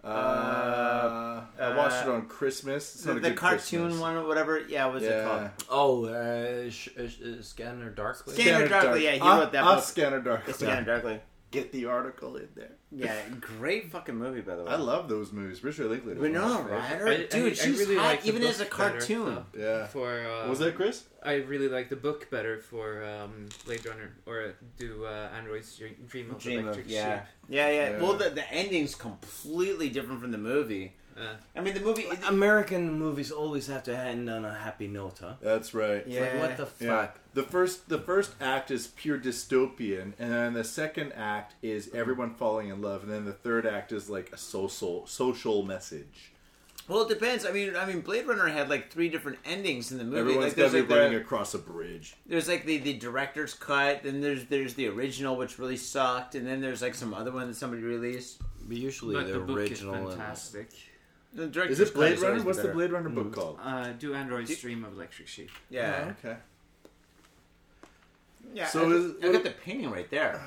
Uh, I watched it uh, on Christmas. It's the, not a the good cartoon Christmas. one or whatever. Yeah, what was it Yeah. called? Oh, uh, sh- uh, sh- uh, Scanner Darkly. Scan- Scanner Darkly, yeah, he Ah, wrote that ah, book. Scanner Darkly. It's Scanner Darkly. Get the article in there. Yeah, great fucking movie by the way. I love those movies. Richard Linklater. was Winona my favorite. Ryder, I- I- dude, I she's really hot like the even as a book better, cartoon. though. Yeah. For uh, was that Chris? I really like the book better for um, Blade Runner or do uh, Android's Dr- Dream of Dream of- Electric yeah. Sheep. Yeah, yeah. Yeah. Well, the, the ending's completely different from the movie. Uh, I mean, the movie. American movies always have to end on a happy note, huh? That's right. yeah. Like, what the fuck? Yeah. The first the first act is pure dystopian, and then the second act is everyone falling in love, and then the third act is like a social social message. well, it depends. I mean, I mean, Blade Runner had like three different endings in the movie. Everyone's like, got there's, to be like, running the, across a bridge. there's like the the director's cut, then there's there's the original which really sucked, and then there's like some other one that somebody released. But usually but the, the book original. and- is fantastic. The director's Is it cut Blade has Runner? always been What's the better. Blade Runner book called? Uh, do Android's Do- Dream of Electric Sheep. Yeah, Mm-hmm. Oh, okay. yeah. So I, is- I got the painting right there.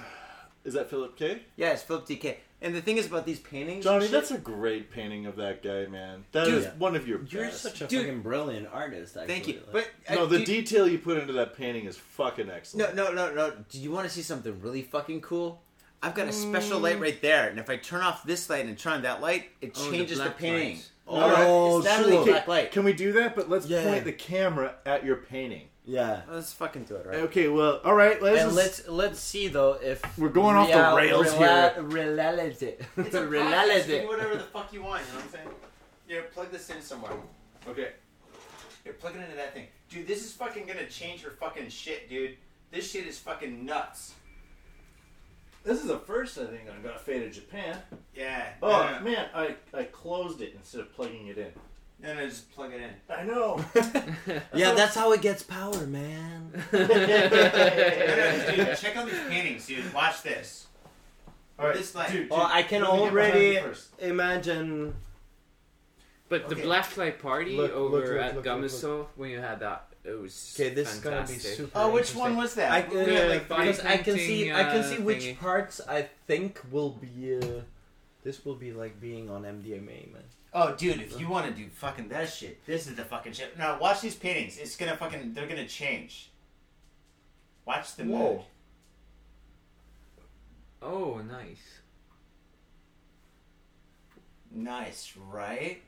Is that Philip K? Yeah, it's Philip DK. And the thing is about these paintings, Johnny, and shit- that's a great painting of that guy, man. That is Dude, one of your You're best. such a Dude. fucking brilliant artist. Actually. Thank you, Like- but I- no, the do- detail you put into that painting is fucking No, excellent. no, no, no. Do you want to see something really fucking cool? I've got a special light right there, and if I turn off this light and turn on that light, it Oh, the changes the, black painting. light. All All right, Oh, it's definitely sure. black light. Can we do that? But let's Yeah. point the camera at your painting. yeah. Oh, Let's fucking do it, right? Okay, well, all right. Let's, And just- let's let's see though if We're going off the rails real- Reality, reality. whatever the fuck you want. You know what I'm saying? Here, plug this in somewhere. Okay. Here, plug it into that thing, dude. This is fucking gonna change your fucking shit, dude. This shit is fucking nuts. This is the first I think I got faded Japan. Yeah. Oh no, no, man, I, I closed it instead of plugging it in. no, no, just plug it in. I know. Yeah, that's how it gets power, man. No, no, dude, check out these paintings, dude. Watch this. All right, This light. dude, Well, dude, I can let me get behind already- you first. Imagine. But Okay. the Blacklight Party Look, over look, look, at look, Gamuso, look, when you had that, it was Okay, this is gonna fantastic. be super. Oh, which one interesting. was that? I, We had, like, uh, three- because I can see I can uh, see which thingy. parts I think will be. Uh, this will be like being on MDMA, man. Oh, dude, if you want to do fucking that shit, this is the fucking shit. Now watch these paintings. It's gonna fucking. They're gonna change. Watch the Whoa. mood. Oh, nice. Nice, right?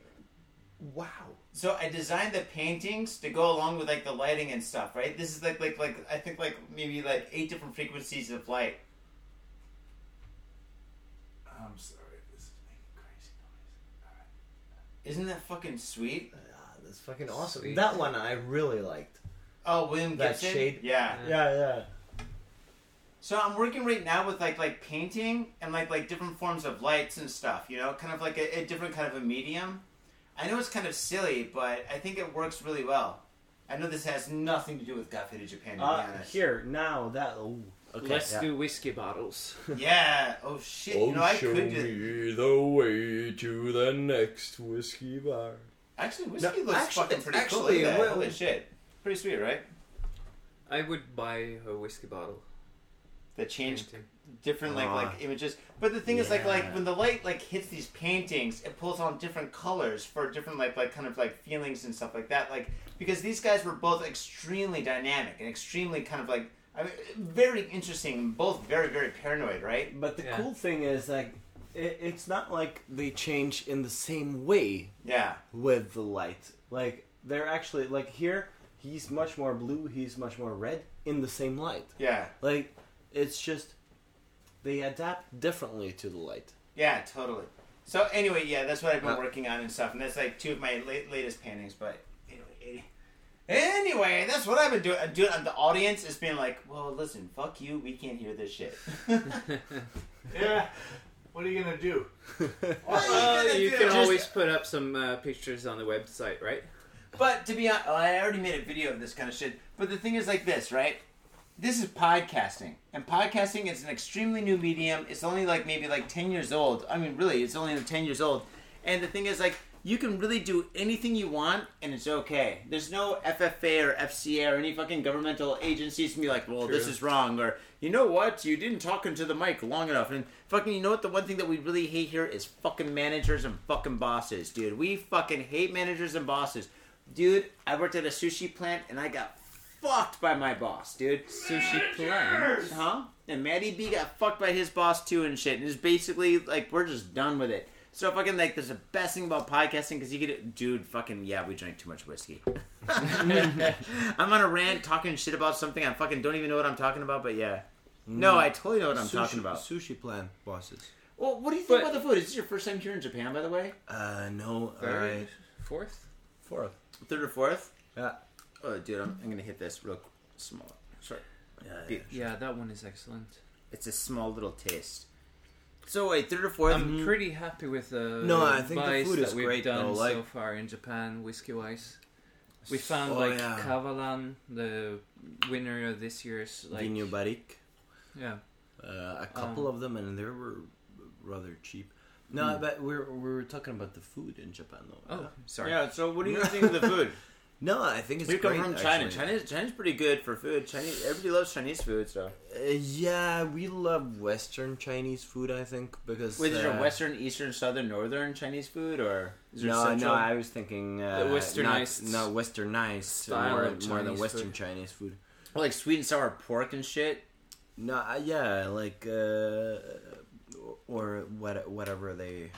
Wow. So I designed the paintings to go along with like the lighting and stuff, right? This is like like like I think like maybe like eight different frequencies of light. I'm sorry, this is making crazy noise. Isn't that fucking sweet? that's fucking awesome. Sweet. That one I really liked. Oh, William That Gibson. shade? Yeah. Yeah, yeah. So I'm working right now with like like painting and like like different forms of lights and stuff. You know, kind of like a, a different kind of a medium. I know it's kind of silly, but I think it works really well. I know this has nothing to do with God Faded Japan, to Uh, be honest. here now that. Ooh, okay. Let's yeah. do whiskey bottles. Yeah. Oh shit. you know, I could do. the way to the next whiskey bar. Actually, whiskey looks actually- fucking pretty cool. actually, Look at that. well- Holy shit. Pretty sweet, right? I would buy a whiskey bottle. That changed painting. different like like images. But the thing is like like Uh-huh. Yeah. when the light like hits these paintings, it pulls on different colors for different like like kind of like feelings and stuff like that. Like because these guys were both extremely dynamic and extremely kind of like I mean very interesting and both very very paranoid, right? But the Yeah. cool thing is like it, it's not like they change in the same way Yeah. with the light. Like they're actually like here he's much more blue, he's much more red in the same light. Yeah. Like it's just they adapt differently to the light. Yeah, totally. So anyway, yeah, that's what I've been Uh, working on and stuff, and that's like two of my late, latest paintings. But anyway, anyway, that's what I've been doing. I'm doing. and The audience is being like, "Well, listen, fuck you. We can't hear this shit." Yeah. What are you gonna do? What are Uh, Oh, you gonna can do? always put up some uh, pictures on the website, right? But to be honest, I already made a video of this kind of shit. But the thing is like this, right? This is podcasting, and podcasting is an extremely new medium. It's only like maybe like ten years old. I mean, really, it's only ten years old. And the thing is like. You can really do anything you want, and it's okay. There's no FFA or FCA or any fucking governmental agencies can be like, "Well, this True. is wrong," or "You know what? You didn't talk into the mic long enough." And fucking, you know what? The one thing that we really hate here is fucking managers and fucking bosses, dude. We fucking hate managers and bosses. Dude, I worked at a sushi plant and I got fucked by my boss, dude. Sushi plan. Huh? And Maddie B got fucked by his boss too and shit. And it's basically like we're just done with it. So fucking like there's the best thing about podcasting because you get dude fucking yeah we drank too much whiskey. I'm on a rant talking shit about something I fucking don't even know what I'm talking about, but yeah. No, I totally know what I'm talking about. Mm. sushi plan bosses. Well, what do you think But- about the food? Is this your first time here in Japan, by the way? Uh no, Third? I Fourth? fourth. Third or fourth? Yeah. Oh, dude, I'm, I'm gonna hit this real small. Sorry. yeah. Yeah, that one is excellent. It's a small little taste. So wait, third or fourth? I'm pretty happy with the No, I think the buys food that is we've great, done though, so like- far in Japan, whiskey wise. We found Oh, like yeah. Kavalan, the winner of this year's like Vino Barrique. yeah. uh, Um, a couple of them, and they were rather cheap. No, Hmm. but we're we were talking about the food in Japan, though. Oh, yeah. sorry. So what do you think of the food? no, I think it's We come great, from China. actually. China's China's pretty good for food. Chinese everybody loves Chinese food. So Uh, yeah, we love Western Chinese food. I think because wait, is there uh, Western, Eastern, Southern, Northern Chinese food, or is there No, Central? no, I was thinking uh, The westernized not, not westernized, style more, of more than Chinese Western food. Chinese food. like sweet and sour pork and shit. No, uh, yeah, like uh, or what, whatever they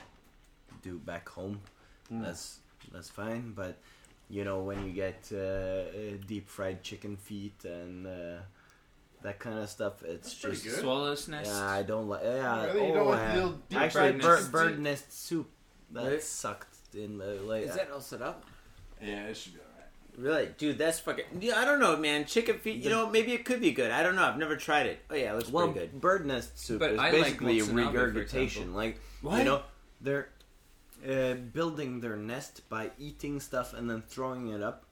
do back home. Hmm. That's that's fine, but you know when you get uh, uh, deep fried chicken feet and uh, that kind of stuff, it's pretty just good. Swallow's nest. yeah, I don't like yeah. Really? You don't oh, like yeah. little deep actually fried bird, nest bird soup? nest soup that Really? sucked in uh, like Is that all set up? Yeah, it should be alright. Really, dude, that's fucking. Yeah, I don't know, man. Chicken feet. You know, maybe it could be good. I don't know. I've never tried it. Oh yeah, it looks Well, pretty good. bird nest soup But is I like basically mozzarella, for regurgitation. example. Like What? you know, they're uh, building their nest by eating stuff and then throwing it up.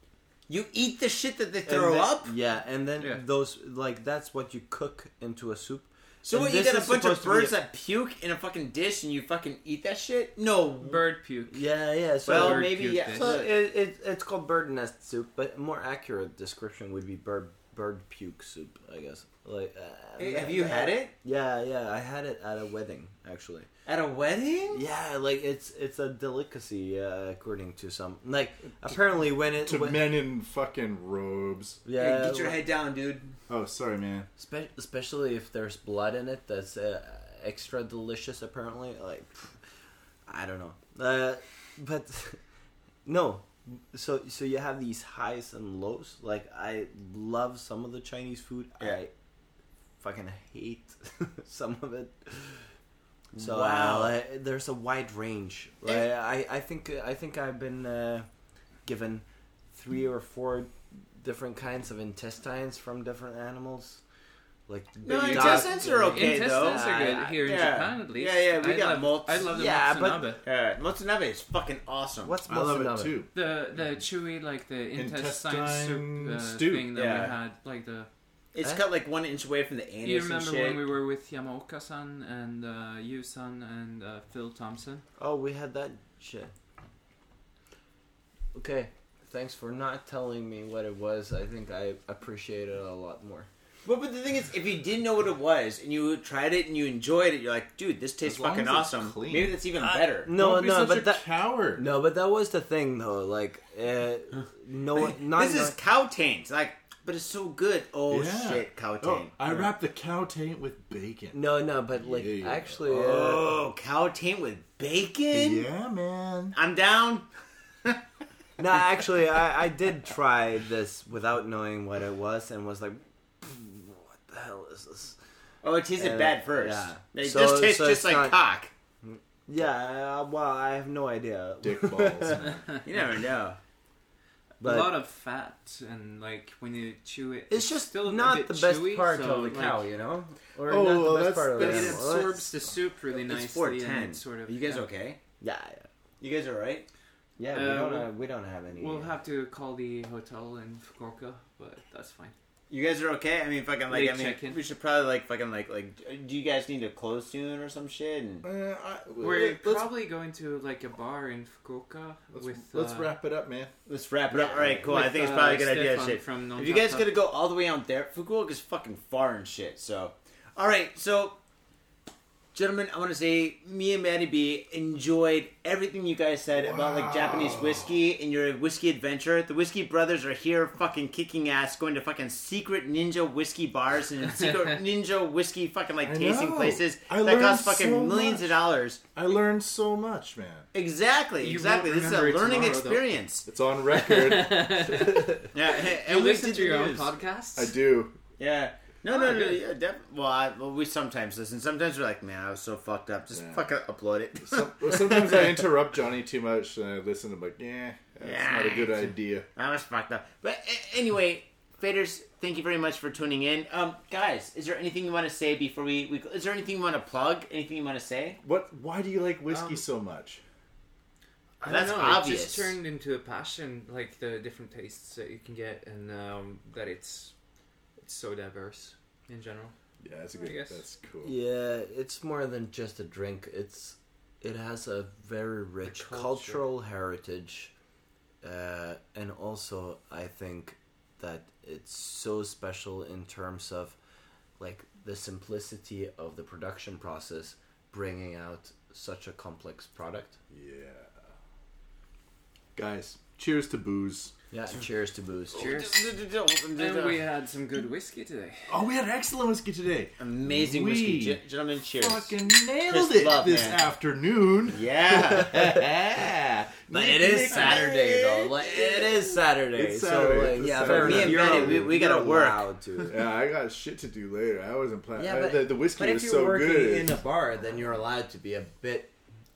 You eat the shit that they And throw then- up. Yeah, and then Yeah. those like that's what you cook into a soup. So And what, you this got a is bunch of supposed to be birds a- that puke in a fucking dish, and you fucking eat that shit? No, Bird puke. Yeah, yeah. So Well, Bird maybe puke yeah. dish. So it, it, it's called bird nest soup, but a more accurate description would be bird bird puke soup, I guess. Like, uh, Hey, that- have you had it Yeah, yeah, I had it at a wedding actually. at a wedding? Yeah, like it's it's a delicacy uh, according to some. Like apparently when it to when, men in fucking robes. yeah, Hey, get your like, head down, dude. Oh, sorry, man. spe- especially if there's blood in it, that's uh, extra delicious. Apparently, like pff, I don't know, uh, but no. So so you have these highs and lows. Like I love some of the Chinese food. I fucking hate some of it. So wow, Wow. there's a wide range. Like, I I think I think I've been uh, given three or four different kinds of intestines from different animals. Like No, big dog- intestines are okay though. Intestines are Ah, good I- here in yeah. Japan at least. Yeah, yeah, we I got love, mults. I love the Yeah, but- matsunabe. Yeah, mozzarella Uh, is fucking awesome. What's I love Matsunabe? it too. The the chewy like the intestine, Intestine soup, uh, stew. thing that Yeah. we had like the. It's Eh? cut like one inch away from the anus you and remember shit. when we were with Yamaoka-san and uh, Yu-san and uh, Phil Thompson? Oh, we had that shit. Okay, thanks for not telling me what it was. I think I appreciate it a lot more. But, but the thing is, if you didn't know what it was and you tried it and you enjoyed it, you're like, dude, this tastes As long fucking as it's awesome. clean. Maybe that's even better. No, Don't be no, such but a that- coward. No, but that was the thing though. Like, uh, no, not this is cow taint. Like, but it's so good. Oh Yeah. shit, cow taint. Oh, I wrapped the cow taint with bacon. no, no, but like Yeah. actually, uh, Oh, cow taint with bacon. Yeah, man. I'm down. no, actually, I, I did try this without knowing what it was and was like, what the hell is this? Oh, it tasted Uh, bad first. yeah. It So- just tastes so just it's like not- cock. Yeah, uh, well, I have no idea. Dick balls. man. You never know. But- a lot of fat and like when you chew it, It's just still a not bit the best chewy, part so, of the like, cow, you know, or Oh, not the well, best that's- part of the But it Yeah. animal. absorbs the soup really nicely. it's four and ten. it sort of. you guys yeah. okay? Yeah, You guys all right? yeah, yeah. Uh, we don't we'll- have, we don't have any. uh, We'll have to call the hotel in Fukuoka, but that's fine. You guys are okay. I mean, fucking like. Late I mean, check-in. we should probably like fucking like like. Do you guys need to close soon or some shit? And Uh, I, We're let's, probably going to like a bar in Fukuoka let's, with. let's uh, wrap it up, man. let's wrap it up. All right, cool. I with, think it's uh, probably a good idea. Stefan Shit. From If you guys Nonzaka. gotta go all the way out there, Fukuoka's fucking far and shit. So, all right, so gentlemen, I want to say me and Maddie B enjoyed everything you guys said about like Japanese whiskey and your whiskey adventure. The Whiskey Brothers are here, fucking kicking ass, going to fucking secret ninja whiskey bars and secret ninja whiskey fucking like I tasting know. places I that learned cost fucking so millions much. of dollars. I learned so much, man. Exactly, You exactly. won't This is a remember it learning tomorrow, though. experience. It's on record. Yeah, and You we listen did to the your own news. podcasts. I do. Yeah. No, Oh, no, no. good. Yeah, def- well, I, well, we sometimes listen. Sometimes we're like, man, I was so fucked up. Just Yeah. fucking upload it. Some, well, sometimes I interrupt Johnny too much, and I listen. I'm like, yeah, that's not a good Yeah. idea. I was fucked up. But a- anyway, Faders, thank you very much for tuning in. Um, guys, is there anything you want to say before we, we? Is there anything you want to plug? Anything you want to say? What? Why do you like whiskey Um, so much? I don't That's know, It obvious. just turned into a passion, like the different tastes that you can get, and um, that it's it's so diverse in general. Yeah, that's a I good. guess- That's cool. Yeah, it's more than just a drink. It's it has a very rich culture. cultural heritage, uh, and also I think that it's so special in terms of like the simplicity of the production process, bringing out such a complex product. Yeah. Guys, cheers to booze. Yeah, cheers to booze. Cheers. And we had some good whiskey today. Oh, we had excellent whiskey today. Amazing We whiskey, Gen- gentlemen. Cheers. Fucking nailed Chris it Love, this man. afternoon. Yeah. But it is Saturday though. Like it is Saturday. It's So Saturday. like, It's yeah, Saturday. fair Me and enough. Betty, we- we gotta you're work. allowed to. Yeah, I got shit to do later. I wasn't planning. Yeah, but- the, the whiskey But if was you're so working good. in a bar, then you're allowed to be a bit.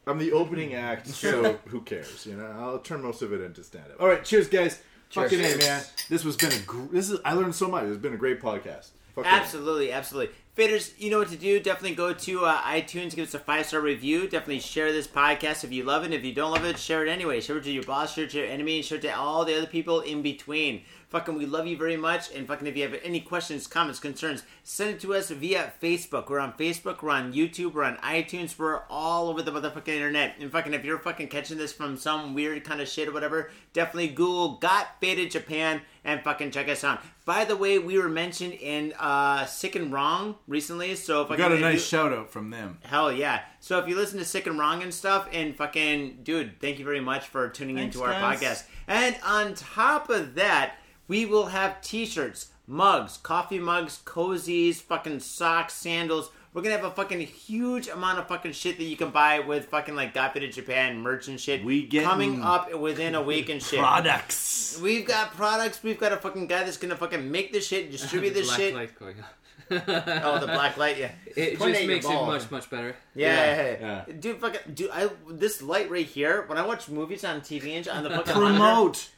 I'm the opening act, so who cares? You know, I'll turn most of it into stand up. All right, cheers, guys. Fucking A, man. This was been a gr- this is I learned so much. It's been a great podcast. Fuck yeah. Absolutely, absolutely. Faders, you know what to do. Definitely go to uh, iTunes, give us a five star review. Definitely share this podcast if you love it. If you don't love it, share it anyway. Share it to your boss, share it to your enemy, share it to all the other people in between. Fucking, we love you very much. And fucking, if you have any questions, comments, concerns, send it to us via Facebook. We're on Facebook, we're on YouTube, we're on iTunes, we're all over the motherfucking internet. And fucking, if you're fucking catching this from some weird kind of shit or whatever, definitely Google Got Faded Japan and fucking check us out. By the way, we were mentioned in uh, Sick and Wrong recently, so if I We got a nice shout out from them. Hell yeah! So if you listen to Sick and Wrong and stuff, and fucking dude, thank you very much for tuning Thanks, into our guys. podcast. And on top of that, we will have T-shirts, mugs, coffee mugs, cozies, fucking socks, sandals. We're gonna have a fucking huge amount of fucking shit that you can buy with fucking like Got Fit in Japan merch and shit. We getting coming up within a week and shit. Products. We've got products. We've got a fucking guy that's gonna fucking make this shit, distribute this black shit. light going on. Oh, the black light, yeah. It Point at just your makes it balls. much much better. Yeah, yeah, Yeah, yeah. dude, fucking, dude, I this light right here. When I watch movies on TV and sh- on the fucking monitor-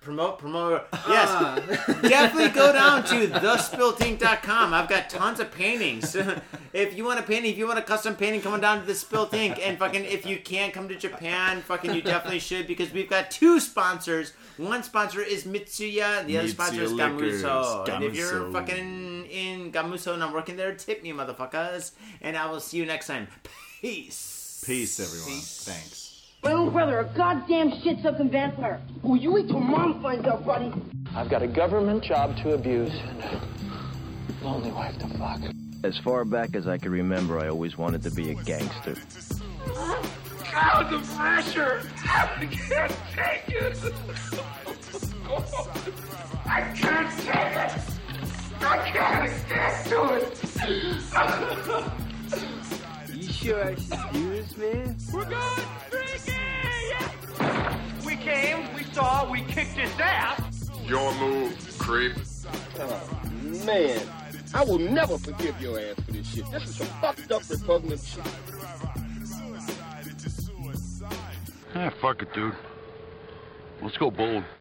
Promote. promote, promote. Yes, definitely go down to thespiltink.com. I've got tons of paintings. if you want a painting, if you want a custom painting, come on down to the Spilt Ink. And fucking, if you can't come to Japan, fucking, you definitely should because we've got two sponsors. One sponsor is Mitsuya, the other Mitsuya sponsor is Liquors, Gamuso. And if you're Gamuso. fucking in Gamuso and I'm working there, tip me, motherfuckers. And I will see you next time. Peace. Peace, everyone. Thanks. My own brother, a goddamn shit-sucking vampire. Well, you wait till mom finds out, buddy. I've got a government job to abuse and a lonely wife to fuck. As far back as I can remember, I always wanted to be a gangster. God, the pressure! I can't take it! I can't take it! I can't, I can't do it! you sure I should do this, man? We're going freaking! We came, we saw, we kicked his ass! Your move, creep. Man, I will never forgive your ass for this shit. This is some fucked up repugnant shit. Ah, fuck it, dude. Let's go bold.